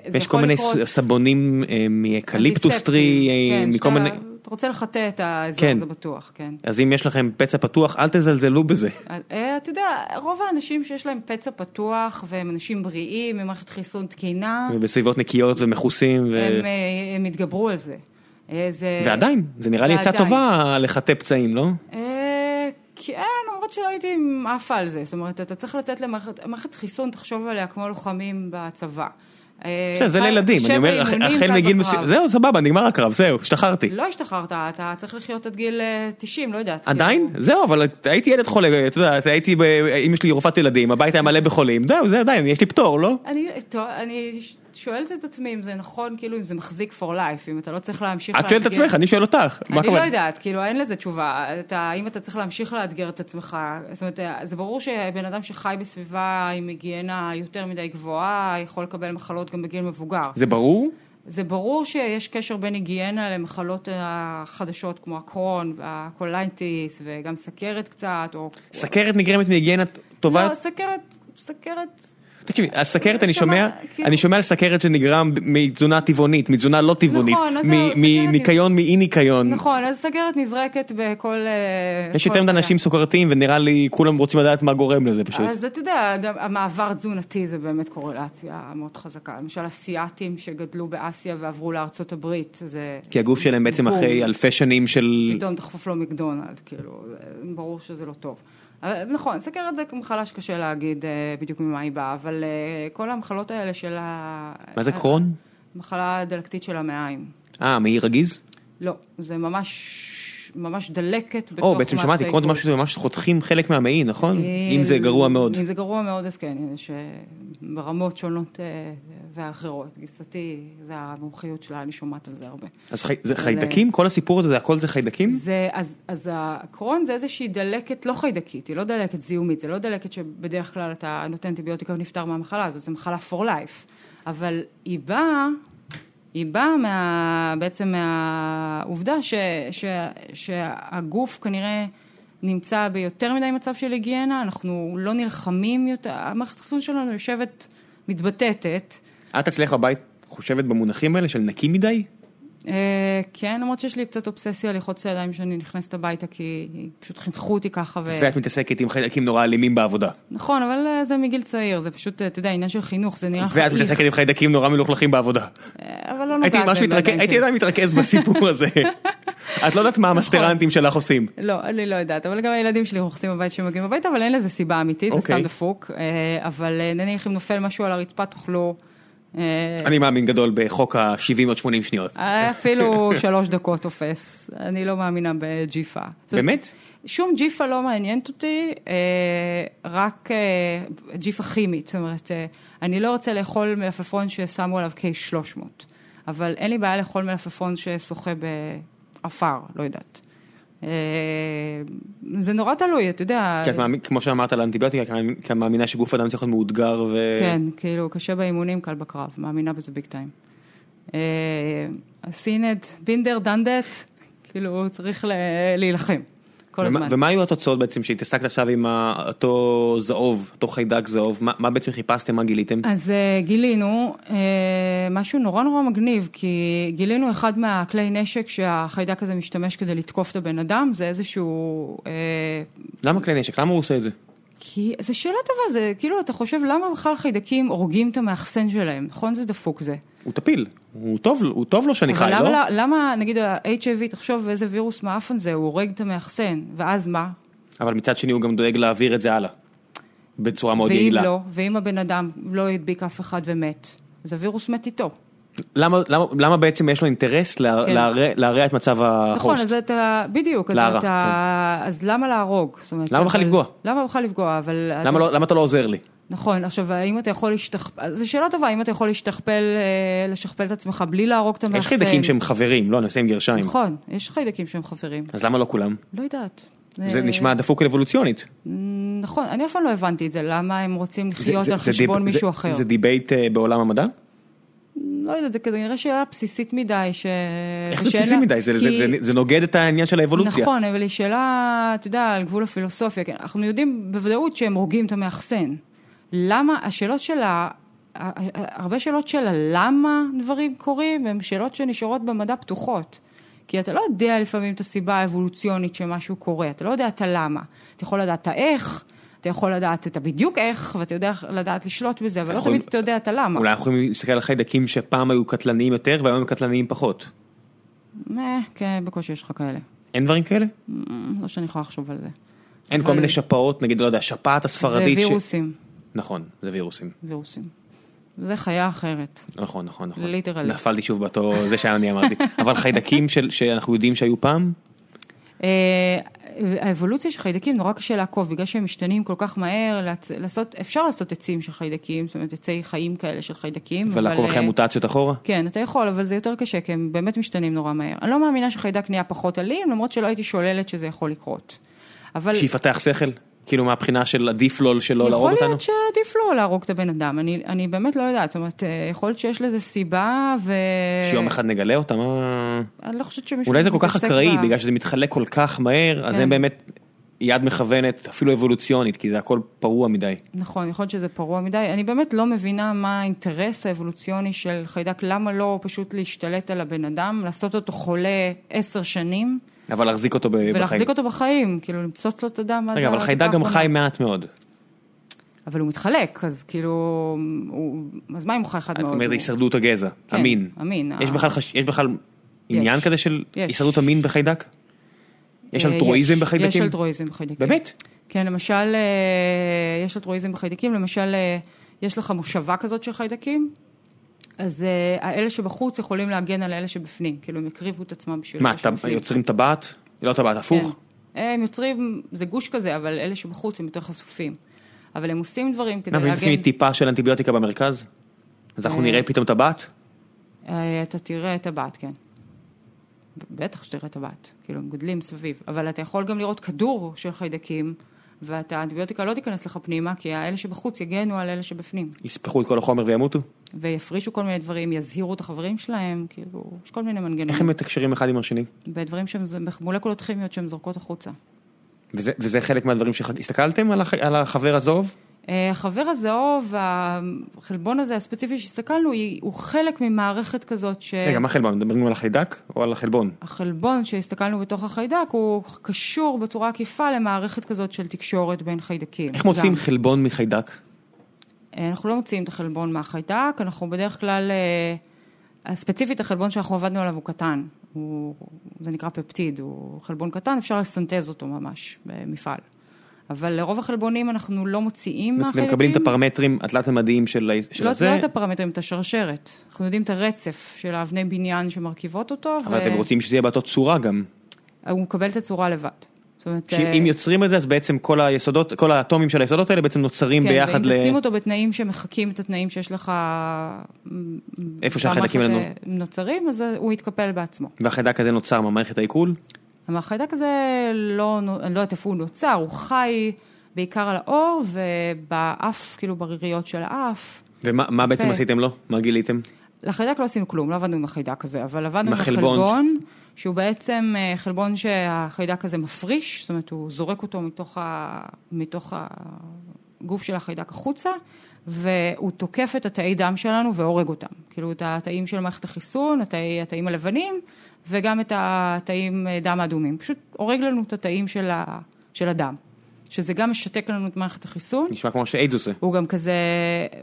Speaker 2: זה
Speaker 1: ויש כל
Speaker 2: יכול
Speaker 1: מיני
Speaker 2: לקרות...
Speaker 1: סבונים אה, מאקליפטוס טרי, אה,
Speaker 2: כן,
Speaker 1: מכל
Speaker 2: שאתה-
Speaker 1: מיני...
Speaker 2: אתה רוצה לחטא את האזור,
Speaker 1: כן.
Speaker 2: זה בטוח, כן.
Speaker 1: אז אם יש לכם פצע פתוח, אל תזלזלו בזה.
Speaker 2: אה, אתה יודע, רוב האנשים שיש להם פצע פתוח, והם אנשים בריאים, עם מערכת חיסון תקינה,
Speaker 1: ובסביבות אה, נקיות ומכוסים, ו-
Speaker 2: הם, אה, הם התגברו על זה. אה, זה...
Speaker 1: ועדיין, זה נראה לי עצה
Speaker 2: ועדיין.
Speaker 1: טובה לחטא פצעים, לא?
Speaker 2: אה, כן, למרות שלא הייתי עפה על זה. זאת אומרת, אתה צריך לתת למערכת מערכת חיסון, תחשוב עליה כמו לוחמים בצבא. אה,
Speaker 1: בסדר, זה
Speaker 2: אחד-
Speaker 1: לילדים, אני
Speaker 2: שבע
Speaker 1: אומר, אח-
Speaker 2: אימונים,
Speaker 1: החל
Speaker 2: קו
Speaker 1: מגיל
Speaker 2: בקרב.
Speaker 1: מסוים, זהו, סבבה, נגמר הקרב, זהו, השתחררתי.
Speaker 2: לא השתחררת, אתה צריך לחיות עד גיל אה, 90, לא יודעת.
Speaker 1: עדיין? זהו, אבל הייתי ילד חולה, אתה יודע, הייתי, ב- אמא שלי רופאת ילדים, הבית היה מלא בחולים, זהו, זה עדיין, יש לי פטור, לא?
Speaker 2: אני, טוב, אני ש- שואלת את עצמי אם זה נכון, כאילו, אם זה מחזיק for life, אם אתה לא צריך להמשיך
Speaker 1: את שואלת את עצמך, אני שואל אותך. מה
Speaker 2: אני לא
Speaker 1: הכוונה?
Speaker 2: יודעת, כאילו, אין לזה תשובה. אתה, אם אתה צריך להמשיך לאתגר את עצמך, זאת אומרת, זה ברור שבן אדם שחי בסביבה עם היגיינה יותר מדי גבוהה, יכול לקבל מחלות גם בגיל מבוגר.
Speaker 1: זה ברור?
Speaker 2: זה ברור שיש קשר בין היגיינה למחלות החדשות, כמו הקרון, והקולייטיס, וגם סכרת קצת, או...
Speaker 1: סכרת נגרמת מהיגיינה טובה?
Speaker 2: לא, סכרת, סכרת...
Speaker 1: תקשיבי, הסכרת אני
Speaker 2: שמע,
Speaker 1: שומע,
Speaker 2: כאילו-
Speaker 1: אני שומע על סכרת שנגרם מתזונה טבעונית, מתזונה לא טבעונית,
Speaker 2: נכון, אז זהו,
Speaker 1: מ-
Speaker 2: סכרת-
Speaker 1: מניקיון, מאי ניקיון.
Speaker 2: נכון, אז סכרת נזרקת בכל... אה,
Speaker 1: יש
Speaker 2: כל
Speaker 1: יותר מדי
Speaker 2: מיני.
Speaker 1: אנשים סוכרתיים ונראה לי כולם רוצים לדעת מה גורם לזה פשוט.
Speaker 2: אז אתה יודע, גם המעבר תזונתי זה באמת קורלציה מאוד חזקה. למשל, אסיאתים שגדלו באסיה ועברו לארצות הברית, זה
Speaker 1: כי הגוף שלהם בעצם
Speaker 2: בום.
Speaker 1: אחרי אלפי שנים של...
Speaker 2: פתאום דחוף לו מקדונלד, כאילו, זה- ברור שזה לא טוב. אבל, נכון, סכרת זה מחלה שקשה להגיד אה, בדיוק ממה היא באה, אבל אה, כל המחלות האלה של ה...
Speaker 1: מה זה קרון?
Speaker 2: מחלה דלקתית של המעיים.
Speaker 1: אה, מעי רגיז?
Speaker 2: לא, זה ממש, ממש דלקת בתוך...
Speaker 1: או, בעצם שמעתי,
Speaker 2: מערכת
Speaker 1: קרון זה
Speaker 2: העיכול.
Speaker 1: משהו שממש חותכים חלק מהמעי, נכון?
Speaker 2: אה,
Speaker 1: אם זה גרוע מאוד.
Speaker 2: אם זה גרוע מאוד, אז כן, יש אה, ברמות שונות אה, ואחרות. גיסתי, זה המומחיות שלה, אני שומעת על זה הרבה.
Speaker 1: אז חי-
Speaker 2: כן.
Speaker 1: זה חיידקים? כל הסיפור הזה, זה הכל זה חיידקים?
Speaker 2: זה, אז, אז הקרון זה איזושהי דלקת לא חיידקית, היא לא דלקת זיהומית, זה לא דלקת שבדרך כלל אתה נותן אנטיביוטיקה ונפטר מהמחלה הזאת, זו מחלה for life. אבל היא באה, היא באה מה, בעצם מהעובדה ש, ש, שהגוף כנראה נמצא ביותר מדי מצב של היגיינה, אנחנו לא נלחמים יותר, המערכת החיסון שלנו יושבת, מתבטטת.
Speaker 1: את אצלך בבית חושבת במונחים האלה של נקי מדי?
Speaker 2: אה, כן, למרות שיש לי קצת אובססיה ללחוץ לידיים כשאני נכנסת הביתה, כי פשוט חינכו אותי ככה. ו...
Speaker 1: ואת מתעסקת עם חיידקים נורא אלימים בעבודה.
Speaker 2: נכון, אבל אה, זה מגיל צעיר, זה פשוט, אה, אתה יודע, עניין של חינוך, זה נראה
Speaker 1: ואת מתעסקת עם חיידקים נורא מלוכלכים בעבודה.
Speaker 2: אה, אבל לא
Speaker 1: הייתי
Speaker 2: נוגעת
Speaker 1: ממש
Speaker 2: בהם
Speaker 1: מתרכז,
Speaker 2: בידיים
Speaker 1: הייתי
Speaker 2: שלי.
Speaker 1: עדיין מתרכז בסיפור הזה. את לא יודעת מה המסטרנטים שלך עושים.
Speaker 2: לא, אני לא יודעת, אבל גם הילדים שלי רוחצים בבית כשהם מגיעים הביתה, אבל אין לזה סיבה אמיתית, זה
Speaker 1: אוקיי.
Speaker 2: סתם דפוק. אה, אבל אה, נניח אם נופל משהו על הרצפה, תאכלו. אה,
Speaker 1: אני מאמין גדול בחוק ה-70 עוד 80 שניות.
Speaker 2: אה, אפילו שלוש דקות תופס, אני לא מאמינה בג'יפה. זאת אומרת,
Speaker 1: באמת?
Speaker 2: שום ג'יפה לא מעניינת אותי, אה, רק אה, ג'יפה כימית. זאת אומרת, אה, אני לא רוצה לאכול מלפפון ששמו עליו K300, אבל אין לי בעיה לאכול מלפפון ששוחה בעפר, לא יודעת. אה, זה נורא תלוי, אתה יודע.
Speaker 1: כי את מאמין- כמו שאמרת על האנטיביוטיקה, כי את מאמינה שגוף אדם צריך להיות מאותגר ו...
Speaker 2: כן, כאילו, קשה באימונים, קל בקרב, מאמינה בזה ביג טיים. אה, הסינד, בינדר, דנדט, כאילו, צריך ל- להילחם כל
Speaker 1: ומה-
Speaker 2: הזמן.
Speaker 1: ומה היו התוצאות בעצם שהתעסקת עכשיו עם ה- אותו זהוב, אותו חיידק זהוב, מה- מה בעצם חיפשתם, מה גיליתם?
Speaker 2: אז אה, גילינו אה, משהו נורא נורא מגניב, כי גילינו אחד מהכלי נשק שהחיידק הזה משתמש כדי לתקוף את הבן אדם, זה איזשהו... אה,
Speaker 1: למה כלי נשק? למה הוא עושה את זה?
Speaker 2: כי זו שאלה טובה, זה כאילו, אתה חושב, למה בכלל חיידקים הורגים את המאחסן שלהם? נכון, זה דפוק זה.
Speaker 1: הוא טפיל, הוא טוב, לו- הוא טוב לו שאני חי,
Speaker 2: אבל
Speaker 1: לא?
Speaker 2: למה, למה, נגיד ה-HIV, תחשוב איזה וירוס מעפן זה, הוא הורג את המאחסן, ואז מה?
Speaker 1: אבל מצד שני הוא גם דואג להעביר את זה הלאה. בצורה מאוד
Speaker 2: ואם
Speaker 1: יעילה.
Speaker 2: לא, ואם הבן אדם לא הדביק אף אחד ומת, אז הווירוס מת איתו.
Speaker 1: למה, למה, למה בעצם יש לו אינטרס לה-
Speaker 2: כן.
Speaker 1: להרע- להרע את מצב החוסט?
Speaker 2: נכון, אז אתה, בדיוק, אז
Speaker 1: להרע,
Speaker 2: אתה, אז למה להרוג? זאת אומרת,
Speaker 1: כן. למה בכלל
Speaker 2: אבל-
Speaker 1: לפגוע?
Speaker 2: למה בכלל לפגוע, אבל... אתה-
Speaker 1: למה, לא, למה אתה לא עוזר לי?
Speaker 2: נכון, עכשיו, האם אתה יכול להשתכפל, זו שאלה טובה, האם אתה יכול להשתכפל, אה, לשכפל את עצמך בלי להרוג את המאחסן?
Speaker 1: יש חיידקים שהם חברים, לא, אני עושה עם גרשיים.
Speaker 2: כן. נכון, יש חיידקים שהם חברים,
Speaker 1: אז למה לא כולם?
Speaker 2: לא יודעת.
Speaker 1: זה
Speaker 2: אה,
Speaker 1: נשמע דפוק אבולוציונית.
Speaker 2: נכון, אני אף פעם לא הבנתי את זה, למה הם רוצים
Speaker 1: זה-
Speaker 2: לחיות
Speaker 1: זה-
Speaker 2: על
Speaker 1: זה
Speaker 2: חשבון
Speaker 1: דיב-
Speaker 2: מישהו
Speaker 1: זה-
Speaker 2: אחר.
Speaker 1: זה דיבייט אה, בעולם המדע?
Speaker 2: לא יודעת, זה כנראה שאלה בסיסית מדי, ש...
Speaker 1: איך זה
Speaker 2: שאין
Speaker 1: בסיסי
Speaker 2: לה-
Speaker 1: מדי? זה- זה-
Speaker 2: כי-
Speaker 1: זה- זה נוגד את העניין של האבולוציה.
Speaker 2: נכון, אבל היא שאלה, אתה יודע, על גבול הפילוסופיה. כן, אנחנו יודעים בוודאות שהם הורגים את המאחסן. למה, השאלות של ה... ה- ה- הרבה שאלות של הלמה דברים קורים, הן שאלות שנשארות במדע פתוחות. כי אתה לא יודע לפעמים את הסיבה האבולוציונית שמשהו קורה, אתה לא יודע את הלמה. אתה יכול לדעת את האיך, אתה יכול לדעת את הבדיוק איך, ואתה יודע לדעת לשלוט בזה, אבל לא
Speaker 1: אנחנו-
Speaker 2: תמיד אתה יודע את הלמה.
Speaker 1: אולי אנחנו יכולים להסתכל על חיידקים שפעם היו קטלניים יותר והיום הם קטלניים פחות.
Speaker 2: אה, כן, בקושי יש לך כאלה.
Speaker 1: אין דברים כאלה?
Speaker 2: אמ, לא שאני יכולה לחשוב על זה.
Speaker 1: אין כל
Speaker 2: אבל-
Speaker 1: מיני שפעות, נגיד, לא יודע, השפעת
Speaker 2: זה
Speaker 1: הספרדית. ש-
Speaker 2: וירוסים,
Speaker 1: נכון, זה וירוסים.
Speaker 2: וירוסים. זה חיה אחרת.
Speaker 1: נכון, נכון, נכון.
Speaker 2: ליטרלי.
Speaker 1: נפלתי שוב באותו, זה שאני אמרתי. אבל חיידקים של- שאנחנו יודעים שהיו פעם?
Speaker 2: אה, האבולוציה של חיידקים נורא קשה לעקוב, בגלל שהם משתנים כל כך מהר, לעצ- לעשות, אפשר לעשות עצים של חיידקים, זאת אומרת עצי חיים כאלה של חיידקים. אבל,
Speaker 1: ולעקוב אחרי
Speaker 2: אה,
Speaker 1: המוטציות אחורה?
Speaker 2: כן, אתה יכול, אבל זה יותר קשה, כי הם באמת משתנים נורא מהר. אני לא מאמינה שחיידק נהיה פחות אלים, למרות שלא הייתי שוללת שזה יכול לקרות. אבל
Speaker 1: שיפתח שכל? כאילו מהבחינה של עדיף לו שלא לא להרוג
Speaker 2: יכול
Speaker 1: אותנו?
Speaker 2: להיות שעדיף לא להרוג את הבן אדם, אני, אני באמת לא יודעת, זאת אומרת, אה, יכול להיות שיש לזה סיבה, ו...
Speaker 1: שיום אחד נגלה אותם? אה,
Speaker 2: אני לא חושבת שמישהו
Speaker 1: אולי זה כל כך
Speaker 2: מתעסק
Speaker 1: אקראי,
Speaker 2: ב-
Speaker 1: בגלל שזה מתחלק כל כך מהר, אז
Speaker 2: כן.
Speaker 1: אין באמת יד מכוונת, אפילו אבולוציונית, כי זה הכל פרוע מדי.
Speaker 2: נכון, יכול להיות שזה פרוע מדי. אני באמת לא מבינה מה האינטרס האבולוציוני של חיידק, למה לא פשוט להשתלט על הבן אדם, לעשות אותו חולה עשר שנים,
Speaker 1: אבל להחזיק אותו ב- בחיים.
Speaker 2: ולהחזיק אותו בחיים, כאילו למצוץ לו את הדם. עד
Speaker 1: רגע, אבל
Speaker 2: הטיפה
Speaker 1: חיידק גם
Speaker 2: האחרונה.
Speaker 1: חי מעט מאוד.
Speaker 2: אבל הוא מתחלק, אז כאילו, הוא... אז מה אם הוא חי אחד
Speaker 1: את
Speaker 2: מאוד?
Speaker 1: אומרת
Speaker 2: הוא-
Speaker 1: הישרדות הגזע,
Speaker 2: כן, אה,
Speaker 1: המין.
Speaker 2: המין,
Speaker 1: יש
Speaker 2: ה-
Speaker 1: בכלל חש- יש בכלל עניין כזה של
Speaker 2: יש.
Speaker 1: הישרדות המין בחיידק? יש
Speaker 2: אה,
Speaker 1: אלטרואיזם
Speaker 2: יש
Speaker 1: בחיידקים?
Speaker 2: אלטרואיזם בחיידקים.
Speaker 1: באמת?
Speaker 2: כן, למשל, אה, יש אלטרואיזם בחיידקים, למשל, אה, יש לך מושבה כזאת של חיידקים, אז אה, האלה שבחוץ יכולים להגן על האלה שבפנים, כאילו הם הקריבו את עצמם בשביל...
Speaker 1: מה,
Speaker 2: אלה
Speaker 1: טב-
Speaker 2: שבפנים.
Speaker 1: יוצרים טבעת? לא טבעת, הפוך?
Speaker 2: כן. הם יוצרים, זה גוש כזה, אבל אלה שבחוץ הם יותר חשופים. אבל הם עושים דברים כדי
Speaker 1: מה, אם
Speaker 2: להגן...
Speaker 1: תשימי טיפה של אנטיביוטיקה במרכז? אז אנחנו
Speaker 2: אה.
Speaker 1: נראה פתאום טבעת?
Speaker 2: אה, אתה תראה את הבת, כן. בטח שתראה את הבת, כאילו הם גודלים סביב, אבל אתה יכול גם לראות כדור של חיידקים, ואתה, האנטיביוטיקה לא תיכנס לך פנימה, כי האלה שבחוץ יגנו על אלה שבפנים.
Speaker 1: יספחו את כל החומר וימותו?
Speaker 2: ויפרישו כל מיני דברים, יזהירו את החברים שלהם, כאילו, יש כל מיני
Speaker 1: איך הם
Speaker 2: מנגנונים.
Speaker 1: מתקשרים אחד עם השני?
Speaker 2: בדברים שהם, במולקולות כימיות שהם זורקות החוצה.
Speaker 1: וזה, וזה חלק מהדברים שהסתכלתם על, הח... על החבר הזוב?
Speaker 2: אה, החבר הזהוב, החלבון הזה הספציפי שהסתכלנו, היא- הוא חלק ממערכת כזאת ש...
Speaker 1: רגע, מה חלבון? מדברים על החיידק או על החלבון?
Speaker 2: החלבון שהסתכלנו בתוך החיידק הוא קשור בצורה עקיפה למערכת כזאת של תקשורת בין חיידקים.
Speaker 1: איך מוצאים
Speaker 2: גם.
Speaker 1: חלבון מחיידק?
Speaker 2: אה, אנחנו לא מוציאים את החלבון מהחיידק, אנחנו בדרך כלל, אה, ספציפית החלבון שאנחנו עבדנו עליו הוא קטן, הוא, זה נקרא פפטיד, הוא חלבון קטן, אפשר לסנטז אותו ממש במפעל. אבל לרוב החלבונים אנחנו לא מוציאים
Speaker 1: אתם מקבלים את הפרמטרים התלת-ממדיים של, ה- של
Speaker 2: לא,
Speaker 1: הזה,
Speaker 2: לא את הפרמטרים, את השרשרת. אנחנו יודעים את הרצף של האבני בניין שמרכיבות אותו,
Speaker 1: אבל אתם רוצים שזה יהיה באותה צורה גם.
Speaker 2: הוא מקבל את הצורה לבד. זאת אומרת, אה,
Speaker 1: שאם יוצרים את זה, אז בעצם כל היסודות, כל האטומים של היסודות האלה בעצם נוצרים ביחד
Speaker 2: כן, ואם
Speaker 1: ל...
Speaker 2: תשים אותו בתנאים שמחקים את התנאים שיש לך... מ-
Speaker 1: איפה שהחיידקים האלה
Speaker 2: במערכת, אה, נוצרים, אז הוא יתקפל בעצמו.
Speaker 1: והחיידק הזה נוצר ממערכת העיכול?
Speaker 2: החיידק הזה לא, נו- אני לא יודעת איפה הוא נוצר, הוא חי בעיקר על האור ובאף, כאילו בריריות של האף.
Speaker 1: ומה מה בעצם
Speaker 2: אוקיי.
Speaker 1: עשיתם לו? מה גיליתם?
Speaker 2: לחיידק לא עשינו כלום, לא עבדנו עם החיידק הזה, אבל עבדנו עם
Speaker 1: מהחלבון.
Speaker 2: החלבון, שהוא בעצם אה, חלבון שהחיידק הזה מפריש, זאת אומרת, הוא זורק אותו מתוך, ה... מתוך הגוף של החיידק החוצה, והוא תוקף את התאי דם שלנו והורג אותם. כאילו, את התאים של מערכת החיסון, התאי, התאים הלבנים, וגם את התאים אה, דם האדומים. פשוט הורג לנו את התאים של, ה... של הדם, שזה גם משתק לנו את מערכת החיסון.
Speaker 1: נשמע כמו שאיידס עושה.
Speaker 2: הוא גם כזה,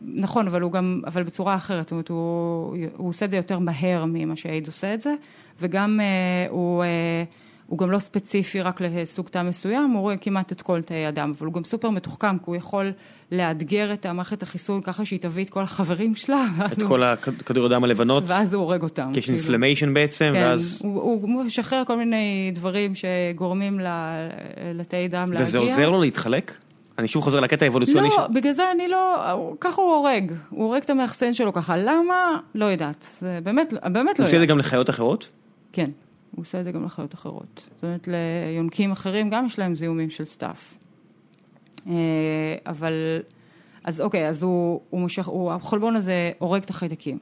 Speaker 2: נכון, אבל הוא גם, אבל בצורה אחרת, זאת אומרת, הוא, הוא עושה את זה יותר מהר ממה שאייד עושה את זה, וגם אה, הוא, אה, הוא גם לא ספציפי רק לסוג תא מסוים, הוא רואה כמעט את כל תאי הדם, אבל הוא גם סופר מתוחכם, כי הוא יכול לאתגר את המערכת החיסון ככה שהיא תביא את כל החברים שלה, ואז
Speaker 1: את
Speaker 2: הוא-
Speaker 1: כל הכדור דם הלבנות,
Speaker 2: ואז הוא הורג אותם.
Speaker 1: כי יש
Speaker 2: כאילו.
Speaker 1: אינפלמיישן בעצם,
Speaker 2: כן,
Speaker 1: ואז...
Speaker 2: הוא- הוא משחרר כל מיני דברים שגורמים ל- לתאי דם להגיע.
Speaker 1: וזה עוזר לו להתחלק? אני שוב חוזר לקטע האבולוציוני.
Speaker 2: לא,
Speaker 1: ש-
Speaker 2: בגלל זה אני לא, ככה הוא הורג, הוא הורג את המאחסן שלו ככה, למה? לא יודעת, זה באמת, באמת
Speaker 1: הוא
Speaker 2: לא
Speaker 1: עושה את זה
Speaker 2: יודעת.
Speaker 1: גם לחיות אחרות?
Speaker 2: כן, הוא עושה את זה גם לחיות אחרות. זאת אומרת, ליונקים אחרים גם יש להם זיהומים של סטאף. אה, אבל, אז אוקיי, אז הוא, הוא משך, הוא, החולבון הזה הורג את החיידקים.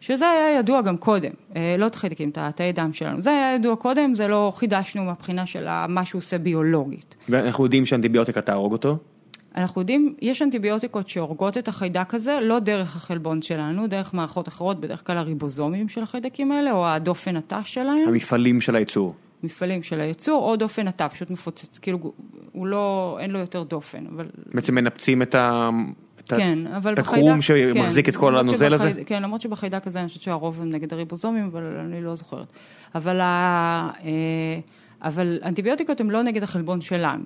Speaker 2: שזה היה ידוע גם קודם, אה, לא את החיידקים, את התאי דם שלנו. זה היה ידוע קודם, זה לא חידשנו מהבחינה של ה- מה שהוא עושה ביולוגית.
Speaker 1: ואנחנו יודעים שאנטיביוטיקה תהרוג אותו?
Speaker 2: אנחנו יודעים, יש אנטיביוטיקות שהורגות את החיידק הזה, לא דרך החלבון שלנו, דרך מערכות אחרות, בדרך כלל הריבוזומים של החיידקים האלה, או הדופן התא שלהם.
Speaker 1: המפעלים של הייצור.
Speaker 2: מפעלים של הייצור, או דופן התא, פשוט מפוצץ, כאילו, הוא לא, אין לו יותר דופן, אבל...
Speaker 1: בעצם מנפצים את ה... את ה-
Speaker 2: כן, אבל
Speaker 1: את
Speaker 2: בחיידק...
Speaker 1: הקרום שמחזיק
Speaker 2: כן,
Speaker 1: את כל
Speaker 2: למרות
Speaker 1: הנוזל הזה?
Speaker 2: שבחייד- כן, למרות שבחיידק הזה אני חושבת שהרוב הם נגד הריבוזומים, אבל אני לא זוכרת. אבל, ה... אה, אבל אנטיביוטיקות הן לא נגד החלבון שלנו,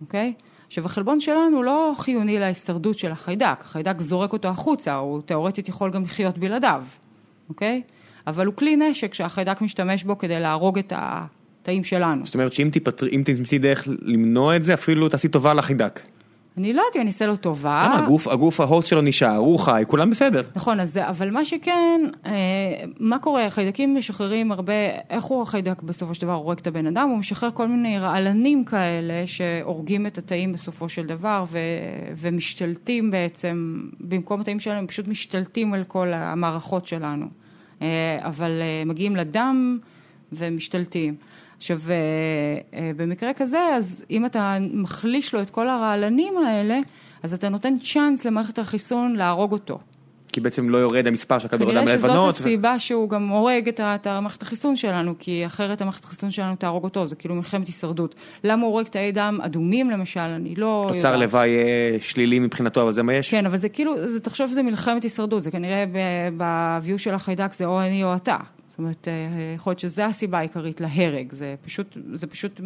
Speaker 2: אוקיי? עכשיו, החלבון שלנו הוא לא חיוני להישרדות של החיידק, החיידק זורק אותו החוצה, הוא תאורטית יכול גם לחיות בלעדיו, אוקיי? אבל הוא כלי נשק שהחיידק משתמש בו כדי להרוג את התאים שלנו.
Speaker 1: זאת אומרת שאם תיפטר- אם תמצאי דרך למנוע את זה, אפילו תעשי טובה לחיידק.
Speaker 2: אני לא יודעת אם אני אעשה לו טובה.
Speaker 1: למה? הגוף, הגוף ההוסט שלו נשאר, הוא חי, כולם בסדר.
Speaker 2: נכון, אז, זה- אבל מה שכן, אה, מה קורה, חיידקים משחררים הרבה, איך הוא החיידק בסופו של דבר הורג את הבן אדם? הוא משחרר כל מיני רעלנים כאלה שהורגים את התאים בסופו של דבר ו, ומשתלטים בעצם, במקום התאים שלנו הם פשוט משתלטים על כל המערכות שלנו. אה, אבל אה, מגיעים לדם ומשתלטים. עכשיו, אה, אה, במקרה כזה, אז אם אתה מחליש לו את כל הרעלנים האלה, אז אתה נותן צ'אנס למערכת החיסון להרוג אותו.
Speaker 1: כי בעצם לא יורד המספר של הכדור
Speaker 2: כנראה
Speaker 1: אדם
Speaker 2: שזאת
Speaker 1: לבנות.
Speaker 2: הסיבה שהוא גם הורג את ה- את המערכת החיסון שלנו, כי אחרת המערכת החיסון שלנו תהרוג אותו, זה כאילו מלחמת הישרדות. למה הוא הורג תאי דם אדומים למשל, אני לא יודעת.
Speaker 1: תוצר לוואי אה, שלילי מבחינתו, אבל זה מה יש.
Speaker 2: כן, אבל זה כאילו, זה, תחשוב שזה מלחמת הישרדות, זה כנראה ב- ב-view של החיידק זה או אני או אתה. זאת אומרת, אה, יכול להיות שזו הסיבה העיקרית להרג, זה פשוט, זה פשוט,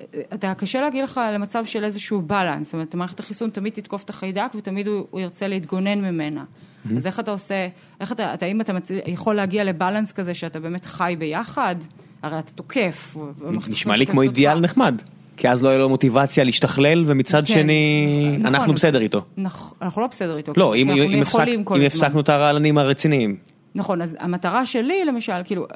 Speaker 2: אה, אתה קשה להגיע לך למצב של איזשהו בלנס, זאת אומרת, מערכת החיסון תמיד תתקוף את החיידק ותמיד הוא, הוא ירצה להתגונן ממנה.
Speaker 1: Mm-hmm.
Speaker 2: אז איך אתה עושה, איך אתה, אתה האם אתה מצ... יכול להגיע לבלנס כזה שאתה באמת חי ביחד? הרי אתה תוקף. והמערכת
Speaker 1: נשמע
Speaker 2: החיסון
Speaker 1: לי כמו
Speaker 2: תוקפת
Speaker 1: אידיאל
Speaker 2: אותך.
Speaker 1: נחמד. כי אז לא יהיה לו מוטיבציה להשתכלל, ומצד
Speaker 2: כן.
Speaker 1: שני,
Speaker 2: נכון.
Speaker 1: אנחנו בסדר איתו.
Speaker 2: נכ- אנחנו לא בסדר איתו.
Speaker 1: לא, אם
Speaker 2: כי אנחנו
Speaker 1: אם
Speaker 2: נהיה
Speaker 1: הפסק-
Speaker 2: חולים כל
Speaker 1: אם
Speaker 2: הזמן.
Speaker 1: הפסקנו את הרעלנים הרציניים.
Speaker 2: נכון, אז המטרה שלי, למשל, כאילו,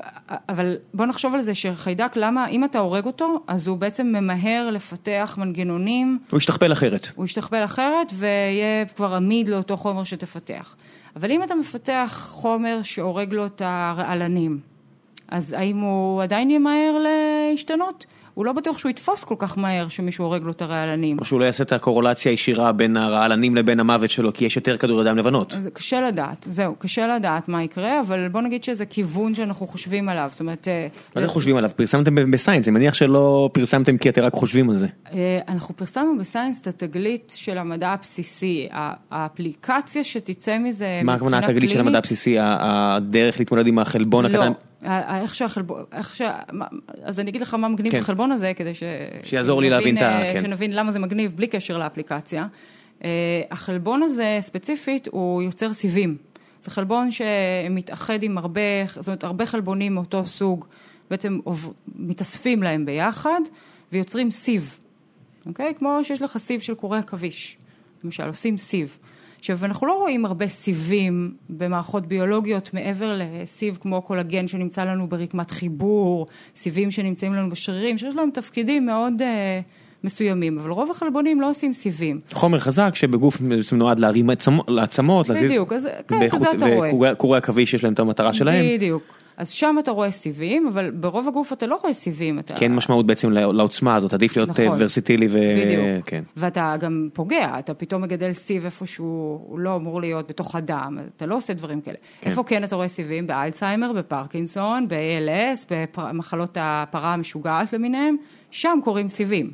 Speaker 2: אבל בוא נחשוב על זה שחיידק, למה, אם אתה הורג אותו, אז הוא בעצם ממהר לפתח מנגנונים,
Speaker 1: הוא ישתכפל אחרת.
Speaker 2: הוא ישתכפל אחרת ויהיה כבר עמיד לאותו חומר שתפתח. אבל אם אתה מפתח חומר שהורג לו את הרעלנים, אז האם הוא עדיין ימהר להשתנות? הוא לא בטוח שהוא יתפוס כל כך מהר שמישהו הורג לו את הרעלנים.
Speaker 1: או שהוא לא יעשה את הקורולציה הישירה בין הרעלנים לבין המוות שלו, כי יש יותר כדורי דם לבנות.
Speaker 2: זה קשה לדעת, זהו, קשה לדעת מה יקרה, אבל בוא נגיד שזה כיוון שאנחנו חושבים עליו, זאת אומרת... אה,
Speaker 1: מה זה חושבים עליו? פרסמתם ב- בסיינס, אני מניח שלא פרסמתם כי אתם רק חושבים על זה.
Speaker 2: אה, אנחנו פרסמנו בסיינס את התגלית של המדע הבסיסי, ה- האפליקציה שתצא מזה
Speaker 1: מה הכוונה
Speaker 2: מבחינה
Speaker 1: התגלית של
Speaker 2: קלינית-
Speaker 1: המדע הבסיסי, ה- הדרך להתמודד עם החלבון
Speaker 2: לא,
Speaker 1: הקטן,
Speaker 2: ה- ה- איך שהחלבון, איך שה... מה- אז אני אגיד לך מה מגניב
Speaker 1: כן.
Speaker 2: בחלבון הזה, כדי ש...
Speaker 1: שיעזור לי
Speaker 2: שנבין,
Speaker 1: להבין את ה-
Speaker 2: אה,
Speaker 1: כן.
Speaker 2: שנבין למה זה מגניב בלי קשר לאפליקציה. אה, החלבון הזה ספציפית, הוא יוצר סיבים. זה חלבון שמתאחד עם הרבה, זאת אומרת, הרבה חלבונים מאותו סוג, בעצם עוב- מתאספים להם ביחד ויוצרים סיב. אוקיי? כמו שיש לך סיב של קורי עכביש, למשל, עושים סיב. עכשיו, אנחנו לא רואים הרבה סיבים במערכות ביולוגיות מעבר לסיב כמו קולגן שנמצא לנו ברקמת חיבור, סיבים שנמצאים לנו בשרירים, שיש להם תפקידים מאוד אה, מסוימים, אבל רוב החלבונים לא עושים סיבים.
Speaker 1: חומר חזק שבגוף בעצם נועד להרים עצמו- לעצמות, להזיז,
Speaker 2: בדיוק, אז כן,
Speaker 1: באיכות-
Speaker 2: כזה אתה רואה.
Speaker 1: וקורי קורי עכביש יש להם את המטרה שלהם,
Speaker 2: בדיוק. אז שם אתה רואה סיבים, אבל ברוב הגוף אתה לא רואה סיבים. אתה...
Speaker 1: כי אין משמעות בעצם לא- לעוצמה הזאת, עדיף להיות
Speaker 2: נכון.
Speaker 1: אה, ורסיטילי ו...
Speaker 2: בדיוק.
Speaker 1: כן.
Speaker 2: ואתה גם פוגע, אתה פתאום מגדל סיב איפה שהוא לא אמור להיות, בתוך הדם, אתה לא עושה דברים כאלה. כן. איפה כן אתה רואה סיבים? באלצהיימר, בפרקינסון, ב-ALS, במחלות הפרה המשוגעת למיניהם, שם קורים סיבים.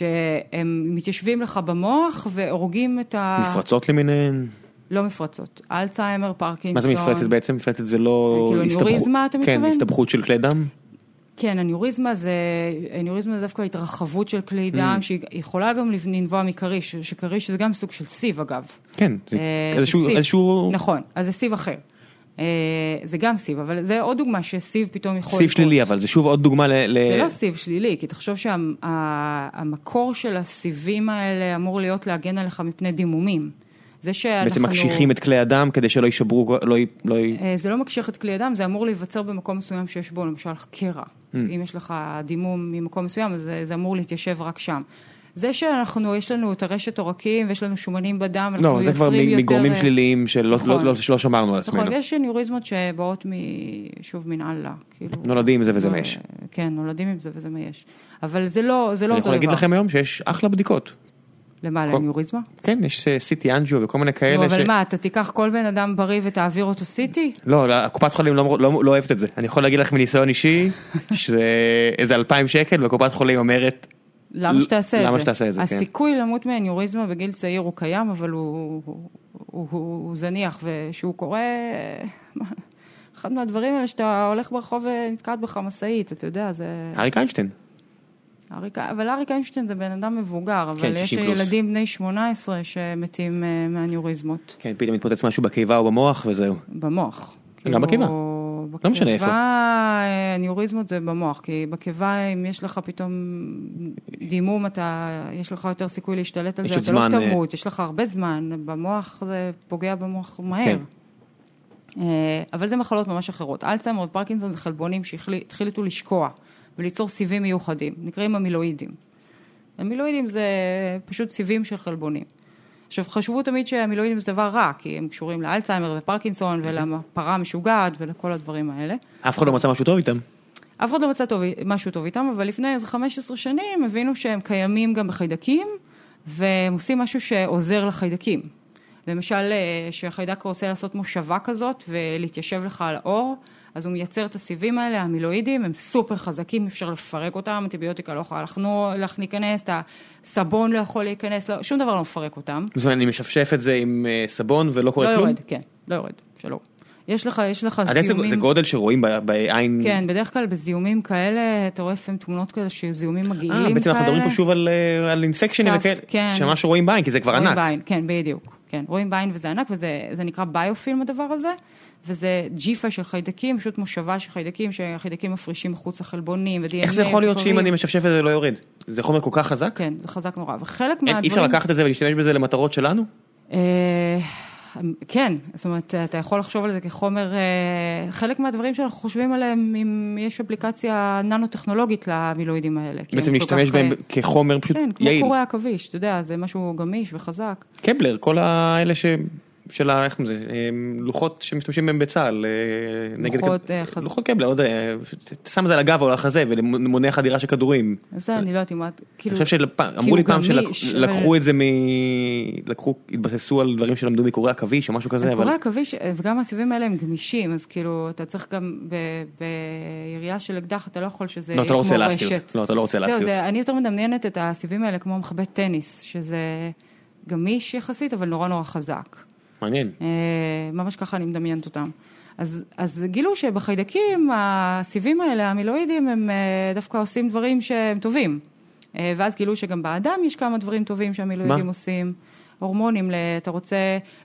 Speaker 2: שהם מתיישבים לך במוח והורגים את ה...
Speaker 1: מפרצות למיניהן,
Speaker 2: לא מפרצות. אלצהיימר, פרקינסון.
Speaker 1: מה זה מפרצת בעצם? מפרצת זה לא...
Speaker 2: כאילו
Speaker 1: הסתבכות-
Speaker 2: אנוריזמה, אתה
Speaker 1: כן,
Speaker 2: מתכוון?
Speaker 1: הסתבכות של כלי דם.
Speaker 2: כן, אניוריזמה זה, אניוריזמה זה דווקא התרחבות של כלי דם,
Speaker 1: Mm.
Speaker 2: שהיא יכולה גם לנבוע מכריש, שכריש זה גם סוג של סיב אגב.
Speaker 1: כן, זה
Speaker 2: אה,
Speaker 1: איזשהו,
Speaker 2: סיב.
Speaker 1: איזשהו
Speaker 2: נכון, אז זה סיב אחר. אה, זה גם סיב, אבל זה עוד דוגמה שסיב פתאום יכול...
Speaker 1: סיב
Speaker 2: לקרות.
Speaker 1: שלילי, אבל זה שוב עוד דוגמה ל... ל-
Speaker 2: נכון, זה לא סיב שלילי, כי תחשוב שהמקור של הסיבים האלה אמור להיות להגן עליך מפני דימומים. זה שאנחנו...
Speaker 1: בעצם מקשיחים את כלי הדם כדי שלא יישברו, לא י... לא י...
Speaker 2: אה, זה לא מקשיח את כלי הדם, זה אמור להיווצר במקום מסוים שיש בו למשל קרע.
Speaker 1: Hmm.
Speaker 2: אם יש לך דימום ממקום מסוים, אז זה- זה אמור להתיישב רק שם. זה שאנחנו, יש לנו את הרשת עורקים ויש לנו שומנים בדם, אה, אנחנו
Speaker 1: לא, זה כבר
Speaker 2: יוצרים
Speaker 1: מ-
Speaker 2: יותר,
Speaker 1: מגורמים
Speaker 2: אה,
Speaker 1: שליליים שלא
Speaker 2: נכון.
Speaker 1: לא- לא- שלא שמרנו על עצמנו.
Speaker 2: נכון, יש אניוריזמות שבאות מ... שוב, מן אללה. כאילו,
Speaker 1: נולדים עם זה וזה
Speaker 2: לא-
Speaker 1: מה יש.
Speaker 2: כן, נולדים עם זה וזה מה יש. אבל זה לא, זה לא
Speaker 1: אני
Speaker 2: אותו
Speaker 1: יכול להגיד
Speaker 2: דבר.
Speaker 1: לכם היום שיש אחלה בדיקות.
Speaker 2: למה,
Speaker 1: כל-
Speaker 2: לאניוריזמה?
Speaker 1: כן, יש אה, סיטי אנג'יו וכל מיני
Speaker 2: נו,
Speaker 1: כאלה.
Speaker 2: אבל
Speaker 1: ש-
Speaker 2: מה, אתה תיקח כל בן אדם בריא ותעביר אותו סיטי?
Speaker 1: לא, לא, הקופת חולים לא, לא, לא אוהבת את זה. אני יכול להגיד לך מניסיון אישי, שזה איזה 2,000 שקל, וקופת חולים אומרת,
Speaker 2: למה
Speaker 1: ל-
Speaker 2: שתעשה את זה?
Speaker 1: למה שתעשה את זה, כן.
Speaker 2: הסיכוי למות מאניוריזמה בגיל צעיר הוא קיים, אבל הוא, הוא, הוא, הוא זניח, וכשהוא קורה... אחד מהדברים האלה שאתה הולך ברחוב ונתקעת בך משאית, אתה יודע, זה...
Speaker 1: אריק איינשטיין.
Speaker 2: אריק, אבל אריק איינשטיין זה בן אדם מבוגר, אבל
Speaker 1: כן,
Speaker 2: יש
Speaker 1: 60 פלוס.
Speaker 2: ילדים בני 18 שמתים אה, מאניוריזמות
Speaker 1: כן, פתאום מתפוצץ משהו בקיבה או במוח וזהו.
Speaker 2: במוח. כאילו,
Speaker 1: גם בקיבה.
Speaker 2: בקיבה.
Speaker 1: לא משנה איפה.
Speaker 2: בקיבה, אה, אניוריזמות זה במוח, כי בקיבה אם יש לך פתאום דימום, אתה, יש לך יותר סיכוי להשתלט על
Speaker 1: יש
Speaker 2: זה,
Speaker 1: עוד
Speaker 2: אתה לא
Speaker 1: זמן, אה,
Speaker 2: תמות, יש לך הרבה זמן, במוח זה פוגע במוח מהר.
Speaker 1: כן.
Speaker 2: אה, אבל זה מחלות ממש אחרות. אלצהיימר ופרקינסון זה חלבונים שהחליטו לשקוע וליצור סיבים מיוחדים, נקראים המילואידים. המילואידים זה פשוט סיבים של חלבונים. עכשיו, חשבו תמיד שהמילואידים זה דבר רע, כי הם קשורים לאלצהיימר ופרקינסון ולפרה המשוגעת ולכל הדברים האלה.
Speaker 1: אף אחד לא מצא משהו טוב איתם.
Speaker 2: אף אחד לא מצא טוב, משהו טוב איתם, אבל לפני איזה 15 שנים הבינו שהם קיימים גם בחיידקים, והם עושים משהו שעוזר לחיידקים. למשל, אה, כשהחיידק רוצה לעשות מושבה כזאת ולהתיישב לך על האור, אז הוא מייצר את הסיבים האלה, המילואידים, הם סופר חזקים, אפשר לפרק אותם, אנטיביוטיקה לא יכולה לחנו- לך להיכנס, הסבון לא יכול להיכנס, לא, שום דבר לא מפרק אותם.
Speaker 1: זאת אומרת, אני משפשף את זה עם אה, סבון ולא
Speaker 2: לא
Speaker 1: קורה כלום.
Speaker 2: יורד, כן, לא יורד, שלא. יש לך, יש לך
Speaker 1: אז איזה- זה
Speaker 2: זיהומים...
Speaker 1: גודל שרואים ב- בעין...
Speaker 2: כן, בדרך כלל בזיהומים כאלה, אתה רואה לפעמים תמונות כאלה של זיהומים מגעילים כאלה.
Speaker 1: אה, בעצם אנחנו מדברים פה שוב על, אה, על אינפקשנים
Speaker 2: Stuff,
Speaker 1: וכאלה,
Speaker 2: כן.
Speaker 1: שמשהו רואים בעין, כי זה כבר
Speaker 2: רואים
Speaker 1: ענק.
Speaker 2: בעין, כן, בדיוק. כן, רואים בעין וזה ענק, וזה זה נקרא ביופילם הדבר הזה, וזה ג'יפה של חיידקים, פשוט מושבה של חיידקים, שהחיידקים מפרישים מחוץ לחלבונים, ו-DNA,
Speaker 1: איך זה יכול להיות שאם
Speaker 2: סוכרים.
Speaker 1: אני משפשף את זה לא יורד? זה חומר כל כך חזק?
Speaker 2: כן, זה חזק נורא, וחלק
Speaker 1: אין-
Speaker 2: מהדברים...
Speaker 1: אה, אי אפשר לקחת את זה ולהשתמש בזה למטרות שלנו?
Speaker 2: אה, כן, זאת אומרת, אתה יכול לחשוב על זה כחומר, אה, חלק מהדברים שאנחנו חושבים עליהם, אם יש אפליקציה ננו-טכנולוגית למילואידים האלה. כי הם
Speaker 1: בעצם
Speaker 2: כל
Speaker 1: להשתמש
Speaker 2: כך,
Speaker 1: בהם
Speaker 2: אה,
Speaker 1: כחומר פשוט
Speaker 2: כן, כמו
Speaker 1: יעיל.
Speaker 2: קורי עכביש, אתה יודע, זה משהו גמיש וחזק.
Speaker 1: קבלר, כל האלה ש... של ה... איך זה? אה, לוחות שמשתמשים בהם בצה"ל. אה, נגד...
Speaker 2: לוחות,
Speaker 1: קב-
Speaker 2: אה, חז-
Speaker 1: לוחות קבלר, לא יודע, אתה שם את זה על הגב או על החזה ומונע חדירה של כדורים.
Speaker 2: זה אני לא יודעת אם את,
Speaker 1: אה, אני
Speaker 2: כאילו,
Speaker 1: חושב
Speaker 2: כי
Speaker 1: שאמרו
Speaker 2: הוא
Speaker 1: לי פעם
Speaker 2: גמיש, אבל-
Speaker 1: שלקחו את זה מ... לקחו, התבססו על דברים שלמדו מקורי עכביש או משהו כזה, אבל...
Speaker 2: קורי עכביש, אה, וגם הסיבים האלה הם גמישים, אז כאילו, אתה צריך גם ב- בירייה של אקדח, אתה לא יכול שזה
Speaker 1: לא,
Speaker 2: יהיה
Speaker 1: אתה לא
Speaker 2: כמו
Speaker 1: רוצה
Speaker 2: רשת.
Speaker 1: אלסטיות. לא, אתה לא רוצה
Speaker 2: זהו,
Speaker 1: אלסטיות.
Speaker 2: זה, אני יותר מדמיינת את הסיבים האלה כמו מחבט טניס, שזה גמיש יחסית, אבל נורא נורא חזק.
Speaker 1: מעניין.
Speaker 2: אה, ממש ככה אני מדמיינת אותם. אז, אז גילו שבחיידקים הסיבים האלה, המילואידים, הם אה, דווקא עושים דברים שהם טובים. אה, ואז גילו שגם באדם יש כמה דברים טובים שהמילואידים
Speaker 1: מה?
Speaker 2: עושים. הורמונים, ל- אתה רוצה,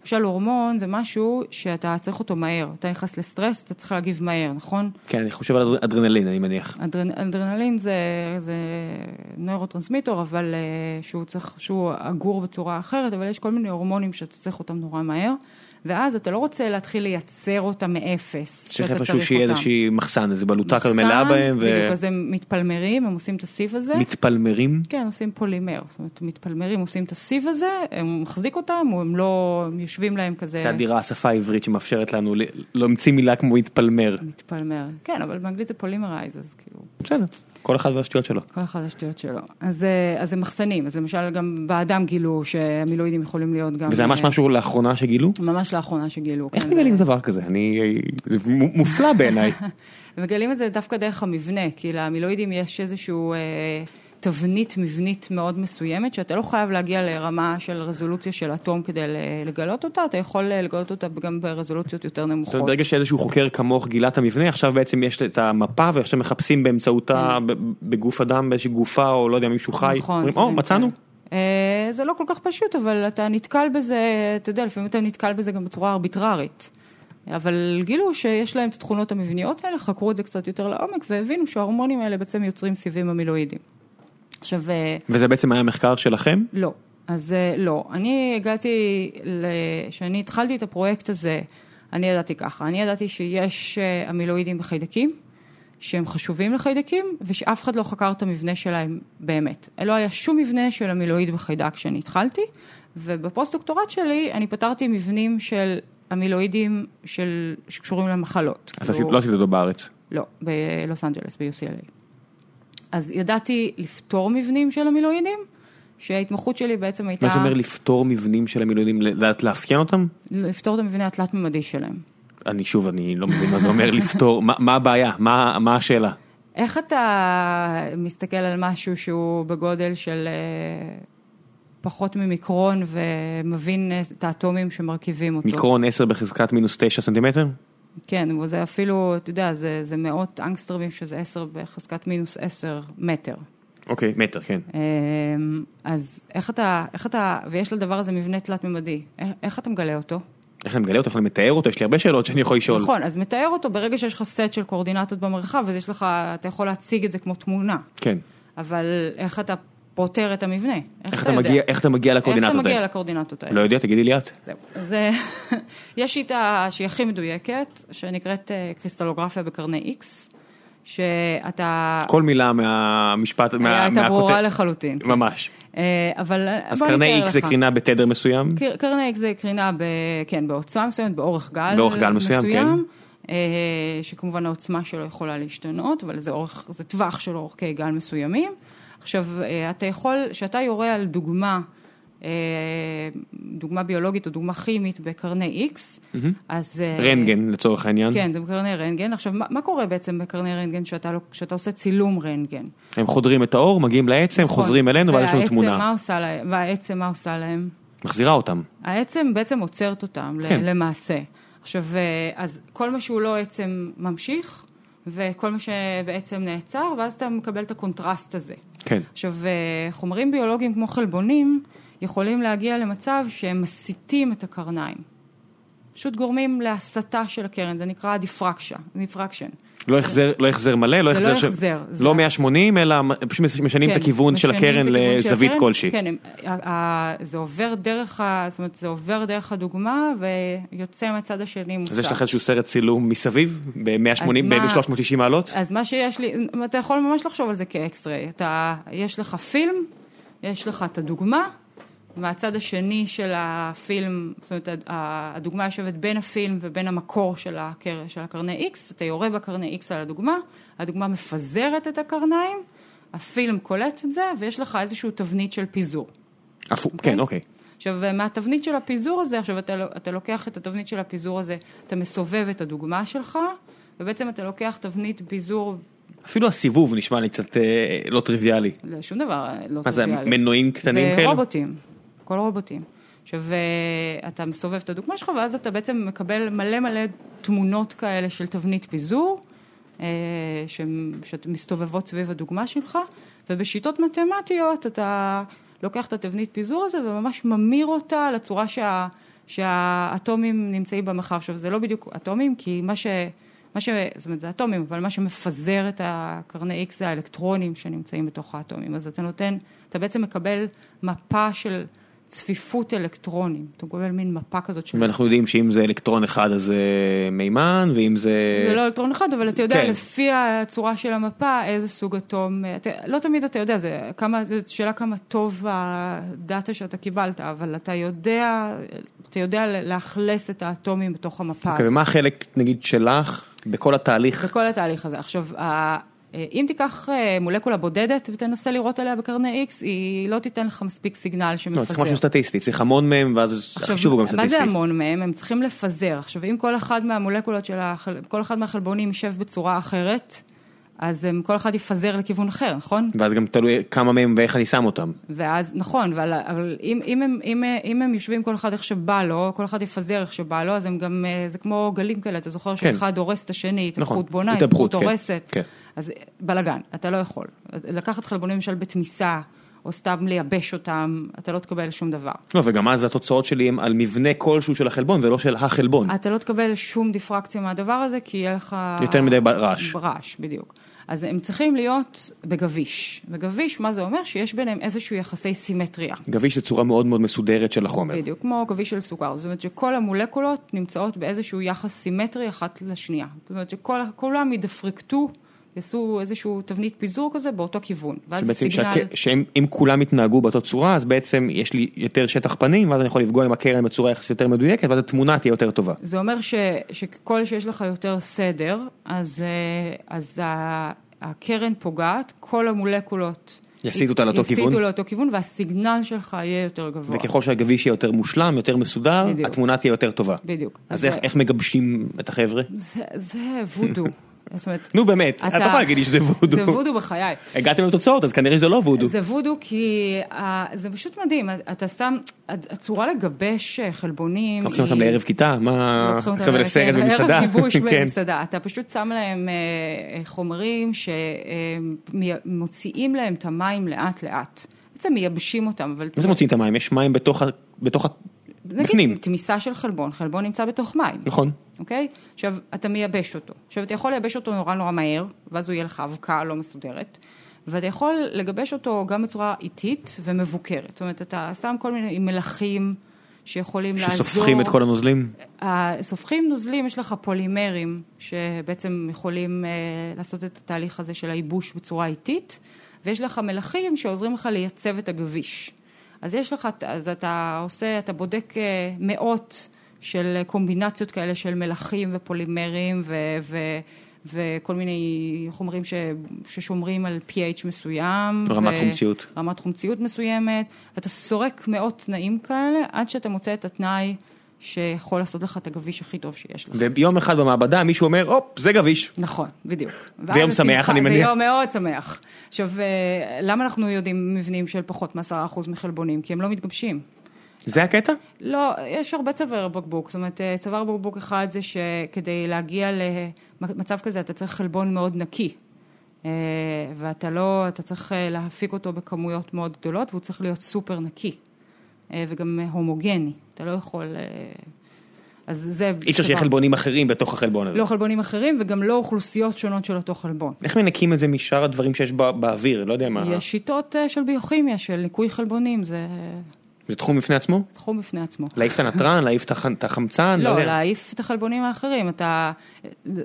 Speaker 2: למשל הורמון זה משהו שאתה צריך אותו מהר. אתה נכנס לסטרס, אתה צריך להגיב מהר, נכון?
Speaker 1: כן, אני חושב על אדרנלין, אני מניח.
Speaker 2: אדרנ, אדרנלין זה, זה נוירוטרנסמיטור, אבל אה, שהוא צריך, שהוא אגור בצורה אחרת, אבל יש כל מיני הורמונים שאתה צריך אותם נורא מהר, ואז אתה לא רוצה להתחיל לייצר אותם מאפס,
Speaker 1: צריך
Speaker 2: שאתה
Speaker 1: איפשהו
Speaker 2: צריך
Speaker 1: שיהיה
Speaker 2: אותם.
Speaker 1: איזושהי מחסן, איזה בלוטה כזה מלאה בהם,
Speaker 2: בדיוק, אז הם מתפלמרים, הם עושים את הסיב הזה.
Speaker 1: ומתפלמרים.
Speaker 2: כן, עושים פולימר, זאת אומרת, מתפלמרים, עושים את הסיב הזה, הם מחזיק אותם, או הם לא, הם יושבים להם כזה...
Speaker 1: זה אדירה השפה העברית שמאפשרת לנו ל- להמציא מילה כמו מתפלמר.
Speaker 2: מתפלמר. כן, אבל באנגלית זה פולימרייז, אז כאילו...
Speaker 1: בסדר, כל אחד והשטויות שלו.
Speaker 2: כל אחד השטויות שלו. אז, אה, אז הם מחסנים, אז למשל גם באדם גילו שהמילואידים יכולים להיות גם...
Speaker 1: וזה ממש
Speaker 2: אה,
Speaker 1: משהו לאחרונה שגילו?
Speaker 2: ממש לאחרונה שגילו.
Speaker 1: איך
Speaker 2: כן.
Speaker 1: מגלים דבר כזה? אני... זה מו- מופלא בעיניי.
Speaker 2: ומגלים את זה דווקא דרך המבנה, כי למילואידים יש איזשהו אה, תבנית מבנית מאוד מסוימת, שאתה לא חייב להגיע לרמה של רזולוציה של אטום כדי ל- לגלות אותה, אתה יכול אה, לגלות אותה גם ברזולוציות יותר
Speaker 1: זאת אומרת,
Speaker 2: נמוכות.
Speaker 1: ברגע שאיזשהו חוקר כמוך גילה את המבנה, עכשיו בעצם יש את המפה ועכשיו מחפשים באמצעותה
Speaker 2: כן.
Speaker 1: ב- בגוף אדם, באיזושהי גופה או לא יודע, מישהו חי. אומרים, או,
Speaker 2: דברים
Speaker 1: מצאנו.
Speaker 2: כאלה. נכון, כן, אה, זה לא כל כך פשוט, אבל אתה נתקל בזה, אתה יודע, לפעמים אתה נתקל בזה גם בצורה ארביטררית. אבל גילו שיש להם את התכונות המבניות האלה, חקרו את זה קצת יותר לעומק, והבינו שההורמונים האלה בעצם יוצרים סיבים המילואידים. עכשיו, אה,
Speaker 1: וזה בעצם היה מחקר שלכם?
Speaker 2: לא. אז אה, לא. אני הגעתי, ל- כשאני התחלתי את הפרויקט הזה, אני ידעתי ככה. אני ידעתי שיש אה, המילואידים בחיידקים, שהם חשובים לחיידקים, ושאף אחד לא חקר את המבנה שלהם באמת. לא היה שום מבנה של המילואיד בחיידק כשאני התחלתי, ובפוסט-דוקטורט שלי אני פתרתי מבנים של המילואידים של, שקשורים למחלות.
Speaker 1: אז
Speaker 2: כאילו-
Speaker 1: עשית- לא עשית אותו בארץ.
Speaker 2: לא, בלוס אנג'לס, ב-UCLA. אז ידעתי לפתור מבנים של המילואידים, שההתמחות שלי בעצם הייתה...
Speaker 1: מה זה אומר לפתור מבנים של המילואים, לדעת לאפיין אותם?
Speaker 2: לפתור את המבנה התלת-ממדי שלהם.
Speaker 1: אני שוב, אני לא מבין מה זה אומר לפתור, מה- מה הבעיה? מה מה השאלה?
Speaker 2: איך אתה מסתכל על משהו שהוא בגודל של אה, פחות ממיקרון ומבין את האטומים שמרכיבים אותו?
Speaker 1: מיקרון 10 בחזקת מינוס 9 סנטימטר?
Speaker 2: כן, אבל זה אפילו, אתה יודע, זה, זה מאות אנגסטרבים שזה 10 בחזקת מינוס 10 מטר.
Speaker 1: אוקיי, מטר, כן.
Speaker 2: אמ, אז איך אתה, איך אתה, ויש לדבר הזה מבנה תלת-ממדי, איך, איך אתה מגלה אותו?
Speaker 1: איך אני מגלה אותו? איך אני מתאר אותו? יש לי הרבה שאלות שאני יכול לשאול.
Speaker 2: נכון, אז מתאר אותו ברגע שיש לך סט של קואורדינטות במרחב, אז יש לך, אתה יכול להציג את זה כמו תמונה,
Speaker 1: כן.
Speaker 2: אבל איך אתה פותר את המבנה?
Speaker 1: איך אתה מגיע- איך אתה מגיע
Speaker 2: לא איך אתה
Speaker 1: לקואורדינטות
Speaker 2: מגיע
Speaker 1: האלה?
Speaker 2: לקואורדינטות האלה?
Speaker 1: לא יודע, תגידי לי את.
Speaker 2: זהו. אז אה, יש שיטה שהיא הכי מדויקת, שנקראת אה, קריסטלוגרפיה בקרני X, שאתה...
Speaker 1: כל מילה מהמשפט, מה-
Speaker 2: היה הייתה
Speaker 1: מהכותב-
Speaker 2: ברורה לחלוטין.
Speaker 1: ממש.
Speaker 2: אה, אבל אה,
Speaker 1: אז
Speaker 2: בוא
Speaker 1: קרני
Speaker 2: נתאר
Speaker 1: איקס זה
Speaker 2: לך.
Speaker 1: קרינה בתדר מסוים,
Speaker 2: קר- קרני X זה קרינה, ב, כן, בעוצמה מסוימת, באורך גל
Speaker 1: באורך גל מסוים, כן.
Speaker 2: אה, שכמובן העוצמה שלו יכולה להשתנות, אבל זה אורך, זה טווח של אורכי גל מסוימים. עכשיו, אה, אתה יכול, כשאתה יורה על דוגמה, אה, דוגמה ביולוגית או דוגמה כימית בקרני X, אז... אה,
Speaker 1: רנטגן לצורך העניין.
Speaker 2: כן, זה בקרני רנטגן. עכשיו, מה, מה קורה בעצם בקרני רנטגן שאתה, לא- שאתה עושה צילום רנטגן?
Speaker 1: הם חודרים את האור, מגיעים לעצם, חוזרים אלינו, ואז יש לנו
Speaker 2: נכון. והעצם, מה
Speaker 1: תמונה.
Speaker 2: עושה להם? והעצם, מה עושה להם?
Speaker 1: מחזירה אותם.
Speaker 2: העצם בעצם עוצרת אותם
Speaker 1: כן.
Speaker 2: כן. למעשה. עכשיו, אה, אז כל מה שהוא לא עצם ממשיך, וכל מה שבעצם נעצר, ואז אתה מקבל את הקונטרסט הזה.
Speaker 1: כן.
Speaker 2: עכשיו, אה, חומרים ביולוגיים כמו חלבונים יכולים להגיע למצב שהם מסיטים את הקרניים. פשוט גורמים להסטה של הקרן, זה נקרא דיפרקשה, דיפרקשן.
Speaker 1: לא החזר, לא החזר מלא, לא
Speaker 2: כן. זה
Speaker 1: החזר
Speaker 2: לא
Speaker 1: של...
Speaker 2: החזר, זה
Speaker 1: לא
Speaker 2: הס-
Speaker 1: 180, אלא מ- פשוט מש- משנים את
Speaker 2: כן,
Speaker 1: הכיוון של
Speaker 2: משנים את
Speaker 1: הקרן
Speaker 2: הכיוון של
Speaker 1: לזווית
Speaker 2: הקרן.
Speaker 1: כלשהי.
Speaker 2: כן, הם- ה- ה- זה עובר דרך ה... זאת אומרת, זה עובר דרך הדוגמה ויוצא מהצד השני מוסר.
Speaker 1: אז יש לך איזשהו סרט צילום מסביב, ב-180,
Speaker 2: אז מה-
Speaker 1: ב-390 מעלות?
Speaker 2: אז מה שיש לי, אתה יכול ממש לחשוב על זה כאקס-ריי. אתה, יש לך פילם, יש לך את הדוגמה, מהצד השני של הפילם, זאת אומרת, הד- ה- הדוגמה יושבת בין הפילם ובין המקור של, הקר, של הקרני X, אתה יורה בקרני X על הדוגמה, הדוגמה מפזרת את הקרניים, הפילם קולט את זה, ויש לך איזושהי תבנית של פיזור.
Speaker 1: אפו- כן, אוקיי.
Speaker 2: עכשיו, מהתבנית של הפיזור הזה, עכשיו אתה, ל- אתה לוקח את התבנית של הפיזור הזה, אתה מסובב את הדוגמה שלך, ובעצם אתה לוקח תבנית פיזור
Speaker 1: אפילו הסיבוב נשמע לי קצת אה, לא טריוויאלי.
Speaker 2: לא, שום דבר לא
Speaker 1: מה זה,
Speaker 2: טריוויאלי.
Speaker 1: מנועים קטנים
Speaker 2: זה
Speaker 1: כאלו?
Speaker 2: רובוטים, הכל רובוטים. עכשיו, אה, אתה מסובב את הדוגמה שלך, ואז אתה בעצם מקבל מלא מלא תמונות כאלה של תבנית פיזור, אה, שהן- שמסתובבות סביב הדוגמה שלך, ובשיטות מתמטיות אתה לוקח את התבנית פיזור הזה וממש ממיר אותה לצורה שה, שהאטומים נמצאים במרחב. עכשיו, זה לא בדיוק אטומים, כי מה ש... מה ש... זאת אומרת, זה אטומים, אבל מה שמפזר את הקרני X זה האלקטרונים שנמצאים בתוך האטומים. אז אתה נותן, אתה בעצם מקבל מפה של צפיפות אלקטרונים. אתה מקבל מין מפה כזאת של...
Speaker 1: ואנחנו יודעים שאם זה אלקטרון אחד אז זה מימן, ואם זה...
Speaker 2: זה לא אלקטרון אחד, אבל אתה יודע
Speaker 1: כן.
Speaker 2: כן. לפי הצורה של המפה איזה סוג אטום, אתה, לא תמיד אתה יודע, זה, כמה, זה שאלה כמה טוב הדאטה שאתה קיבלת, אבל אתה יודע, אתה יודע לאכלס את האטומים בתוך המפה.
Speaker 1: אוקיי, ומה החלק, נגיד, שלך בכל התהליך?
Speaker 2: בכל התהליך הזה. עכשיו, ה- אם תיקח אה, מולקולה בודדת ותנסה לראות עליה בקרני X, היא לא תיתן לך מספיק סיגנל
Speaker 1: לא,
Speaker 2: שמפזר.
Speaker 1: צריך משהו סטטיסטי, צריך המון מהם, ואז החישוב הוא גם
Speaker 2: מה
Speaker 1: סטטיסטי.
Speaker 2: זה המון מהם? הם צריכים לפזר. עכשיו, אם כל אחד מהמולקולות של החל... כל אחד מהחלבונים יישב בצורה אחרת, אז הם, כל אחד יפזר לכיוון אחר, נכון?
Speaker 1: ואז גם תלוי כמה מהם ואיך אני שם אותם.
Speaker 2: ואז, נכון, אבל, אבל אם, אם, הם, אם, אם הם יושבים כל אחד איך שבא לו, כל אחד יפזר איך שבא לו, אז הם גם, אה, זה כמו גלים כאלה, אתה זוכר
Speaker 1: כן.
Speaker 2: שאחד הורס את השני, התהפכות
Speaker 1: נכון,
Speaker 2: בונה,
Speaker 1: התהפכות,
Speaker 2: התהפכות
Speaker 1: כן,
Speaker 2: הורסת.
Speaker 1: כן.
Speaker 2: אז אה, בלאגן, אתה לא יכול. לקחת חלבונים למשל בתמיסה, או סתם לייבש אותם, אתה לא תקבל שום דבר.
Speaker 1: לא, וגם אז התוצאות שלי הן על מבנה כלשהו של החלבון ולא של החלבון.
Speaker 2: אתה לא תקבל שום דיפרקציה מהדבר הזה, כי יהיה לך...
Speaker 1: יותר מדי ב- רעש.
Speaker 2: רעש, בדיוק. אז הם צריכים להיות בגביש. בגביש, מה זה אומר? שיש ביניהם איזשהו יחסי סימטריה.
Speaker 1: גביש זה צורה מאוד מאוד מסודרת של החומר.
Speaker 2: בדיוק, כמו גביש של סוכר. זאת אומרת שכל המולקולות נמצאות באיזשהו יחס סימטרי אחת לשנייה. זאת אומרת שכולם ידפרקטו, יעשו איזשהו תבנית פיזור כזה באותו כיוון. ואז
Speaker 1: שבעצם
Speaker 2: הסיגנל...
Speaker 1: שהק- שהם, אם כולם יתנהגו באותה צורה, אז בעצם יש לי יותר שטח פנים, ואז אני יכול לפגוע עם הקרן בצורה יחסית יותר מדויקת, ואז התמונה תהיה יותר טובה.
Speaker 2: זה אומר ש, שככל שיש לך יותר סדר, אז, אה, אז ה- הקרן פוגעת, כל המולקולות...
Speaker 1: יסיטו אותה לאותו כיוון?
Speaker 2: יסיטו לאותו כיוון, והסיגנל שלך יהיה יותר גבוה.
Speaker 1: וככל שהגביש יהיה יותר מושלם, יותר מסודר,
Speaker 2: נכון. בדיוק.
Speaker 1: התמונה תהיה יותר טובה.
Speaker 2: בדיוק.
Speaker 1: אז
Speaker 2: אז
Speaker 1: איך-
Speaker 2: זה-
Speaker 1: איך מגבשים את החבר'ה?
Speaker 2: זה, זה וודו. זאת אומרת,
Speaker 1: נו באמת, אתה יכול להגיד לי שזה וודו.
Speaker 2: זה וודו בחיי.
Speaker 1: הגעתם לתוצאות, אז כנראה שזה לא וודו.
Speaker 2: זה וודו כי אה, זה פשוט מדהים, אתה שם, הצורה לגבש אה, חלבונים
Speaker 1: לוקחים אותם לערב כיתה, מה...
Speaker 2: לוקחים אותם
Speaker 1: חבר'ה
Speaker 2: לערב-
Speaker 1: לסרט
Speaker 2: כן,
Speaker 1: במסעדה.
Speaker 2: ערב גיבוש
Speaker 1: כן.
Speaker 2: במסעדה. אתה פשוט שם להם אה, חומרים שמוציאים להם את המים לאט לאט. בעצם מייבשים אותם, אבל...
Speaker 1: מה זה מוציאים את המים? יש מים בתוך ה... בתוך ה... בפנים,
Speaker 2: נגיד תמיסה של חלבון, חלבון נמצא בתוך מים,
Speaker 1: נכון.
Speaker 2: אוקיי? עכשיו, אתה מייבש אותו. עכשיו, אתה יכול לייבש אותו נורא נורא מהר, ואז הוא יהיה לך אבקה לא מסודרת, ואתה יכול לגבש אותו גם בצורה איטית ומבוקרת. זאת אומרת, אתה שם כל מיני מלחים שיכולים לעזור.
Speaker 1: שסופחים את כל הנוזלים.
Speaker 2: הסופחים נוזלים, יש לך פולימרים שבעצם יכולים אה, לעשות את התהליך הזה של הייבוש בצורה איטית, ויש לך מלחים שעוזרים לך לייצב את הגביש. אז יש לך, אז אתה עושה, אתה בודק אה, מאות של קומבינציות כאלה של מלחים ופולימרים ו... ו וכל מיני חומרים ש, ששומרים על pH מסוים.
Speaker 1: רמת חומציות.
Speaker 2: רמת חומציות מסוימת, ואתה סורק מאות תנאים כאלה עד שאתה מוצא את התנאי שיכול לעשות לך את הגביש הכי טוב שיש לך.
Speaker 1: וביום אחד במעבדה מישהו אומר, הופ, זה גביש.
Speaker 2: נכון, בדיוק.
Speaker 1: זה יום
Speaker 2: ואז
Speaker 1: שמח,
Speaker 2: בשמחה,
Speaker 1: אני
Speaker 2: זה
Speaker 1: מניח.
Speaker 2: יום מאוד שמח. עכשיו, אה, למה אנחנו יודעים מבנים של פחות מ-10% מחלבונים? כי הם לא מתגבשים.
Speaker 1: זה הקטע?
Speaker 2: לא, יש הרבה צוואר בקבוק. זאת אומרת, אה, צוואר בקבוק אחד זה שכדי להגיע למצב כזה, אתה צריך חלבון מאוד נקי. אה, ואתה לא, אתה צריך אה, להפיק אותו בכמויות מאוד גדולות, והוא צריך להיות סופר נקי. אה, וגם אה, הומוגני. אתה לא יכול... אה, אז זה...
Speaker 1: אי אפשר שיהיה
Speaker 2: צוואר.
Speaker 1: חלבונים אחרים בתוך החלבון הזה.
Speaker 2: לא חלבונים אחרים, וגם לא אוכלוסיות שונות של אותו חלבון.
Speaker 1: איך מנקים את זה משאר הדברים שיש בא- באוויר? לא יודע מה.
Speaker 2: יש שיטות אה, של ביוכימיה, של ניקוי חלבונים, זה אה,
Speaker 1: זה תחום בפני עצמו?
Speaker 2: תחום בפני עצמו.
Speaker 1: להעיף את הנתרן? להעיף את הח- את החמצן? לא
Speaker 2: לא,
Speaker 1: יודע.
Speaker 2: להעיף את החלבונים האחרים, אתה,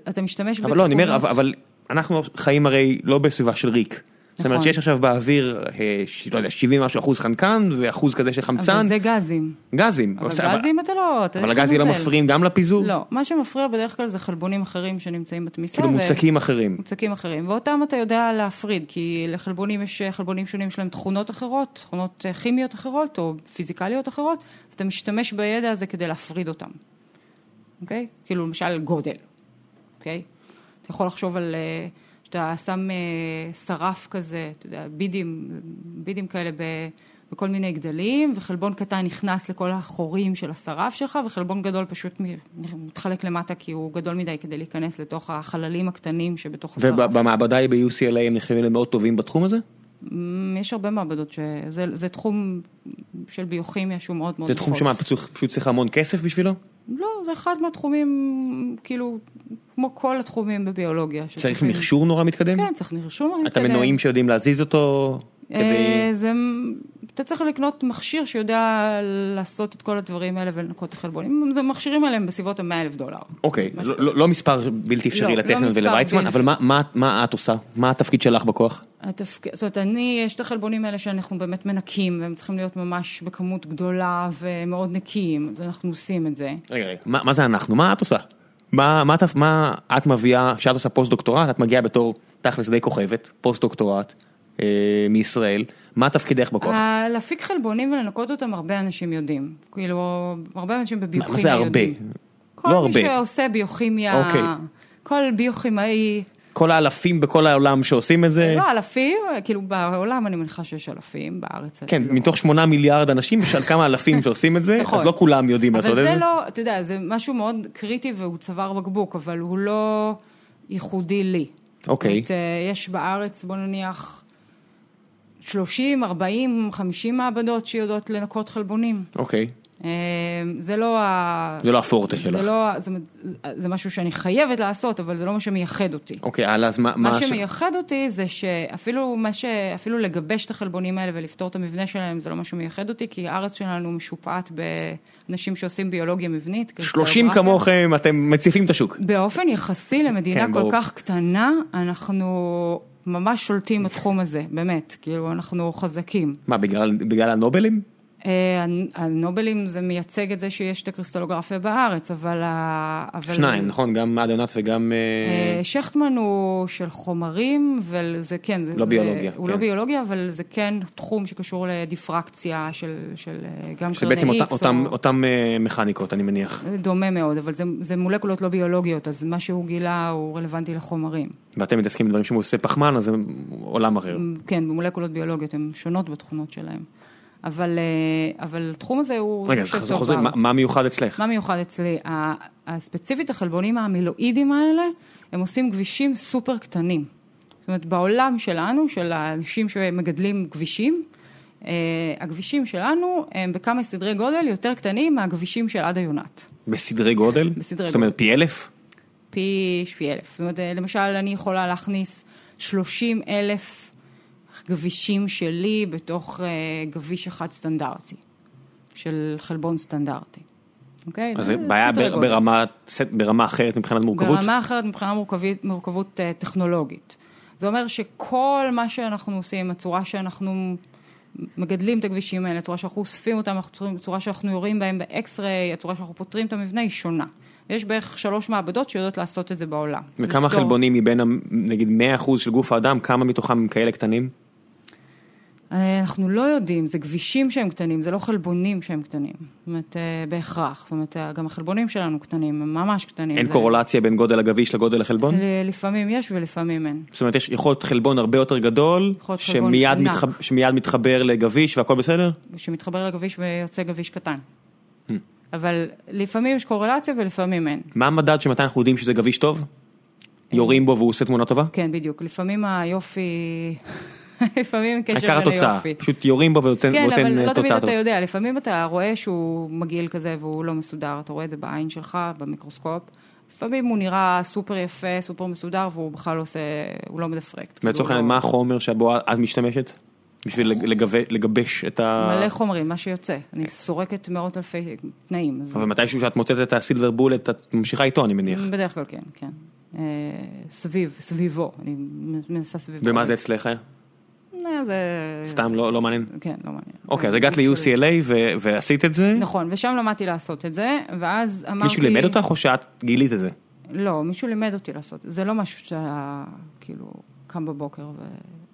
Speaker 2: אתה משתמש
Speaker 1: אבל לא, אני אומר,
Speaker 2: בתכונות-
Speaker 1: אבל- אבל אנחנו חיים הרי לא בסביבה של ריק. זאת אומרת
Speaker 2: נכון.
Speaker 1: שיש עכשיו באוויר, אה, ש- לא יודע, 70 משהו אחוז חנקן ואחוז כזה של חמצן,
Speaker 2: אבל זה גזים.
Speaker 1: גזים.
Speaker 2: אבל
Speaker 1: בסדר,
Speaker 2: גזים אתה לא... אתה-
Speaker 1: אבל
Speaker 2: יש לך
Speaker 1: הגזים לא
Speaker 2: נוזל.
Speaker 1: מפריעים גם לפיזור?
Speaker 2: לא, מה שמפריע בדרך כלל זה חלבונים אחרים שנמצאים בתמיסה.
Speaker 1: כאילו
Speaker 2: ו-
Speaker 1: מוצקים אחרים.
Speaker 2: מוצקים אחרים, ואותם אתה יודע להפריד, כי לחלבונים יש חלבונים שונים, יש להם תכונות אחרות, תכונות אה, כימיות אחרות או פיזיקליות אחרות, ואתה משתמש בידע הזה כדי להפריד אותם, אוקיי? כאילו למשל גודל, אוקיי? אתה יכול לחשוב על... אה, שאתה שם אה, שרף כזה, אתה יודע, בידים, בידים כאלה ב... בכל מיני גדלים, וחלבון קטן נכנס לכל החורים של השרף שלך, וחלבון גדול פשוט מ- מתחלק למטה כי הוא גדול מדי כדי להיכנס לתוך החללים הקטנים שבתוך השרף.
Speaker 1: ובמעבדה היא ב-UCLA הם נחשבים למאוד טובים בתחום הזה?
Speaker 2: מ, Mm, יש הרבה מעבדות, שזה, זה תחום של ביוכימיה שהוא מאוד מאוד
Speaker 1: זה תחום
Speaker 2: נפוץ.
Speaker 1: שמה, פצוח- פשוט צריך המון כסף בשבילו?
Speaker 2: לא, זה אחד מהתחומים, כאילו, כמו כל התחומים בביולוגיה.
Speaker 1: צריך
Speaker 2: שצריכים-
Speaker 1: מכשור נורא מתקדם?
Speaker 2: כן, צריך נרשום.
Speaker 1: אתה מנועים שיודעים להזיז אותו?
Speaker 2: אה,
Speaker 1: כדי...
Speaker 2: זה, אתה צריך לקנות מכשיר שיודע לעשות את כל הדברים האלה ולנקות את החלבונים. זה מכשירים האלה הם בסביבות ה-100 אלף דולר.
Speaker 1: אוקיי,
Speaker 2: מה
Speaker 1: לא- לא לא מספר בלתי אפשרי
Speaker 2: לא, לא
Speaker 1: לטכניון
Speaker 2: מספר
Speaker 1: ולוויצמן,
Speaker 2: בלתי-
Speaker 1: אבל מה- מה- מה את עושה? מה התפקיד שלך בכוח?
Speaker 2: התפק... זאת אומרת, אני, יש את החלבונים האלה שאנחנו באמת מנקים, והם צריכים להיות ממש בכמות גדולה ומאוד נקיים, אז אנחנו עושים את זה.
Speaker 1: רגע, רגע. מה מה זה אנחנו? מה את עושה? מה מה את- מה את מביאה, כשאת עושה פוסט דוקטורט, את מגיעה בתור תכלס די כוכבת, פוסט דוקטורט אה, מישראל, מה תפקידך בכוח?
Speaker 2: ה- להפיק חלבונים ולנקות אותם הרבה אנשים יודעים. כאילו, הרבה אנשים
Speaker 1: מה
Speaker 2: בביוכימיה
Speaker 1: זה הרבה?
Speaker 2: יודעים. כל
Speaker 1: לא
Speaker 2: מי
Speaker 1: הרבה.
Speaker 2: שעושה ביוכימיה,
Speaker 1: אוקיי.
Speaker 2: כל ביוכימאי
Speaker 1: כל האלפים בכל העולם שעושים את זה.
Speaker 2: לא, אלפים, כאילו בעולם אני מניחה שיש אלפים, בארץ.
Speaker 1: כן,
Speaker 2: לא.
Speaker 1: מתוך שמונה מיליארד אנשים יש על כמה אלפים שעושים את זה,
Speaker 2: נכון.
Speaker 1: אז לא כולם יודעים לעשות
Speaker 2: אבל
Speaker 1: את זה.
Speaker 2: זה לא, אתה יודע, זה משהו מאוד קריטי והוא צוואר בקבוק, אבל הוא לא ייחודי לי.
Speaker 1: אוקיי.
Speaker 2: זאת אומרת, אה, יש בארץ, בוא נניח, 30, 40, 50 מעבדות שיודעות לנקות חלבונים.
Speaker 1: אוקיי,
Speaker 2: אה, זה לא ה...
Speaker 1: זה לא הפורטה
Speaker 2: זה
Speaker 1: שלך.
Speaker 2: לא, ה- זאת אומרת, זה משהו שאני חייבת לעשות, אבל זה לא מה שמייחד אותי.
Speaker 1: אוקיי, הלאה, אז מה...
Speaker 2: מה
Speaker 1: מה ש-
Speaker 2: שמייחד אותי זה שאפילו מה ש... אפילו לגבש את החלבונים האלה ולפתור את המבנה שלהם זה לא מה שמייחד אותי, כי הארץ שלנו משופעת באנשים שעושים ביולוגיה מבנית. כאילו
Speaker 1: 30
Speaker 2: גיאוגרפיה.
Speaker 1: כמוכם, אתם מציפים את השוק.
Speaker 2: באופן יחסי למדינה
Speaker 1: כן,
Speaker 2: כל
Speaker 1: ברור.
Speaker 2: כך קטנה, אנחנו ממש שולטים בתחום הזה, באמת. כאילו, אנחנו חזקים.
Speaker 1: מה, בגלל בגלל הנובלים?
Speaker 2: אה, הנ- הנובלים זה מייצג את זה שיש את הקריסטלוגרפיה בארץ, אבל... ה- אבל-
Speaker 1: שניים, נכון? גם אדונף וגם... אה,
Speaker 2: אה, שכטמן הוא של חומרים, וזה כן, זה,
Speaker 1: לא
Speaker 2: זה,
Speaker 1: ביולוגיה,
Speaker 2: הוא
Speaker 1: כן.
Speaker 2: לא ביולוגיה, אבל זה כן תחום שקשור לדיפרקציה של, של אה, גם קרני
Speaker 1: שבעצם אותה-
Speaker 2: X,
Speaker 1: אותם-
Speaker 2: או,
Speaker 1: אותם אה, מכניקות, אני מניח.
Speaker 2: זה דומה מאוד, אבל זה, זה מולקולות לא ביולוגיות, אז מה שהוא גילה הוא רלוונטי לחומרים.
Speaker 1: ואתם מתעסקים בדברים שהוא עושה פחמן, אז זה עולם אחר.
Speaker 2: כן, במולקולות ביולוגיות, הן שונות בתכונות שלהן. אבל, אה, אבל התחום הזה הוא...
Speaker 1: רגע,
Speaker 2: אני
Speaker 1: אז
Speaker 2: חושבת,
Speaker 1: חוזר-
Speaker 2: טוב
Speaker 1: חוזר, מה-
Speaker 2: בארץ.
Speaker 1: מה מיוחד אצלך?
Speaker 2: מה מיוחד אצלי? ה- הספציפית החלבונים המילואידים האלה, הם עושים כבישים סופר קטנים. זאת אומרת, בעולם שלנו, של האנשים שמגדלים כבישים, אה, הכבישים שלנו הם בכמה סדרי גודל יותר קטנים מהכבישים של עד היונת.
Speaker 1: בסדרי גודל?
Speaker 2: בסדרי
Speaker 1: זאת אומרת, פי אלף?
Speaker 2: פי, פי אלף. זאת אומרת, אה, למשל, אני יכולה להכניס 30 אלף גבישים שלי בתוך אה, גביש אחד סטנדרטי, של חלבון סטנדרטי. אוקיי?
Speaker 1: אז זה בעיה
Speaker 2: סדרי
Speaker 1: ב-
Speaker 2: גודל.
Speaker 1: ברמה ברמה אחרת מבחינת מורכבות?
Speaker 2: ברמה אחרת מבחינה מורכבית, מורכבות אה, טכנולוגית. זה אומר שכל מה שאנחנו עושים, הצורה שאנחנו מגדלים את הכבישים האלה, הצורה שאנחנו אוספים אותם, הצורה- הצורה שאנחנו יורים בהם באקס-ריי, הצורה שאנחנו פותרים את המבנה היא שונה. יש בערך שלוש מעבדות שיודעות לעשות את זה בעולם.
Speaker 1: וכמה
Speaker 2: לפתור-
Speaker 1: חלבונים מבין, המ- נגיד, 100% של גוף האדם, כמה מתוכם הם כאלה קטנים?
Speaker 2: אה, אנחנו לא יודעים, זה כבישים שהם קטנים, זה לא חלבונים שהם קטנים. זאת אומרת, אה, בהכרח. זאת אומרת, אה, גם החלבונים שלנו קטנים, הם ממש קטנים.
Speaker 1: אין
Speaker 2: זה-
Speaker 1: קורולציה בין גודל הגביש לגודל החלבון?
Speaker 2: ל- לפעמים יש ולפעמים אין.
Speaker 1: זאת אומרת, יש יכול להיות חלבון הרבה יותר גדול,
Speaker 2: יכול להיות חלבון
Speaker 1: שמיד,
Speaker 2: ענק.
Speaker 1: מתחב, שמיד מתחבר לגביש והכל בסדר?
Speaker 2: שמתחבר לכביש ויוצא גביש קטן.
Speaker 1: Hmm.
Speaker 2: אבל לפעמים יש קורלציה ולפעמים אין.
Speaker 1: מה המדד שמתי אנחנו יודעים שזה גביש טוב? יורים בו והוא עושה תמונה טובה?
Speaker 2: כן, בדיוק. לפעמים היופי... לפעמים קשר
Speaker 1: העיקר
Speaker 2: בין
Speaker 1: התוצאה,
Speaker 2: היופי.
Speaker 1: פשוט יורים בו ונותן
Speaker 2: כן,
Speaker 1: נותן,
Speaker 2: אבל
Speaker 1: אה,
Speaker 2: לא תמיד
Speaker 1: תוצאה
Speaker 2: אתה
Speaker 1: טובה.
Speaker 2: יודע, לפעמים אתה רואה שהוא מגעיל כזה והוא לא מסודר, אתה רואה את זה בעין שלך, במיקרוסקופ. לפעמים הוא נראה סופר יפה, סופר מסודר, והוא בכלל לא עושה, הוא לא מדפרקט. כאילו,
Speaker 1: לצורך
Speaker 2: הוא
Speaker 1: העניין,
Speaker 2: לא-
Speaker 1: מה החומר שבו את משתמשת? בשביל לגב- לגבש את ה...
Speaker 2: מלא חומרים, מה שיוצא. אני סורקת מאות אלפי תנאים. אז
Speaker 1: אבל מתישהו שאת מוצאת את הסילבר בולט, את ממשיכה איתו, אני מניח.
Speaker 2: בדרך כלל כן, כן. אה, סביב, סביבו, אני מנסה סביבו.
Speaker 1: ומה זה אצלך?
Speaker 2: כן.
Speaker 1: היה?
Speaker 2: אה, זה...
Speaker 1: סתם לא לא מעניין?
Speaker 2: כן, לא מעניין.
Speaker 1: אוקיי, אז הגעת ל-UCLA ו- ועשית את זה?
Speaker 2: נכון, ושם למדתי לעשות את זה, ואז אמרתי...
Speaker 1: מישהו לימד אותך או שאת גילית את זה?
Speaker 2: לא, מישהו לימד אותי לעשות. זה לא משהו שאתה כאילו קם בבוקר ו...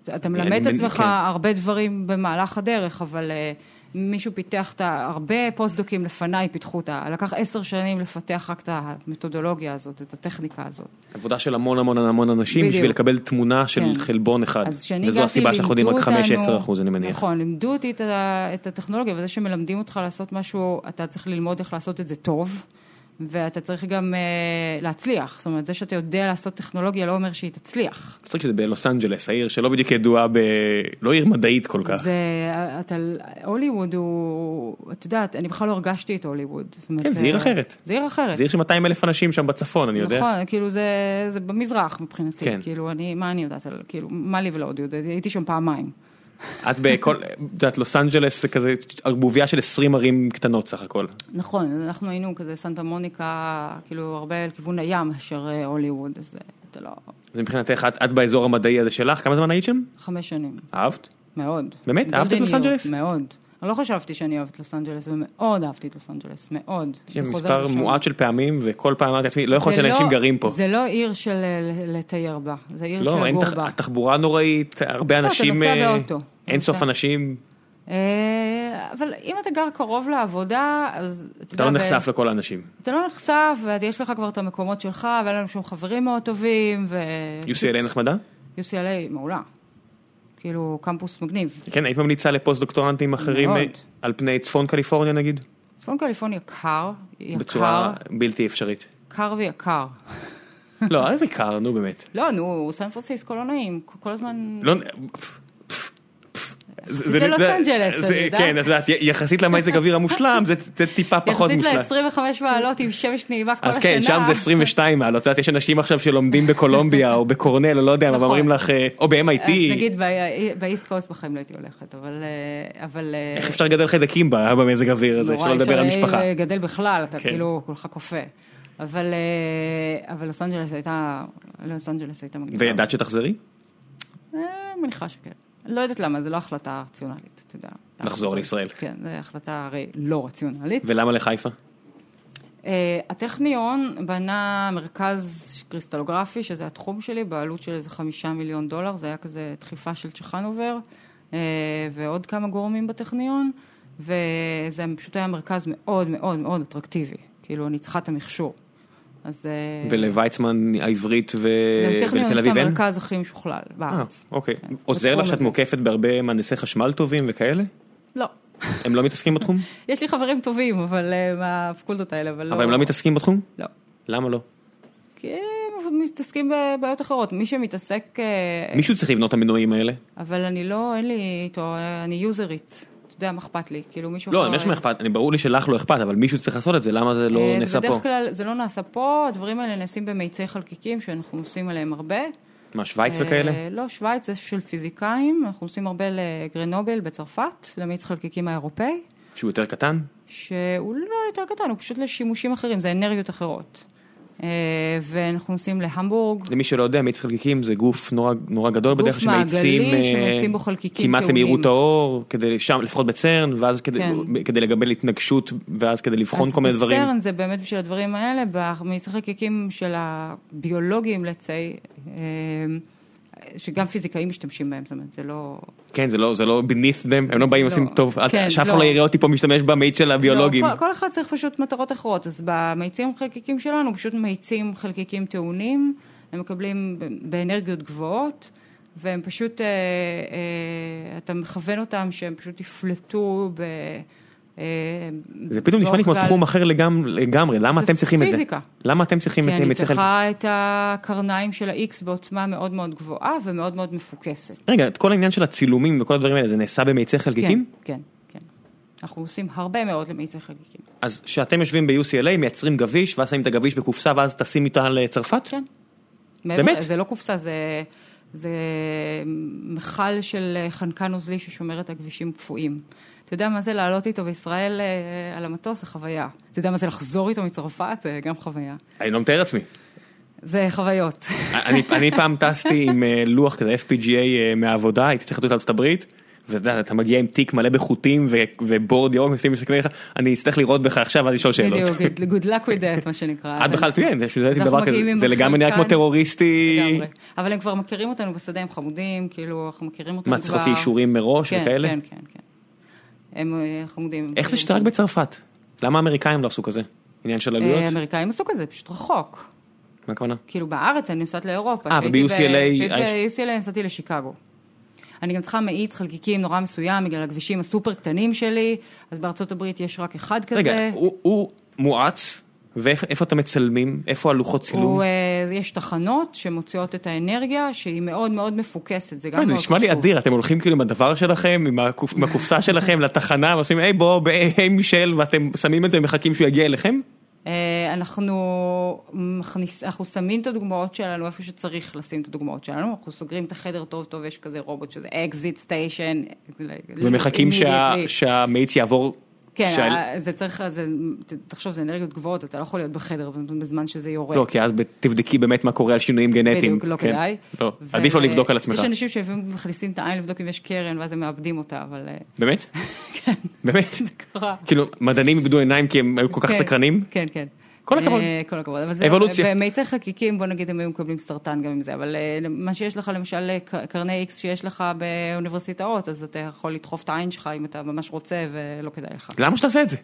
Speaker 2: זה- אתה
Speaker 1: אני
Speaker 2: מלמד את
Speaker 1: מנ-
Speaker 2: עצמך
Speaker 1: כן.
Speaker 2: הרבה דברים במהלך הדרך, אבל אה, מישהו פיתח את ה... הרבה פוסט-דוקים לפניי פיתחו את ה... לקח עשר שנים לפתח רק את המתודולוגיה הזאת, את הטכניקה הזאת.
Speaker 1: עבודה של המון המון המון אנשים
Speaker 2: בדיוק.
Speaker 1: בשביל לקבל תמונה של
Speaker 2: כן.
Speaker 1: חלבון אחד.
Speaker 2: אז כשאני
Speaker 1: וזו
Speaker 2: הגעתי,
Speaker 1: הסיבה שאנחנו יודעים רק
Speaker 2: לימדו
Speaker 1: 5-10
Speaker 2: אותנו-
Speaker 1: אחוז, אני מניח.
Speaker 2: נכון, לימדו אותי את, ה, את הטכנולוגיה, וזה שמלמדים אותך לעשות משהו, אתה צריך ללמוד איך לעשות את זה טוב, ואתה צריך גם אה, להצליח. זאת אומרת, זה שאתה יודע לעשות טכנולוגיה לא אומר שהיא תצליח.
Speaker 1: צריך שזה בלוס אנג'לס, העיר שלא בדיוק ידועה ב... לא עיר מדעית כל כך.
Speaker 2: זה, אתה, הוליווד הוא, את יודעת, אני בכלל לא הרגשתי את הוליווד. זאת אומרת,
Speaker 1: כן, זה עיר
Speaker 2: אה,
Speaker 1: אחרת.
Speaker 2: זה עיר אחרת.
Speaker 1: זה עיר של 200 אלף אנשים שם בצפון, אני יודע.
Speaker 2: נכון, כאילו זה, זה במזרח מבחינתי,
Speaker 1: כן.
Speaker 2: כאילו אני, מה אני יודעת, על- כאילו, מה לי ולהודו, הייתי שם פעמיים.
Speaker 1: את בכל... את יודעת, לוס אנג'לס זה כזה ערבוביה של 20 ערים קטנות סך הכל.
Speaker 2: נכון, אז אנחנו היינו כזה סנטה מוניקה, כאילו הרבה על כיוון הים מאשר אה, הוליווד, אז אה, אתה לא...
Speaker 1: אז מבחינתך, את, את באזור המדעי הזה שלך, כמה זמן היית שם?
Speaker 2: חמש שנים,
Speaker 1: אהבת?
Speaker 2: מאוד.
Speaker 1: באמת? אהבת את לוס
Speaker 2: גולדן
Speaker 1: אנג'לס?
Speaker 2: יוף, מאוד. אני לא חשבתי שאני אוהבת את לוס אנג'לס, ומאוד אהבתי את לוס אנג'לס, מאוד.
Speaker 1: יש שם
Speaker 2: הייתי חוזרת
Speaker 1: מספר
Speaker 2: לשם.
Speaker 1: מועט של פעמים, וכל פעם אמרתי לעצמי, לא יכול
Speaker 2: זה
Speaker 1: להיות שאנשים
Speaker 2: לא-
Speaker 1: גרים פה.
Speaker 2: זה לא עיר של אה, לתייר בה, זה עיר של
Speaker 1: לא, אין
Speaker 2: לגור
Speaker 1: תח-
Speaker 2: בה.
Speaker 1: התחבורה נוראית, הרבה
Speaker 2: אתה
Speaker 1: אנשים,
Speaker 2: נוסע
Speaker 1: אה,
Speaker 2: באוטו.
Speaker 1: אין סוף
Speaker 2: נוסע.
Speaker 1: אנשים,
Speaker 2: אה, אבל אם אתה גר קרוב לעבודה, אז...
Speaker 1: אתה לא
Speaker 2: יודע, ב-
Speaker 1: נחשף לכל האנשים.
Speaker 2: אתה לא נחשף, ויש לך כבר את המקומות שלך, ואין לנו שום חברים מאוד טובים, ו...
Speaker 1: UCLA נחמדה?
Speaker 2: UCLA מעולה. כאילו, קמפוס מגניב.
Speaker 1: כן, היית ממליצה לפוסט דוקטורנטים אחרים
Speaker 2: מאוד.
Speaker 1: אה, על פני צפון קליפורניה נגיד?
Speaker 2: צפון קליפורניה קר, יקר,
Speaker 1: בצורה בלתי אפשרית.
Speaker 2: קר ויקר.
Speaker 1: לא, איזה קר, נו באמת.
Speaker 2: לא, נו, סן פרנסיסקו לא נעים, כל הזמן...
Speaker 1: לא...
Speaker 2: זה לוס אנג'לס,
Speaker 1: זה-
Speaker 2: אני יודעת.
Speaker 1: כן, את יודעת, יחסית למזג אוויר המושלם, זה זה טיפה לא פחות
Speaker 2: יחסית
Speaker 1: מושלם.
Speaker 2: ל-25 מעלות עם שמש נעימה כל
Speaker 1: אז
Speaker 2: השנה.
Speaker 1: כן, שם זה 22 מעלות, את יודעת, יש אנשים עכשיו שלומדים בקולומביה או בקורנל או לא יודע, מה,
Speaker 2: נכון.
Speaker 1: ואומרים לך, אה, או ב-MIT,
Speaker 2: אז נגיד ב- באיסט קוסט בחיים לא הייתי הולכת, אבל... אה, אבל אה,
Speaker 1: איך אפשר לגדל חיידקים ב- במזג האוויר הזה,
Speaker 2: נורא
Speaker 1: שלא לדבר על
Speaker 2: אפשר
Speaker 1: משפחה.
Speaker 2: אה, גדל בכלל, אתה
Speaker 1: כן.
Speaker 2: כאילו כולך כופה. אבל אה, אבל לוס אנג'לס הייתה, לוס אנג'לס הייתה מגניבה.
Speaker 1: וידעת שתחזרי?
Speaker 2: אה, מניחה שכן. לא יודעת למה, זו לא החלטה רציונלית, אתה יודע.
Speaker 1: לחזור לישראל.
Speaker 2: כן, זו החלטה הרי לא רציונלית.
Speaker 1: ולמה לחיפה?
Speaker 2: אה, הטכניון בנה מרכז קריסטלוגרפי, שזה התחום שלי, בעלות של איזה חמישה מיליון דולר, זה היה כזה דחיפה של צ'חנובר, אה, ועוד כמה גורמים בטכניון, וזה פשוט היה מרכז מאוד מאוד מאוד אטרקטיבי, כאילו אני צריכה את המכשור. אז... אה,
Speaker 1: ולוויצמן העברית ו-
Speaker 2: לטכניון
Speaker 1: ולתל
Speaker 2: יש את
Speaker 1: אביב אין?
Speaker 2: המרכז הכי משוכלל
Speaker 1: אה,
Speaker 2: בארץ.
Speaker 1: אוקיי.
Speaker 2: כן,
Speaker 1: עוזר
Speaker 2: בתחום
Speaker 1: לך שאת
Speaker 2: הזה.
Speaker 1: מוקפת בהרבה מהנדסי חשמל טובים וכאלה?
Speaker 2: לא.
Speaker 1: הם לא מתעסקים בתחום?
Speaker 2: יש לי חברים טובים, אבל אה, מהפקולטות האלה, אבל לא...
Speaker 1: אבל הם לא מתעסקים בתחום?
Speaker 2: לא.
Speaker 1: למה לא?
Speaker 2: כי הם מתעסקים בבעיות אחרות. מי שמתעסק... אה,
Speaker 1: מישהו צריך לבנות את המנועים האלה.
Speaker 2: אבל אני לא, אין לי איתו, אה, אני יוזרית. אתה יודע, מה אכפת לי? כאילו מישהו...
Speaker 1: לא,
Speaker 2: אחר-
Speaker 1: אם יש מה אכפת, אני- ברור לי שלך לא אכפת, אבל מישהו צריך לעשות את זה, למה זה לא
Speaker 2: אה,
Speaker 1: נעשה
Speaker 2: זה
Speaker 1: פה?
Speaker 2: בדרך כלל, זה לא נעשה פה, הדברים האלה נעשים במיצי חלקיקים, שאנחנו עושים עליהם הרבה.
Speaker 1: מה, שווייץ
Speaker 2: אה,
Speaker 1: וכאלה?
Speaker 2: לא, שווייץ זה של פיזיקאים, אנחנו עושים הרבה לגרנובל בצרפת, למיץ חלקיקים האירופאי,
Speaker 1: שהוא יותר קטן?
Speaker 2: שהוא לא יותר קטן, הוא פשוט לשימושים אחרים, זה אנרגיות אחרות. אה, ואנחנו עושים להמבורג,
Speaker 1: למי שלא יודע, מאיץ חלקיקים זה גוף נורא, נורא גדול בדרך כלל
Speaker 2: מעגלי
Speaker 1: שמאיצים אה,
Speaker 2: שמאיצים בו חלקיקים
Speaker 1: כמעט
Speaker 2: טעונים.
Speaker 1: למהירות האור, כדי שם, לפחות בצרן, ואז כדי,
Speaker 2: כן.
Speaker 1: כדי לגבי התנגשות, ואז כדי לבחון נכון, כל מיני דברים.
Speaker 2: אז בסרן זה באמת בשביל הדברים האלה, במצחי חלקיקים של הביולוגים לצי, אה, שגם פיזיקאים משתמשים בהם, זאת אומרת, זה לא...
Speaker 1: כן, זה לא, זה לא beneath them, הם לא באים
Speaker 2: לא.
Speaker 1: ועושים טוב, אל-
Speaker 2: כן,
Speaker 1: שאף אחד
Speaker 2: לא.
Speaker 1: לא יראה אותי פה משתמש במאיץ של הביולוגים.
Speaker 2: לא, כל, כל אחד צריך פשוט מטרות אחרות, אז במאיצים חלקיקים שלנו, פשוט מאיצים חלקיקים טעונים, הם מקבלים ב- באנרגיות גבוהות, והם פשוט, אה, אה, אתה מכוון אותם שהם פשוט יפלטו ב... אה,
Speaker 1: זה פתאום נשמע לי כמו
Speaker 2: באורך גל.
Speaker 1: תחום אחר לגמ- לגמרי, למה
Speaker 2: לא, זה
Speaker 1: אתם צריכים את זה?
Speaker 2: פיזיקה.
Speaker 1: למה אתם צריכים את
Speaker 2: כי אני
Speaker 1: מאיצי חלקיקים?
Speaker 2: כן, צריכה את הקרניים של ה-X בעוצמה מאוד מאוד גבוהה ומאוד מאוד מפוקסת.
Speaker 1: רגע, את כל העניין של הצילומים וכל הדברים האלה, זה נעשה במאיצי חלקיקים?
Speaker 2: כן, כן. כן. אנחנו עושים הרבה מאוד למאיצי חלקיקים.
Speaker 1: אז כשאתם יושבים ב-UCLA, מייצרים גביש, ואז שמים את הגביש בקופסה, ואז טסים איתה לצרפת?
Speaker 2: כן. מעבר-
Speaker 1: באמת?
Speaker 2: זה לא קופסה, זה, זה מכל של אה, חנקן נוזלי ששומר את הכבישים קפואים. אתה יודע מה זה לעלות איתו בישראל אה, על המטוס? זה חוויה. אתה יודע מה זה לחזור איתו מצרפת? זה גם חוויה.
Speaker 1: אני לא מתאר לעצמי.
Speaker 2: זה חוויות.
Speaker 1: אני, אני פעם טסתי עם אה, לוח כזה FPGA אה, מהעבודה, הייתי צריך לטוס לארצות הברית, ואתה יודע, אתה מגיע עם תיק מלא בחוטים ו- ובורד ירוק, מסתכלים מסתכלים עליך, אני אצטרך לראות בך עכשיו ואז לשאול שאלות.
Speaker 2: בדיוק, good- good luck with that, מה שנקרא.
Speaker 1: את
Speaker 2: אז
Speaker 1: בכלל תהיה, בשביל זה הייתי
Speaker 2: אנחנו
Speaker 1: דבר כזה,
Speaker 2: מגיעים עם
Speaker 1: זה לגמרי נראה כמו
Speaker 2: חלקן.
Speaker 1: טרוריסטי.
Speaker 2: לגמרי. אבל הם כבר מכירים אותנו בשדה, הם חמודים, כאילו, אנחנו מכירים אותם כבר.
Speaker 1: מה, צריך להוציא אישורים מראש
Speaker 2: כן,
Speaker 1: וכאלה?
Speaker 2: כן, כן, כן. הם אה, חמודים.
Speaker 1: איך זה שאתה רק בצרפת? למה האמריקאים לא עשו כזה? עניין של עלויות?
Speaker 2: אה, האמריקאים עשו כזה, פשוט רחוק.
Speaker 1: מה הכוונה?
Speaker 2: כאילו, בארץ אני נוסעת לאירופה.
Speaker 1: אה,
Speaker 2: כשהייתי ב-
Speaker 1: וב-UCLA אה,
Speaker 2: כשהייתי ב-UCLA נסעתי לשיקגו. אני גם צריכה מאיץ חלקיקים נורא מסוים בגלל הכבישים הסופר קטנים שלי, אז בארצות הברית יש רק אחד כזה.
Speaker 1: רגע, הוא- הוא מואץ, ואיפה איפה אתם מצלמים? איפה הלוחות צילום?
Speaker 2: הוא, אה, יש תחנות שמוציאות את האנרגיה, שהיא מאוד מאוד מפוקסת, זה גם
Speaker 1: אה,
Speaker 2: מאוד
Speaker 1: זה
Speaker 2: חשוב.
Speaker 1: נשמע לי אדיר, אתם הולכים כאילו עם הדבר שלכם, עם הקופ- עם הקופסה שלכם לתחנה, ועושים היי בוב, היי היי, מישל, ואתם שמים את זה ומחכים שהוא יגיע אליכם?
Speaker 2: אה, אנחנו, מכניס, אנחנו שמים את הדוגמאות שלנו איפה שצריך לשים את הדוגמאות שלנו, אנחנו סוגרים את החדר טוב טוב, יש כזה רובוט שזה אקזיט סטיישן.
Speaker 1: ומחכים שה- שהמאיץ יעבור.
Speaker 2: כן,
Speaker 1: שה-
Speaker 2: שה... זה צריך, זה, ת- תחשוב, זה אנרגיות גבוהות, אתה לא יכול להיות בחדר בזמן שזה יורד.
Speaker 1: לא, כי אז ב- תבדקי באמת מה קורה על שינויים גנטיים.
Speaker 2: בדיוק, לא
Speaker 1: כן.
Speaker 2: כדאי.
Speaker 1: לא,
Speaker 2: ו-
Speaker 1: עדיף לא לבדוק על עצמך.
Speaker 2: יש אנשים שלפעמים מכניסים את העין לבדוק אם יש קרן, ואז הם מאבדים אותה, אבל אה,
Speaker 1: באמת? באמת?
Speaker 2: זה קרה.
Speaker 1: כאילו, מדענים איבדו עיניים כי הם היו כל כך
Speaker 2: כן,
Speaker 1: סקרנים?
Speaker 2: כן, כן.
Speaker 1: כל הכבוד.
Speaker 2: אה, כל הכבוד. אבל זה-
Speaker 1: אבולוציה.
Speaker 2: במיצי חקיקים, בוא נגיד, הם היו מקבלים סרטן גם עם זה, אבל אה, מה שיש לך, למשל, אה, ק- קרני איקס שיש לך באוניברסיטאות, אז אתה יכול לדחוף את העין שלך אם אתה ממש רוצה ולא כדאי לך.
Speaker 1: למה שתעשה את זה?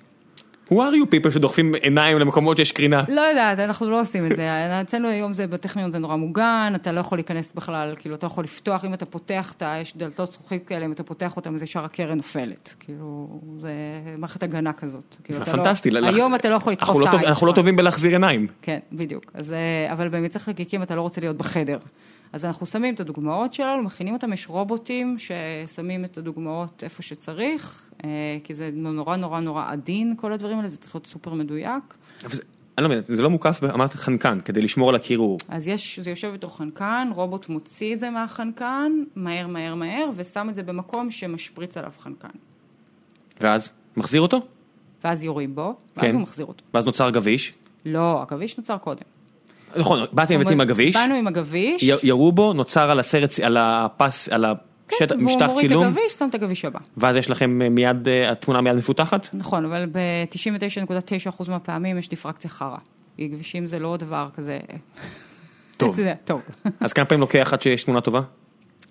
Speaker 1: Who are you people שדוחפים עיניים למקומות שיש קרינה?
Speaker 2: לא יודעת, אנחנו לא עושים את זה. אצלנו היום זה, בטכניון זה נורא מוגן, אתה לא יכול להיכנס בכלל, כאילו, אתה לא יכול לפתוח, אם אתה פותח, אתה, יש דלתות זכוכית כאלה, אם אתה פותח אותן, אז ישר הקרן נופלת. כאילו, זה מערכת הגנה כזאת. כאילו, אתה לא-
Speaker 1: פנטסטי. ל- לח-
Speaker 2: היום אתה לא יכול
Speaker 1: אנחנו
Speaker 2: לדחוף
Speaker 1: לא
Speaker 2: את
Speaker 1: טוב-
Speaker 2: העין
Speaker 1: אנחנו לא
Speaker 2: שלך.
Speaker 1: טובים בלהחזיר עיניים.
Speaker 2: כן, בדיוק. אז, אה, אבל במצח חלקיקים אתה לא רוצה להיות בחדר. אז אנחנו שמים את הדוגמאות שלנו, מכינים אותם, יש רובוטים ששמים את הדוגמאות איפה שצריך, אה, כי זה נורא נורא נורא עדין, כל הדברים האלה, זה צריך להיות סופר מדויק.
Speaker 1: אבל זה- אני לא מבין, זה לא מוקף, ב- אמרת חנקן, כדי לשמור על הקירור.
Speaker 2: אז יש, זה יושב בתוך חנקן, רובוט מוציא את זה מהחנקן, מהר מהר מהר, ושם את זה במקום שמשפריץ עליו חנקן.
Speaker 1: ואז? מחזיר אותו?
Speaker 2: ואז יורים בו, ואז
Speaker 1: כן.
Speaker 2: הוא מחזיר אותו.
Speaker 1: ואז נוצר גביש.
Speaker 2: לא, הגביש נוצר קודם.
Speaker 1: נכון, באתם בעצם עם הגביש,
Speaker 2: באנו עם הגביש,
Speaker 1: י- ירו בו, נוצר על הסרט, על הפס, על השטח,
Speaker 2: כן, והוא
Speaker 1: משטח
Speaker 2: מוריד את
Speaker 1: צילום,
Speaker 2: הגביש, שם את הגביש הבא.
Speaker 1: ואז יש לכם אה, מיד, אה, התמונה מיד מפותחת?
Speaker 2: נכון, אבל ב-99.9% מהפעמים יש דיפרקציה חרא. כי גבישים זה לא דבר כזה...
Speaker 1: טוב.
Speaker 2: אתה יודע, טוב.
Speaker 1: אז כמה פעמים לוקח עד שיש תמונה טובה?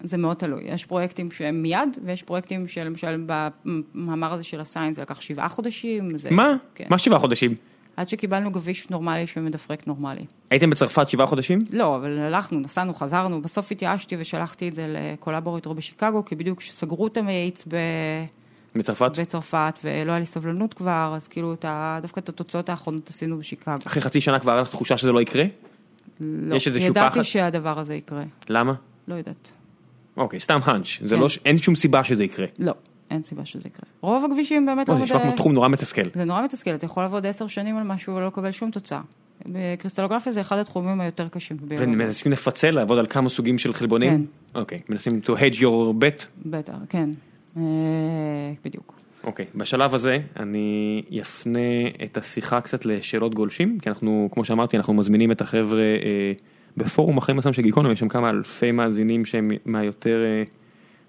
Speaker 2: זה מאוד תלוי. יש פרויקטים שהם מיד, ויש פרויקטים שלמשל במאמר הזה של הסיינס זה לקח שבעה חודשים. זה-
Speaker 1: מה?
Speaker 2: כן.
Speaker 1: מה שבעה חודשים?
Speaker 2: עד שקיבלנו גביש נורמלי שמדפרק נורמלי.
Speaker 1: הייתם בצרפת שבעה חודשים?
Speaker 2: לא, אבל הלכנו, נסענו, חזרנו, בסוף התייאשתי ושלחתי את זה לקולבורטור בשיקגו, כי בדיוק כשסגרו את המאיץ ב...
Speaker 1: בצרפת?
Speaker 2: בצרפת, ולא היה לי סבלנות כבר, אז כאילו את ה... דווקא את התוצאות האחרונות עשינו בשיקגו.
Speaker 1: אחרי חצי שנה כבר היה לך תחושה שזה לא יקרה?
Speaker 2: לא,
Speaker 1: יש איזשהו פחד?
Speaker 2: ידעתי שהדבר הזה יקרה,
Speaker 1: למה?
Speaker 2: לא יודעת.
Speaker 1: אוקיי, סתם האנץ', זה
Speaker 2: כן.
Speaker 1: לא, ש- אין שום סיבה שזה יקרה.
Speaker 2: לא, אין סיבה שזה יקרה. רוב הכבישים באמת
Speaker 1: לא,
Speaker 2: לא...
Speaker 1: זה נשמע
Speaker 2: מד-
Speaker 1: כמו תחום נורא מתסכל.
Speaker 2: זה נורא מתסכל, אתה יכול לעבוד עשר שנים על משהו ולא לקבל שום תוצאה. קריסטלוגרפיה זה אחד התחומים היותר קשים ביום.
Speaker 1: ומנסים לפצל, לעבוד על כמה סוגים של חלבונים? אוקיי, מנסים to hedge your bet?
Speaker 2: בטח, כן. אה, בדיוק.
Speaker 1: אוקיי, בשלב הזה אני יפנה את השיחה קצת לשאלות גולשים, כי אנחנו, כמו שאמרתי, אנחנו מזמינים את החבר'ה אה, בפורום החיים עצמם של גיקונומי, יש שם כמה אלפי מאזינים שהם מהיותר אה,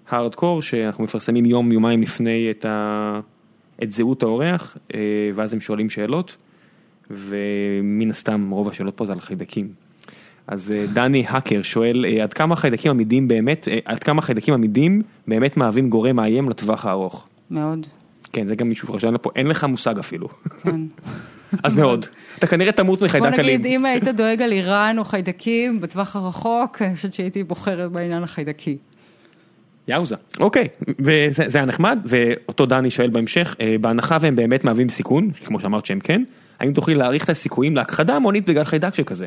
Speaker 1: הארדקור, שאנחנו מפרסמים יום, יומיים לפני את, ה, את זהות האורח, אה, ואז הם שואלים שאלות, ומן הסתם רוב השאלות פה זה על חיידקים. אז אה, דני האקר שואל, אה, עד כמה חיידקים עמידים באמת, אה, עד כמה חיידקים עמידים באמת מהווים גורם מאיים לטווח הארוך?
Speaker 2: מאוד,
Speaker 1: כן, זה גם מישהו שרשם פה, אין לך מושג אפילו.
Speaker 2: כן.
Speaker 1: אז מאוד. אתה כנראה תמות
Speaker 2: בוא
Speaker 1: מחיידק אלים.
Speaker 2: נגיד, אם היית דואג על איראן או חיידקים בטווח הרחוק, אני חושבת שהייתי בוחרת בעניין החיידקי.
Speaker 1: יאוזה. אוקיי, וזה זה היה נחמד, ואותו דני שואל בהמשך, אה, בהנחה והם באמת מהווים סיכון, כמו שאמרת שהם כן, האם תוכלי להעריך את הסיכויים להכחדה המונית בגלל חיידק שכזה?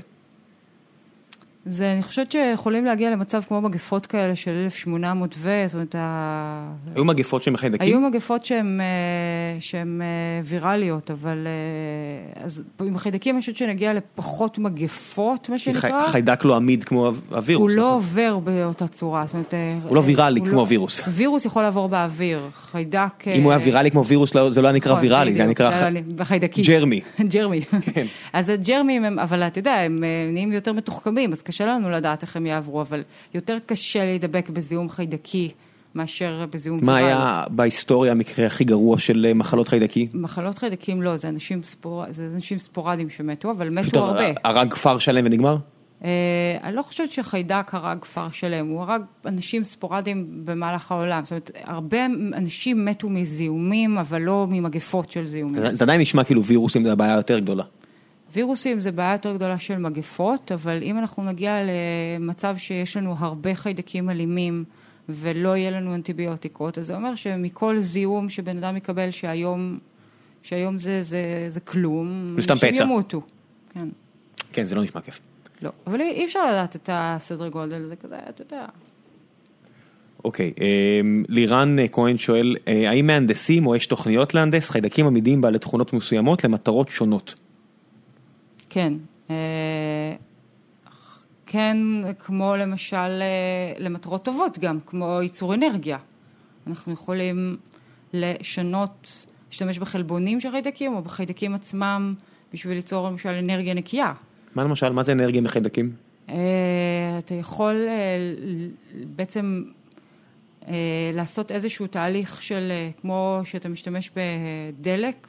Speaker 2: זה, אני חושבת שיכולים להגיע למצב כמו מגפות כאלה של 1800 ו... זאת אומרת, ה-
Speaker 1: היו מגפות שהם חיידקים?
Speaker 2: היו מגפות שהן אה, שהן, אה, ויראליות, אבל אה, אז עם חיידקים אני חושבת שנגיע לפחות מגפות, מה
Speaker 1: כי חי-
Speaker 2: שנקרא.
Speaker 1: חיידק לא עמיד כמו ה-
Speaker 2: הוא
Speaker 1: הווירוס.
Speaker 2: לא
Speaker 1: נכון?
Speaker 2: עובר באותה צורה, זאת אומרת... אה,
Speaker 1: הוא לא ויראלי
Speaker 2: הוא
Speaker 1: כמו
Speaker 2: לא-
Speaker 1: הווירוס.
Speaker 2: וירוס יכול לעבור באוויר, חיידק...
Speaker 1: אם הוא היה
Speaker 2: אה,
Speaker 1: ויראלי כמו וירוס, לא- זה לא היה נקרא
Speaker 2: נכון,
Speaker 1: ויראלי, זה היה
Speaker 2: בדיוק,
Speaker 1: נקרא ח-
Speaker 2: לא, לא, חיידקי.
Speaker 1: ג'רמי.
Speaker 2: ג'רמי.
Speaker 1: כן.
Speaker 2: אז הג'רמים הם, אבל אתה יודע, הם אה, נהיים יותר מתוחכמים, אז קשה לנו לדעת איך הם יעברו, אבל יותר קשה להידבק בזיהום חיידקי מאשר בזיהום
Speaker 1: מה
Speaker 2: ויראלי.
Speaker 1: היה בהיסטוריה המקרה הכי גרוע של אה, מחלות חיידקי?
Speaker 2: מחלות חיידקים לא, זה אנשים, ספור... זה אנשים ספורדים שמתו, אבל
Speaker 1: פשוט
Speaker 2: מתו הרבה.
Speaker 1: הרג כפר שלם ונגמר?
Speaker 2: אה, אני לא חושבת שחיידק הרג כפר שלם, הוא הרג אנשים ספורדים במהלך העולם. זאת אומרת, הרבה אנשים מתו מזיהומים, אבל לא ממגפות של זיהומים.
Speaker 1: זה עדיין נשמע כאילו וירוסים זה הבעיה היותר גדולה.
Speaker 2: וירוסים זה בעיה יותר גדולה של מגפות, אבל אם אנחנו נגיע למצב שיש לנו הרבה חיידקים אלימים ולא יהיה לנו אנטיביוטיקות, אז זה אומר שמכל זיהום שבן אדם יקבל שהיום, שהיום זה, זה, זה כלום,
Speaker 1: זה סתם פצע.
Speaker 2: אנשים ימותו. כן,
Speaker 1: כן, זה לא נשמע כיף.
Speaker 2: לא. אבל אי אי אפשר לדעת את הסדר גודל, זה כזה, אתה יודע.
Speaker 1: אוקיי, אמ, לירן אה, כהן שואל, אה, האם מהנדסים או יש תוכניות להנדס חיידקים עמידים בעלי תכונות מסוימות למטרות שונות?
Speaker 2: כן. אה, כן, כמו למשל אה, למטרות טובות גם, כמו ייצור אנרגיה. אנחנו יכולים לשנות, להשתמש בחלבונים של חיידקים או בחיידקים עצמם בשביל ליצור למשל אנרגיה נקייה.
Speaker 1: מה למשל, מה זה אנרגיה מחיידקים?
Speaker 2: אה, אתה יכול אה, ל- בעצם אה, לעשות איזשהו תהליך של אה, כמו שאתה משתמש בדלק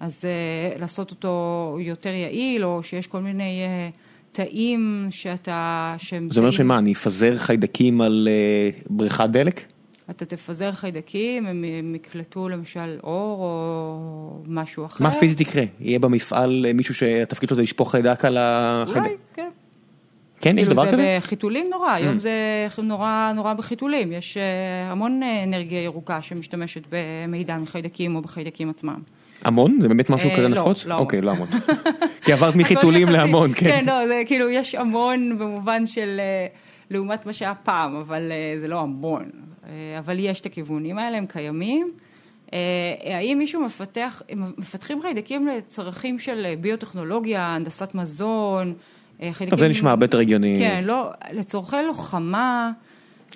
Speaker 2: אז אה, לעשות אותו יותר יעיל, או שיש כל מיני אה, תאים שאתה... שהם
Speaker 1: זה אומר
Speaker 2: תאים-
Speaker 1: שמה, אני אפזר חיידקים על אה, בריכת דלק?
Speaker 2: אתה תפזר חיידקים, הם הם יקלטו למשל אור או משהו אחר.
Speaker 1: מה פיזית יקרה? יהיה במפעל אה, מישהו שהתפקיד שלו זה לשפוך חיידק על
Speaker 2: אולי,
Speaker 1: החיידק?
Speaker 2: כן.
Speaker 1: כן, יש
Speaker 2: כאילו
Speaker 1: דבר
Speaker 2: זה
Speaker 1: כזה? Mm.
Speaker 2: בחיתולים נורא, היום זה נורא נורא בחיתולים. יש אה, המון אה, אנרגיה ירוקה שמשתמשת במידע מחיידקים או בחיידקים עצמם.
Speaker 1: המון? זה באמת משהו
Speaker 2: אה,
Speaker 1: כזה
Speaker 2: לא,
Speaker 1: נפוץ?
Speaker 2: לא
Speaker 1: אוקיי, לא המון. כי עברת מחיתולים
Speaker 2: הכל יחסי.
Speaker 1: להמון, כן.
Speaker 2: כן, לא, זה כאילו, יש המון במובן של אה, לעומת מה שהיה פעם, אבל אה, זה לא המון. אה, אבל יש את הכיוונים האלה, הם קיימים. אה, האם מישהו מפתח, מפתחים חיידקים לצרכים של אה, ביוטכנולוגיה, הנדסת מזון, אה, חיידקים...
Speaker 1: טוב, זה נשמע הרבה יותר הגיוני.
Speaker 2: כן, לא, לצורכי לוחמה,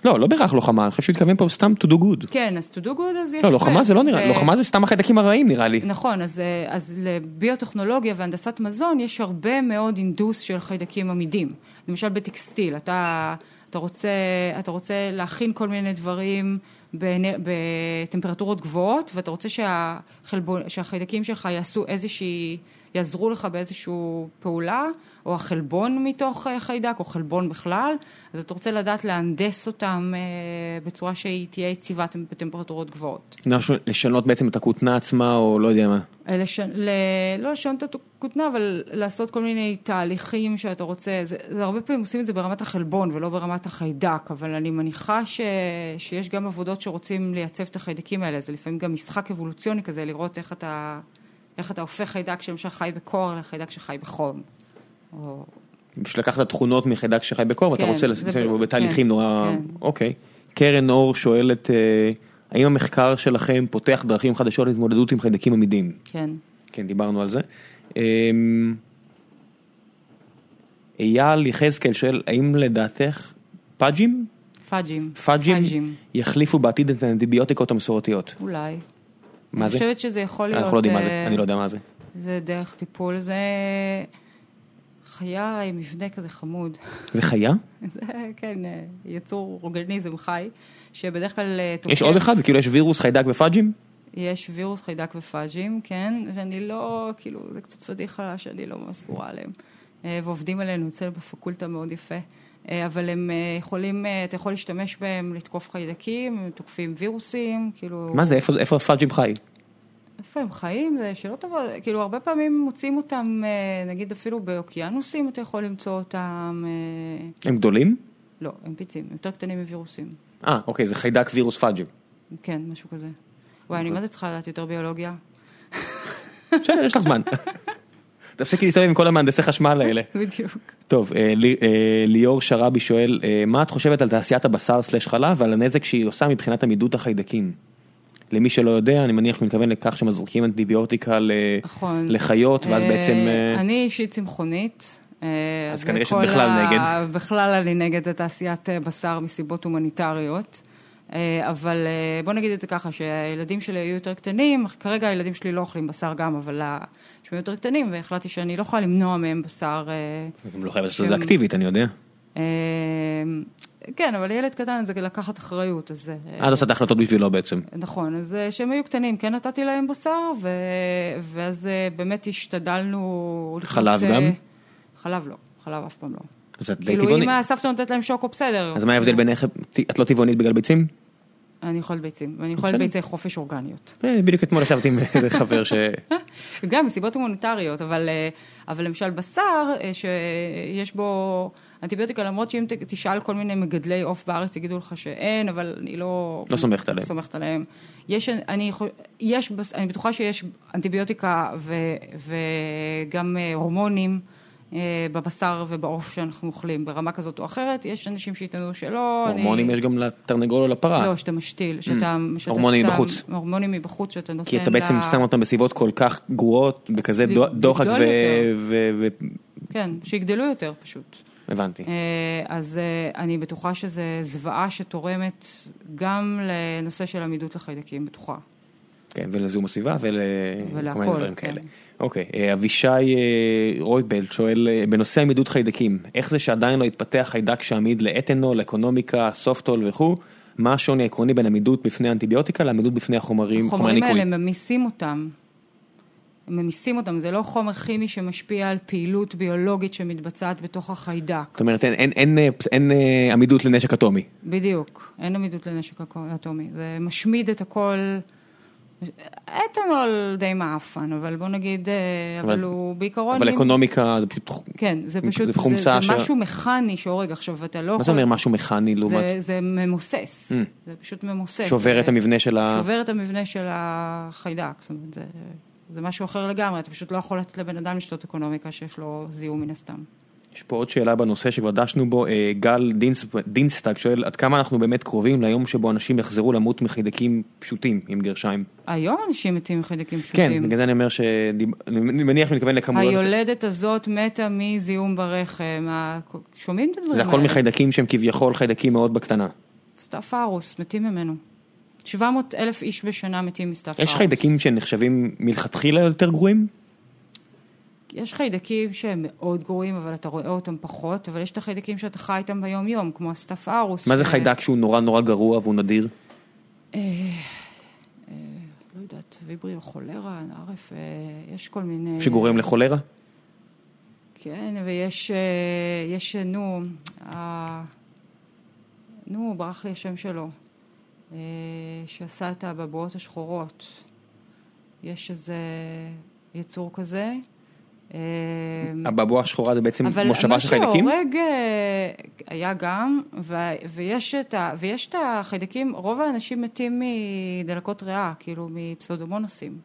Speaker 1: לא, לא בהכרח לוחמה, אני חושב שהתכוון פה סתם to do good.
Speaker 2: כן, אז to do good, אז יש...
Speaker 1: לא, לוחמה זה לא נראה,
Speaker 2: ו-
Speaker 1: לוחמה זה סתם החיידקים הרעים נראה לי.
Speaker 2: נכון, אז, אה, אז לביוטכנולוגיה והנדסת מזון יש הרבה מאוד אינדוס של חיידקים עמידים. למשל בטקסטיל, אתה, אתה, רוצה, אתה רוצה להכין כל מיני דברים באנ- בטמפרטורות גבוהות, ואתה רוצה שהחלבון, שהחיידקים שלך יעשו איזושהי, יעזרו לך באיזושהי פעולה, או החלבון מתוך אה, חיידק, או חלבון בכלל, אז אתה רוצה לדעת להנדס אותם אה, בצורה שהיא תהיה יציבה בטמפרטורות גבוהות.
Speaker 1: משהו- לשנות בעצם את הכותנה עצמה, או לא יודע מה.
Speaker 2: לש... ל... לא לשנות את הכותנה, אבל לעשות כל מיני תהליכים שאתה רוצה. זה, זה הרבה פעמים עושים את זה ברמת החלבון ולא ברמת החיידק, אבל אני מניחה ש... שיש גם עבודות שרוצים לייצב את החיידקים האלה. זה לפעמים גם משחק אבולוציוני כזה, לראות איך אתה, איך אתה הופך חיידק שלמשל חי בקור לחיידק שחי בחום. או...
Speaker 1: בשביל לקחת תכונות מחיידק שחי בקור, ואתה
Speaker 2: כן,
Speaker 1: רוצה
Speaker 2: זה
Speaker 1: לעשות
Speaker 2: ב-
Speaker 1: בתהליכים
Speaker 2: כן,
Speaker 1: נורא...
Speaker 2: כן.
Speaker 1: אוקיי. קרן אור שואלת, אה, האם המחקר שלכם פותח דרכים חדשות להתמודדות עם חיידקים עמידים?
Speaker 2: כן.
Speaker 1: כן, דיברנו על זה. אמ, אייל יחזקאל שואל, האם לדעתך פאג'ים?
Speaker 2: פאג'ים.
Speaker 1: פאג'ים יחליפו בעתיד את האנטיביוטיקות המסורתיות.
Speaker 2: אולי.
Speaker 1: מה זה?
Speaker 2: אני חושבת שזה יכול להיות...
Speaker 1: אנחנו לא יודעים מה זה,
Speaker 2: אה,
Speaker 1: אני לא יודע מה זה.
Speaker 2: זה דרך טיפול, זה חיה עם מבנה כזה חמוד.
Speaker 1: זה חיה?
Speaker 2: זה, כן, אה, יצור אורגניזם חי, שבדרך כלל אה, תוקף.
Speaker 1: יש עוד אחד? כאילו יש וירוס, חיידק ופאג'ים?
Speaker 2: יש וירוס חיידק ופאג'ים, כן, שאני לא, כאילו, זה קצת פדיחה שאני לא ממש סגורה עליהם. אה, ועובדים עלינו אצלנו בפקולטה מאוד יפה. אה, אבל הם אה, יכולים, אה, אתה יכול להשתמש בהם לתקוף חיידקים, הם תוקפים וירוסים, כאילו...
Speaker 1: מה זה? איפה- איפה הפאג'ים חי?
Speaker 2: איפה הם חיים? זה שאלות טובות. כאילו, הרבה פעמים מוצאים אותם, אה, נגיד אפילו באוקיינוסים אתה יכול למצוא אותם. אה,
Speaker 1: הם גדולים?
Speaker 2: לא, הם פיצים, הם יותר קטנים מווירוסים.
Speaker 1: אה, אוקיי, זה חיידק וירוס פאג'ים.
Speaker 2: כן, משהו כזה. וואי, אני מה זה צריכה לדעת יותר ביולוגיה?
Speaker 1: בסדר, יש לך זמן. תפסיקי להסתובב עם כל המהנדסי חשמל האלה.
Speaker 2: בדיוק.
Speaker 1: טוב, אה, לי- אה, ליאור שרבי שואל, אה, מה את חושבת על תעשיית הבשר סלש חלב ועל הנזק שהיא עושה מבחינת עמידות החיידקים? למי שלא יודע, אני מניח שהוא מתכוון לכך שמזריקים אנטיביוטיקה ל-
Speaker 2: נכון.
Speaker 1: לחיות, ואז
Speaker 2: אה,
Speaker 1: בעצם... אה,
Speaker 2: אני אישית צמחונית. אה,
Speaker 1: אז כנראה שאת
Speaker 2: בכל
Speaker 1: בכלל
Speaker 2: ה-
Speaker 1: נגד.
Speaker 2: בכלל אני נגד התעשיית אה, בשר מסיבות הומניטריות. אה, אבל אה, בוא נגיד את זה ככה, שהילדים שלי היו יותר קטנים, כרגע הילדים שלי לא אוכלים בשר גם, אבל ה- שהם יותר קטנים, והחלטתי שאני לא יכולה למנוע מהם בשר אה,
Speaker 1: גם לא חייב לעשות את זה אקטיבית, אני יודע.
Speaker 2: אה, כן, אבל ילד קטן זה לקחת אחריות, אז... אה,
Speaker 1: את עושה את ההחלטות בשבילו בעצם.
Speaker 2: נכון, אז אה, שהם היו קטנים, כן נתתי להם בשר, ו... ואז אה, באמת השתדלנו... לקנות,
Speaker 1: חלב
Speaker 2: אה,
Speaker 1: גם?
Speaker 2: חלב לא, חלב אף פעם לא.
Speaker 1: אז את די
Speaker 2: כאילו,
Speaker 1: טבעונית.
Speaker 2: אם הסבתא נותנת להם שוקו, בסדר.
Speaker 1: אז מה ההבדל בינך, את לא טבעונית בגלל ביצים?
Speaker 2: אני אוכלת ביצים, ואני אוכלת
Speaker 1: בסדר.
Speaker 2: ביצי חופש אורגניות.
Speaker 1: אה, בדיוק אתמול ישבתי עם איזה חבר ש...
Speaker 2: גם מסיבות הומניטריות, אבל, אה, אבל למשל בשר, אה, שיש בו אנטיביוטיקה, למרות שאם ת- תשאל כל מיני מגדלי עוף בארץ, יגידו לך שאין, אבל אני לא...
Speaker 1: לא סומכת עליהם.
Speaker 2: סומכת עליהם. יש, אני, חו- יש, בס- אני בטוחה שיש אנטיביוטיקה ו, וגם אה, הורמונים אה, בבשר ובעוף שאנחנו אוכלים, ברמה כזאת או אחרת. יש אנשים שיטענו שלא. אני-
Speaker 1: הורמונים יש גם לתרנגול או לפרה.
Speaker 2: לא, שאתה משתיל, שאתה... שאתה
Speaker 1: הורמונים
Speaker 2: שם-
Speaker 1: מבחוץ.
Speaker 2: הורמונים מבחוץ שאתה נותן
Speaker 1: כי אתה בעצם
Speaker 2: ל-
Speaker 1: שם אותם בסביבות כל כך גרועות, בכזה דו-
Speaker 2: לגדול
Speaker 1: דוחק ו...
Speaker 2: יותר.
Speaker 1: ו- ו-
Speaker 2: כן, שיגדלו יותר פשוט.
Speaker 1: הבנתי.
Speaker 2: אה, אז אה, אני בטוחה שזו זוועה שתורמת גם לנושא של עמידות לחיידקים, בטוחה.
Speaker 1: כן, ולזיהום הסביבה ולכל
Speaker 2: ולהכל,
Speaker 1: מיני דברים
Speaker 2: כן.
Speaker 1: כאלה. אוקיי, אה, אבישי אה, רויטבלד שואל, אה, בנושא עמידות חיידקים, איך זה שעדיין לא התפתח חיידק שעמיד לאתנול, אקונומיקה, סופטול וכו', מה השוני העקרוני בין עמידות בפני אנטיביוטיקה לעמידות בפני החומרים, חומרי
Speaker 2: החומרים
Speaker 1: ניקוי?
Speaker 2: האלה ממיסים אותם. ממיסים אותם, זה לא חומר כימי שמשפיע על פעילות ביולוגית שמתבצעת בתוך החיידק.
Speaker 1: זאת אומרת, אין, אין, אין, אה, פס- אין אה, עמידות לנשק אטומי.
Speaker 2: נכון, בדיוק, אין עמידות לנשק אקו- אטומי, זה משמיד את הכל. אתנול די מעפן, אבל בוא נגיד, אה, אבל
Speaker 1: אבל-
Speaker 2: הוא בעיקרון...
Speaker 1: אבל
Speaker 2: אם-
Speaker 1: אקונומיקה זה פשוט...
Speaker 2: כן, זה פשוט,
Speaker 1: זה
Speaker 2: זה,
Speaker 1: חומצה
Speaker 2: זה,
Speaker 1: ש-
Speaker 2: משהו מכני שהורג עכשיו, אתה לא
Speaker 1: מה זה אומר משהו מכני לעומת Mm.
Speaker 2: זה, זה ממוסס, זה פשוט ממוסס.
Speaker 1: שובר
Speaker 2: זה-
Speaker 1: את המבנה של ה...
Speaker 2: שובר את המבנה של החיידק, זאת אומרת, זה, זה משהו אחר לגמרי, אתה פשוט לא יכול לתת לבן אדם לשתות אקונומיקה שיש לו זיהום מן הסתם.
Speaker 1: יש פה עוד שאלה בנושא שכבר דשנו בו, אה, גל דינס, דינסטג שואל עד כמה אנחנו באמת קרובים ליום שבו אנשים יחזרו למות מחיידקים פשוטים, עם גרשיים.
Speaker 2: היום אנשים מתים מחיידקים פשוטים.
Speaker 1: כן, בגלל זה אני אומר ש... אני מניח שאני מתכוון לכמויות...
Speaker 2: היולדת הזאת מתה מזיהום ברחם, ה- שומעים את הדברים
Speaker 1: זה
Speaker 2: האלה?
Speaker 1: הכל מחיידקים שהם כביכול חיידקים מאוד
Speaker 2: אה,
Speaker 1: בקטנה.
Speaker 2: סטאפ ארוס, מתים ממנו. 700 אלף איש בשנה מתים מסטאפ ארוס.
Speaker 1: יש חיידקים שנחשבים מלכתחילה יותר גרועים?
Speaker 2: יש חיידקים שהם מאוד גרועים, אבל אתה רואה אותם פחות, אבל יש את החיידקים שאתה חי איתם ביום-יום, כמו הסטאפ ארוס.
Speaker 1: מה זה
Speaker 2: ש- אה.
Speaker 1: חיידק שהוא נורא נורא גרוע והוא נדיר?
Speaker 2: לא יודעת, ויבריו, חולרה, ערף, אה, יש כל מיני...
Speaker 1: שגורם לחולרה?
Speaker 2: כן, ויש, אה, יש, אה, נו, ה- נו, ברח לי השם שלו, אה, שעשה את הבבואות השחורות. יש איזה יצור כזה. אה,
Speaker 1: הבעבועה השחורה זה בעצם
Speaker 2: אבל
Speaker 1: מושבה
Speaker 2: מה
Speaker 1: של חיידקים?
Speaker 2: שהורג אה, היה גם, ו- ויש את ה- ויש את החיידקים, רוב האנשים מתים מדלקות ריאה, כאילו מפסאודומונסים.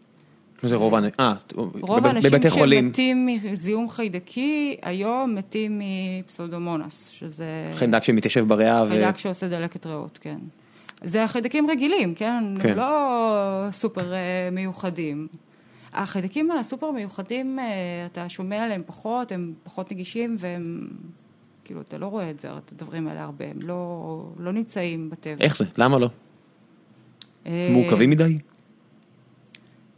Speaker 1: זה רוב האנשים, אה,
Speaker 2: רוב
Speaker 1: בב-
Speaker 2: האנשים
Speaker 1: בבתי חולים,
Speaker 2: שמתים מזיהום חיידקי, היום מתים מפסאודומונס, שזה
Speaker 1: חיידק שמתיישב בריאה ו...
Speaker 2: חיידק שעושה דלקת ריאות, כן. זה החיידקים רגילים, כן?
Speaker 1: כן.
Speaker 2: הם לא סופר אה, מיוחדים. החיידקים הסופר מיוחדים, אה, אתה שומע עליהם פחות, הם פחות נגישים והם... כאילו, אתה לא רואה את זה, את הדברים האלה הרבה, הם לא, לא נמצאים בטבע.
Speaker 1: איך זה? למה לא?
Speaker 2: אה,
Speaker 1: מורכבים מדי?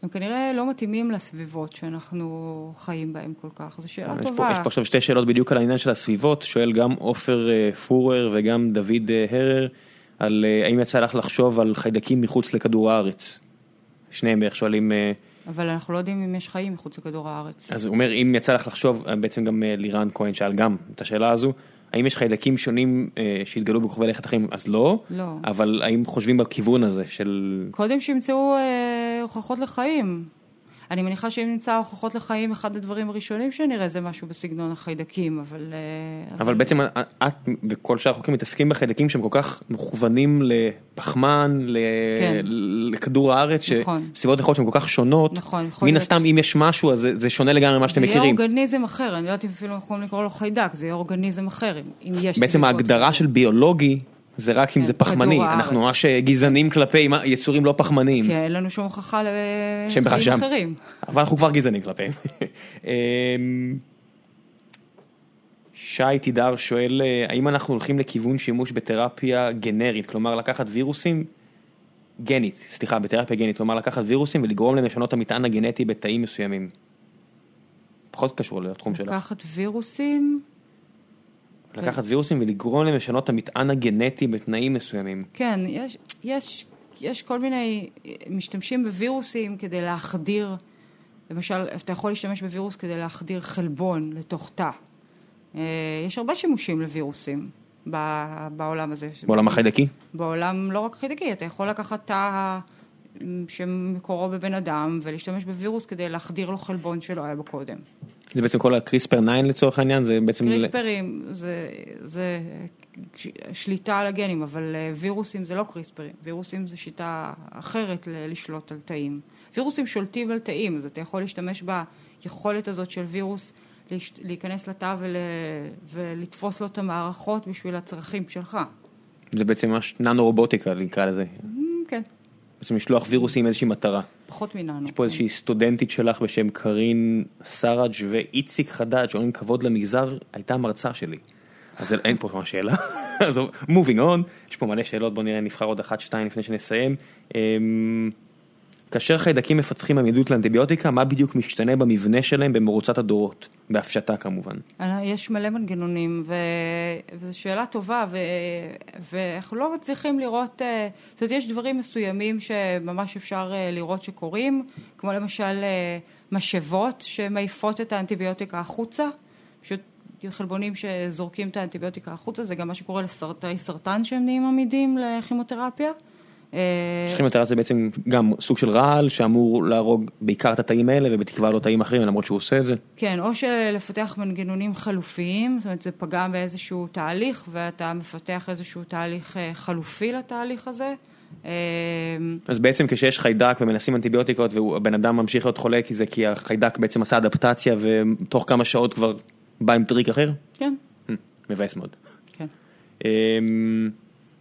Speaker 2: הם כנראה לא מתאימים לסביבות שאנחנו חיים בהן כל כך, זו שאלה
Speaker 1: אה, יש
Speaker 2: טובה.
Speaker 1: פה, יש פה עכשיו שתי שאלות בדיוק על העניין של הסביבות, שואל גם עופר אה, פורר וגם דוד אה, הרר, על אה, האם יצא לך לחשוב על חיידקים מחוץ לכדור הארץ. שניהם בערך שואלים, אה,
Speaker 2: אבל אנחנו לא יודעים אם יש חיים מחוץ לכדור הארץ.
Speaker 1: אז הוא אומר אם יצא לך לחשוב, אה, בעצם גם אה, לירן כהן שאל גם את השאלה הזו, האם יש חיידקים שונים אה, שהתגלו בכוכבי לכת אחרים? אז לא,
Speaker 2: לא.
Speaker 1: אבל האם חושבים בכיוון הזה של...
Speaker 2: קודם שימצאו אה, הוכחות לחיים. אני מניחה שאם נמצא הוכחות לחיים, אחד הדברים הראשונים שנראה זה משהו בסגנון החיידקים, אבל... אה,
Speaker 1: אבל בעצם אה, את וכל שאר החוקרים מתעסקים בחיידקים שהם כל כך מכוונים לפחמן, ל...
Speaker 2: כן.
Speaker 1: לכדור הארץ,
Speaker 2: נכון.
Speaker 1: שסביבות יכול להיות שהן כל כך שונות,
Speaker 2: נכון, יכול
Speaker 1: מן
Speaker 2: להיות.
Speaker 1: הסתם אם יש משהו אז זה, זה שונה לגמרי ממה שאתם
Speaker 2: זה יהיה
Speaker 1: מכירים.
Speaker 2: אורגניזם אחר, אני לא יודעת אם אפילו יכולים לקרוא לו חיידק, זה יהיה אורגניזם אחר, אם אם יש...
Speaker 1: בעצם
Speaker 2: סיבות.
Speaker 1: ההגדרה של ביולוגי זה רק אם
Speaker 2: כן,
Speaker 1: זה פחמני,
Speaker 2: כדור
Speaker 1: אנחנו
Speaker 2: הארץ. כן.
Speaker 1: ממש אה, גזענים כלפי מה- יצורים לא פחמניים.
Speaker 2: כי אין לנו שום הוכחה
Speaker 1: שהם בכלל
Speaker 2: לחיים
Speaker 1: שם.
Speaker 2: אחרים.
Speaker 1: אבל אנחנו כבר גזענים כלפיהם. אמ, שי תידר שואל, אה, האם אנחנו הולכים לכיוון שימוש בתרפיה גנרית, כלומר לקחת וירוסים, גנית, סליחה, בתרפיה גנית, כלומר לקחת וירוסים ולגרום להם לשנות את המטען הגנטי בתאים מסוימים. פחות קשור לתחום שלך.
Speaker 2: לקחת וירוסים,
Speaker 1: לקחת וירוסים ולגרום להם לשנות את המטען הגנטי בתנאים מסוימים.
Speaker 2: כן, יש, יש, יש כל מיני, אה, משתמשים בווירוסים כדי להחדיר, למשל, אתה יכול להשתמש בווירוס כדי להחדיר חלבון לתוך תא. אה, יש הרבה שימושים לווירוסים ב- בעולם הזה.
Speaker 1: בעולם החיידקי?
Speaker 2: בעולם לא רק חיידקי, אתה יכול לקחת תא אמ, שמקורו בבן אדם ולהשתמש בווירוס כדי להחדיר לו חלבון שלא היה בו קודם.
Speaker 1: זה בעצם כל הקריספר 9 לצורך העניין, זה בעצם... ל-
Speaker 2: קריספרים זה, זה ש- שליטה על הגנים, אבל אה, וירוסים זה לא קריספרים, וירוסים זה שיטה אחרת ל- לשלוט על תאים. וירוסים שולטים על תאים, אז אתה יכול להשתמש ביכולת הזאת של וירוס להש- להיכנס לתא ול, ולתפוס לו את המערכות בשביל הצרכים שלך.
Speaker 1: זה בעצם ממש ננו רובוטיקה נקרא לזה.
Speaker 2: Mm, כן,
Speaker 1: בעצם לשלוח וירוסים עם איזושהי מטרה.
Speaker 2: פחות מננו.
Speaker 1: יש פה איזושהי סטודנטית שלך בשם קרין סראג' ואיציק חדד שאומרים כבוד למגזר, הייתה מרצה שלי. אז אין פה ממש שאלה. אז מובינג און, יש פה מלא שאלות, בוא נראה, נבחר עוד אחת, שתיים לפני שנסיים. אמ, כאשר חיידקים מפתחים עמידות לאנטיביוטיקה, מה בדיוק משתנה במבנה שלהם במרוצת הדורות? בהפשטה כמובן.
Speaker 2: אה, יש מלא מנגנונים, ו... וזו שאלה טובה, ו... ואנחנו לא מצליחים לראות, אה, זאת אומרת, יש דברים מסוימים שממש אפשר אה, לראות שקורים, כמו למשל אה, משאבות שמעיפות את האנטיביוטיקה החוצה, פשוט חלבונים שזורקים את האנטיביוטיקה החוצה, זה גם מה שקורה לסרטי סרטן שהם נהיים עמידים לכימותרפיה. אה,
Speaker 1: שכימותרפיה זה בעצם גם סוג של רעל שאמור להרוג בעיקר את התאים האלה ובתקווה לא תאים אחרים למרות שהוא עושה את זה.
Speaker 2: כן, או שלפתח מנגנונים חלופיים, זאת אומרת זה פגע באיזשהו תהליך ואתה מפתח איזשהו תהליך אה, חלופי לתהליך הזה. אה,
Speaker 1: אז בעצם כשיש חיידק ומנסים אנטיביוטיקות והבן אדם ממשיך להיות חולה כי זה כי החיידק בעצם עשה אדפטציה ותוך כמה שעות כבר בא עם טריק אחר?
Speaker 2: כן,
Speaker 1: Hmm, מבאס מאוד.
Speaker 2: כן.
Speaker 1: אמ,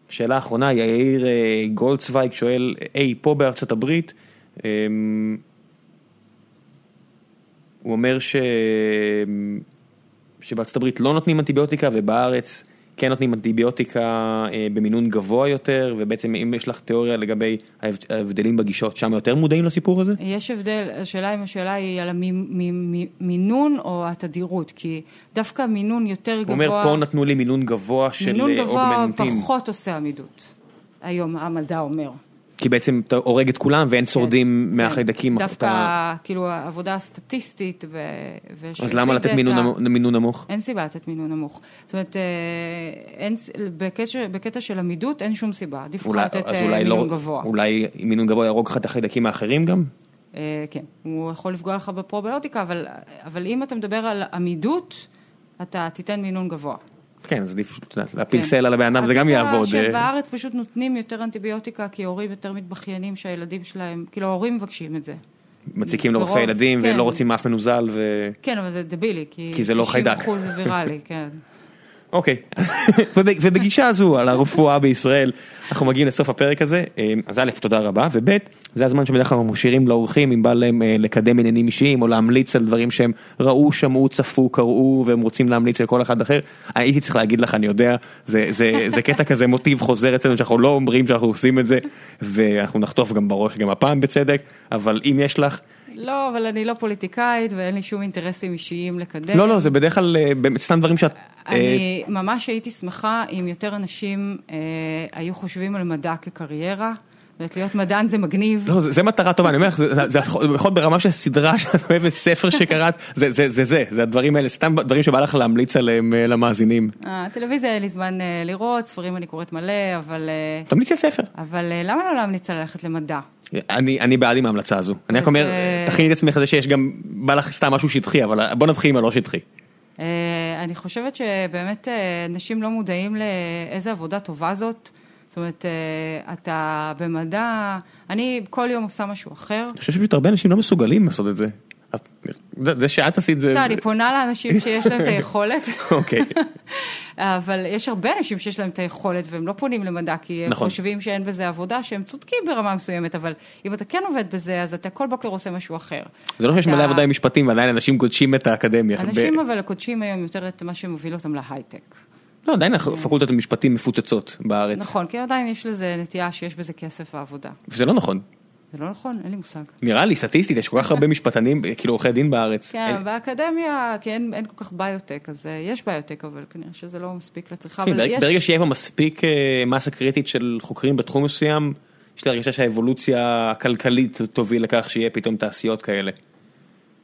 Speaker 1: שאלה אחרונה, יאיר אה, גולדצוויג שואל, היי, פה בארצות הברית, אמ, הוא אומר ש... אמ, שבארצות הברית לא נותנים אנטיביוטיקה ובארץ כן נותנים אנטיביוטיקה אה, במינון גבוה יותר, ובעצם אם יש לך תיאוריה לגבי ההבד- ההבדלים בגישות, שם יותר מודעים לסיפור הזה?
Speaker 2: יש הבדל, השאלה אם השאלה היא על המינון או התדירות, כי דווקא מינון יותר
Speaker 1: הוא
Speaker 2: גבוה,
Speaker 1: אומר, פה נתנו לי מינון גבוה של
Speaker 2: מינון
Speaker 1: אה,
Speaker 2: גבוה
Speaker 1: אוגמנטים,
Speaker 2: פחות עושה עמידות, היום המדע אומר.
Speaker 1: כי בעצם אתה הורג את כולם ואין שורדים
Speaker 2: כן.
Speaker 1: מהחיידקים. אתה-
Speaker 2: דווקא כאילו העבודה הסטטיסטית ו...
Speaker 1: אז
Speaker 2: ושל
Speaker 1: למה לתת
Speaker 2: דאטה-
Speaker 1: מינון נמוך- מינון נמוך?
Speaker 2: אין סיבה לתת מינון נמוך. זאת אומרת, אה, אין, ס- בקטע, בקטע של עמידות אין שום סיבה. עדיף לך
Speaker 1: אולי-
Speaker 2: לתת
Speaker 1: אז
Speaker 2: אה,
Speaker 1: אולי לא-
Speaker 2: מינון גבוה.
Speaker 1: אולי מינון גבוה יהרוג לך את החיידקים האחרים גם?
Speaker 2: אה, כן, הוא יכול לפגוע לך בפרוביוטיקה, אבל, אבל אם אתה מדבר על עמידות, אתה תיתן מינון גבוה.
Speaker 1: כן, אז עדיף את יודעת, להפיל
Speaker 2: כן.
Speaker 1: סלע על הבן אדם, זה גם
Speaker 2: הקטע
Speaker 1: יעבוד. אה,
Speaker 2: שבארץ פשוט נותנים יותר אנטיביוטיקה, כי הורים יותר מתבכיינים שהילדים שלהם, כאילו ההורים מבקשים את זה.
Speaker 1: מציקים לרופא
Speaker 2: ברוב,
Speaker 1: ילדים
Speaker 2: כן.
Speaker 1: ולא רוצים אף מנוזל ו...
Speaker 2: כן, אבל זה דבילי, כי...
Speaker 1: כי זה לא חיידק.
Speaker 2: 90% זה ויראלי, כן.
Speaker 1: אוקיי. וב- ובגישה הזו על הרפואה בישראל, אנחנו מגיעים לסוף הפרק הזה. אה, אז א', תודה רבה, וב', זה הזמן שבדרך כלל אנחנו משאירים לאורחים אם בא להם אה, לקדם עניינים אישיים או להמליץ על דברים שהם ראו, שמעו, צפו, קראו והם רוצים להמליץ על כל אחד אחר. הייתי צריך להגיד לך, אני יודע, זה- זה זה קטע כזה מוטיב חוזר אצלנו שאנחנו לא אומרים שאנחנו עושים את זה, ואנחנו נחטוף גם בראש גם הפעם בצדק, אבל אם יש לך...
Speaker 2: לא, אבל אני לא פוליטיקאית ואין לי שום אינטרסים אישיים לקדם.
Speaker 1: לא, לא, זה בדרך כלל אה, באמת סתם דברים שאת... אה,
Speaker 2: אני ממש הייתי שמחה אם יותר אנשים אה, היו חושבים על מדע כקריירה. זאת אומרת, להיות מדען זה מגניב.
Speaker 1: לא, זה, זה מטרה טובה, אני אומר לך, זה- זה- זה יכול יכול ברמה של סדרה שאת אוהבת, ספר שקראת, זה זה, זה זה, זה הדברים האלה, סתם דברים שבא לך להמליץ עליהם אה, למאזינים.
Speaker 2: הטלוויזיה אין לי זמן אה, לראות, ספרים אני קוראת מלא, אבל, אה,
Speaker 1: תמליץ על ספר.
Speaker 2: אבל אה, למה לא להמליץ על ללכת למדע?
Speaker 1: אני, אני בעד עם ההמלצה הזו. אני רק אומר,
Speaker 2: אה,
Speaker 1: תכיני את עצמך לזה שיש גם, בא לך סתם משהו שטחי, אבל בוא נבחין עם הלא שטחי.
Speaker 2: אה, אני חושבת שבאמת אה, אנשים לא מודעים לאיזה עבודה טובה זאת. זאת אומרת, אה, אתה במדע, אני כל יום עושה משהו אחר.
Speaker 1: אני חושב שפשוט הרבה אנשים לא מסוגלים לעשות את זה. את- זה זה שאת עשית זה...
Speaker 2: בסדר, לא, אני פונה לאנשים שיש להם את היכולת.
Speaker 1: אוקיי.
Speaker 2: אבל יש הרבה אנשים שיש להם את היכולת והם לא פונים למדע, כי הם
Speaker 1: נכון.
Speaker 2: חושבים שאין בזה עבודה, שהם צודקים ברמה מסוימת, אבל אם אתה כן עובד בזה, אז אתה כל בוקר עושה משהו אחר.
Speaker 1: זה לא שיש מלא
Speaker 2: אתה-
Speaker 1: עבודה עם משפטים, ועדיין אנשים גודשים את האקדמיה.
Speaker 2: אנשים
Speaker 1: ב-
Speaker 2: אבל קודשים היום יותר את מה שמוביל אותם להייטק.
Speaker 1: לא, עדיין הפקולטות למשפטים מפוצצות בארץ.
Speaker 2: נכון, כי עדיין יש לזה נטייה שיש בזה כסף ועבודה.
Speaker 1: וזה לא נכון.
Speaker 2: זה לא נכון, אין לי מושג.
Speaker 1: נראה לי סטטיסטית יש כל כך הרבה משפטנים כאילו עורכי דין בארץ.
Speaker 2: כן, אבל באקדמיה, כי אין, אין כל כך ביוטק, אז אה, יש ביוטק, אבל כנראה שזה לא מספיק לצריכה.
Speaker 1: כן,
Speaker 2: אבל
Speaker 1: ברג-
Speaker 2: יש...
Speaker 1: ברגע שיהיה פה מספיק אה, מסה קריטית של חוקרים בתחום מסוים, יש לי הרגשה שהאבולוציה הכלכלית תוביל לכך שיהיה פתאום תעשיות כאלה.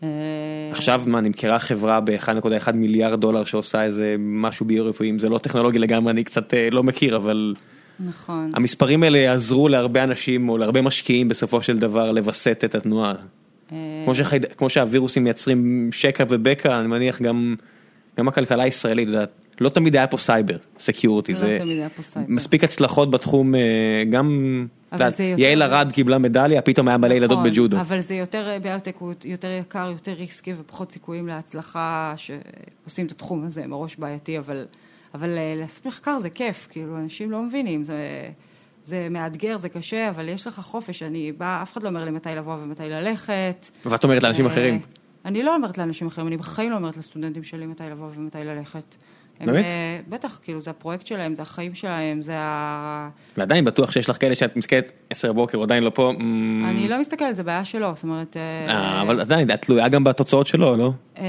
Speaker 2: אה,
Speaker 1: עכשיו מה נמכרה חברה ב-1.1 מיליארד דולר שעושה איזה משהו ביו-רפואיים זה לא טכנולוגי לגמרי אני קצת אה, לא מכיר אבל
Speaker 2: נכון.
Speaker 1: המספרים האלה יעזרו להרבה אנשים או להרבה משקיעים בסופו של דבר לווסת את התנועה. אמ-
Speaker 2: אה,
Speaker 1: כמו, שחייד... כמו שהווירוסים מייצרים שקע ובקע אני מניח גם גם הכלכלה הישראלית יודעת, לא תמיד היה פה סייבר סקיורטי
Speaker 2: לא
Speaker 1: זה
Speaker 2: תמיד היה פה סייבר.
Speaker 1: מספיק הצלחות בתחום אה, גם
Speaker 2: אבל
Speaker 1: יודעת,
Speaker 2: זה יותר-
Speaker 1: יעל ארד קיבלה מדליה פתאום היה מלא ילדות
Speaker 2: נכון,
Speaker 1: בג'ודו
Speaker 2: אבל זה יותר, ביוטק הוא יותר יקר, יותר ריסקי ופחות סיכויים להצלחה שעושים את התחום הזה, מראש בעייתי, אבל, אבל אה, לעשות מחקר זה כיף, כאילו, אנשים לא מבינים, זה, זה מאתגר, זה קשה, אבל יש לך חופש, אני באה, אף אחד לא אומר לי מתי לבוא ומתי ללכת.
Speaker 1: ואת אומרת לאנשים
Speaker 2: אה,
Speaker 1: אחרים
Speaker 2: אני לא אומרת לאנשים אחרים, אני בחיים לא אומרת לסטודנטים שלי מתי לבוא ומתי ללכת. הם,
Speaker 1: באמת?
Speaker 2: אה, בטח, כאילו זה הפרויקט שלהם, זה החיים שלהם, זה ה...
Speaker 1: ועדיין בטוח שיש לך כאלה שאת מסתכלת 10 בבוקר, עדיין לא פה. אמ,
Speaker 2: אני לא מסתכלת, זה בעיה שלו, זאת אומרת... אה,
Speaker 1: אה, אבל עדיין, את תלויה גם בתוצאות שלו, לא?
Speaker 2: אה,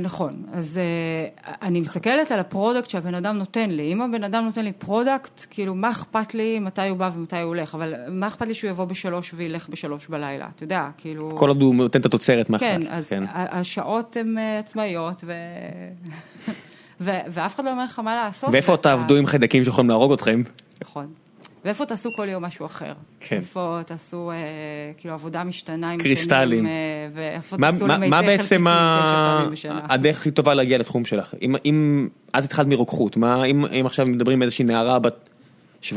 Speaker 2: נכון, אז אה, אני מסתכלת על הפרודקט שהבן אדם נותן לי. אם הבן אדם נותן לי פרודקט, כאילו, מה אכפת לי מתי הוא בא ומתי הוא הולך? אבל מה אכפת לי שהוא יבוא בשלוש וילך בשלוש בלילה? אתה יודע, כאילו...
Speaker 1: כל עוד הוא נותן את התוצרת, מה
Speaker 2: כן,
Speaker 1: אכפת?
Speaker 2: אז
Speaker 1: כן.
Speaker 2: ה- השעות הן אה, עצמאיות, ו... ו... ואף אחד לא אומר לך מה לעשות.
Speaker 1: ואיפה
Speaker 2: ואתה-
Speaker 1: תעבדו עם חיידקים שיכולים להרוג אתכם?
Speaker 2: נכון. ואיפה תעשו כל יום משהו אחר?
Speaker 1: כן.
Speaker 2: איפה תעשו, אה, כאילו, עבודה משתנה עם
Speaker 1: קריסטלים.
Speaker 2: שנים, אה, ואיפה
Speaker 1: מה-
Speaker 2: תעשו
Speaker 1: מה-
Speaker 2: למיצי
Speaker 1: מה
Speaker 2: חלקיקים
Speaker 1: בעצם ה-
Speaker 2: תשע פעמים בשנה?
Speaker 1: הדרך הכי טובה להגיע לתחום שלך? אם- אם את התחלת מרוקחות, מה אם אם עכשיו מדברים עם איזושהי נערה בת 17-16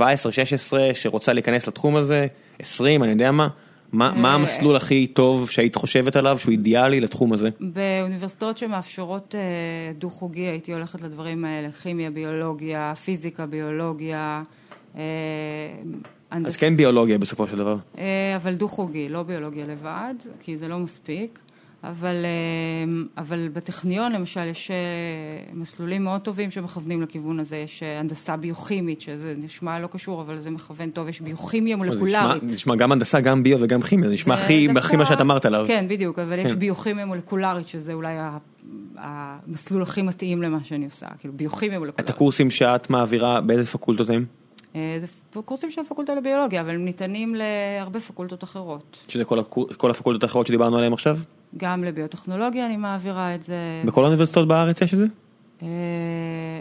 Speaker 1: שרוצה להיכנס לתחום הזה, 20, אני יודע מה, מה מה
Speaker 2: אה.
Speaker 1: המסלול הכי טוב שהיית חושבת עליו שהוא אידיאלי לתחום הזה?
Speaker 2: באוניברסיטאות שמאפשרות אה, דו-חוגי הייתי הולכת לדברים האלה, כימיה, ביולוגיה, פיזיקה, ביולוגיה, אה, הנדס-
Speaker 1: אז כן ביולוגיה בסופו של דבר.
Speaker 2: אה, אבל דו-חוגי, לא ביולוגיה לבד, כי זה לא מספיק. אבל, אה, אבל בטכניון למשל יש אה, מסלולים מאוד טובים שמכוונים לכיוון הזה, יש אה, הנדסה ביוכימית, שזה נשמע לא קשור, אבל זה מכוון טוב, יש ביוכימיה
Speaker 1: זה נשמע-
Speaker 2: מולקולרית.
Speaker 1: זה נשמע גם הנדסה, גם ביו וגם כימיה, זה נשמע
Speaker 2: זה
Speaker 1: הכי
Speaker 2: אה, דווקא-
Speaker 1: הכי מה שאת אמרת עליו.
Speaker 2: כן, בדיוק, אבל יש
Speaker 1: כן.
Speaker 2: ביוכימיה מולקולרית, שזה אולי ה- המסלול הכי מתאים למה שאני עושה, כאילו ביוכימיה
Speaker 1: את
Speaker 2: מולקולרית.
Speaker 1: הקורסים שאת מעבירה, באיזה פקולטות הם?
Speaker 2: אה, זה פ- קורסים של הפקולטה לביולוגיה, אבל הם ניתנים להרבה פקולטות אחרות.
Speaker 1: שזה כל הקור- כל הפקולטות האחרות שדיברנו עליהן עכשיו?
Speaker 2: גם לביוטכנולוגיה אני מעבירה את זה.
Speaker 1: בכל האוניברסיטאות בארץ יש את זה?
Speaker 2: אה,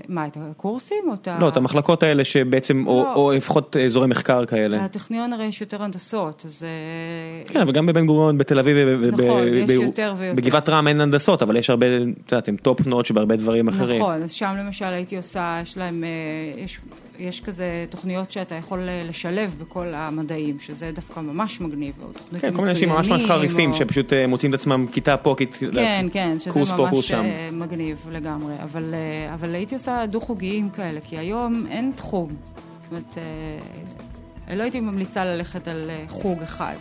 Speaker 2: מה, את הקורסים או את ה...
Speaker 1: לא, את המחלקות האלה שבעצם, או
Speaker 2: לא.
Speaker 1: או לפחות אזורי מחקר כאלה.
Speaker 2: הטכניון הרי יש יותר הנדסות, אז... אה,
Speaker 1: כן, אבל גם בבן גוריון, בתל אביב, וב-
Speaker 2: נכון,
Speaker 1: ב-
Speaker 2: יש
Speaker 1: ב-
Speaker 2: יותר ויותר.
Speaker 1: בגבעת רם אין הנדסות, אבל יש הרבה, את יודעת, הם טופ נוט שבהרבה דברים אחרים.
Speaker 2: נכון, אז שם למשל הייתי עושה, יש להם, אה, יש, יש כזה תוכניות שאתה יכול אה, לשלב בכל המדעים, שזה דווקא ממש מגניב, או תוכנית
Speaker 1: כן, כל מיני אנשים ממש ממש
Speaker 2: מצוינים,
Speaker 1: חריפים,
Speaker 2: או-
Speaker 1: שפשוט אה, מוצאים את עצמם כיתה פה, כית-
Speaker 2: כן, כן, שזה
Speaker 1: קורס פה, קורס
Speaker 2: ממש
Speaker 1: שם.
Speaker 2: אה, מגניב לגמרי, אבל, אה, אבל הייתי עושה דו-חוגיים כאלה, כי היום אין תחום. זאת אומרת, אה, לא הייתי ממליצה ללכת על אה, חוג אחד.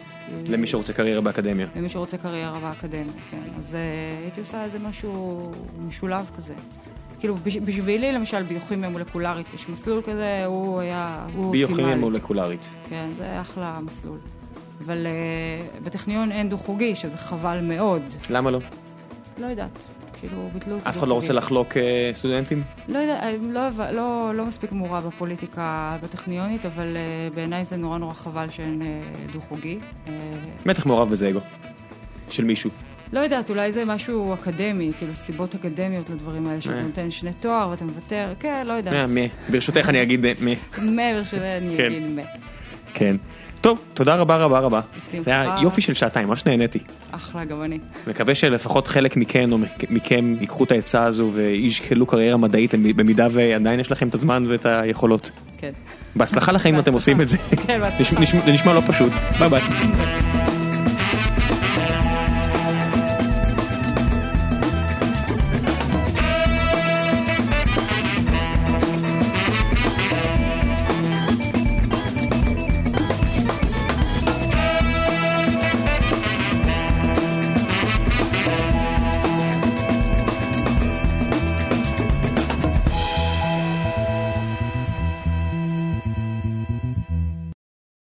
Speaker 2: כי-
Speaker 1: למי שרוצה קריירה באקדמיה.
Speaker 2: למי שרוצה קריירה באקדמיה, כן. אז אה, הייתי עושה איזה משהו משולב כזה. כאילו, בש- בשבילי, למשל, ביוכימיה מולקולרית, יש מסלול כזה, הוא היה... הוא
Speaker 1: ביוכימיה
Speaker 2: אופטימלי.
Speaker 1: מולקולרית.
Speaker 2: כן, זה אחלה מסלול. אבל אה, בטכניון אין דו-חוגי, שזה חבל מאוד.
Speaker 1: למה לא?
Speaker 2: לא יודעת. כאילו, ביטלו את
Speaker 1: אף אחד לא רוצה
Speaker 2: הדו-חוגי.
Speaker 1: לחלוק אה, סטודנטים?
Speaker 2: לא יודע, אה, לא, הבא- לא, לא מספיק מעורה בפוליטיקה בטכניונית, אבל אה, בעיניי זה נורא נורא חבל שאין אה, דו-חוגי. אה,
Speaker 1: בטח מעורב בזה אגו. של מישהו.
Speaker 2: לא יודעת, אולי זה משהו אקדמי, כאילו סיבות אקדמיות לדברים האלה, שאתה
Speaker 1: אה.
Speaker 2: נותן שני תואר ואתה מוותר, כן, לא
Speaker 1: אה,
Speaker 2: יודעת.
Speaker 1: מה? ברשותך אני אגיד אה, מה.
Speaker 2: מעבר שזה אני
Speaker 1: כן.
Speaker 2: אגיד מה.
Speaker 1: כן. טוב, תודה רבה רבה רבה.
Speaker 2: בשמחה.
Speaker 1: זה היה יופי של שעתיים, ממש נהניתי.
Speaker 2: אחלה, גם אני.
Speaker 1: מקווה שלפחות חלק מכן או מכ- מכם ייקחו את העצה הזו וישקלו קריירה מדעית במידה ועדיין יש לכם את הזמן ואת היכולות.
Speaker 2: כן.
Speaker 1: בהצלחה לכם אם אתם עושים את זה.
Speaker 2: כן, בהצלחה.
Speaker 1: נשמע- זה נשמע לא פשוט. ביי ביי.
Speaker 2: בהצלחה.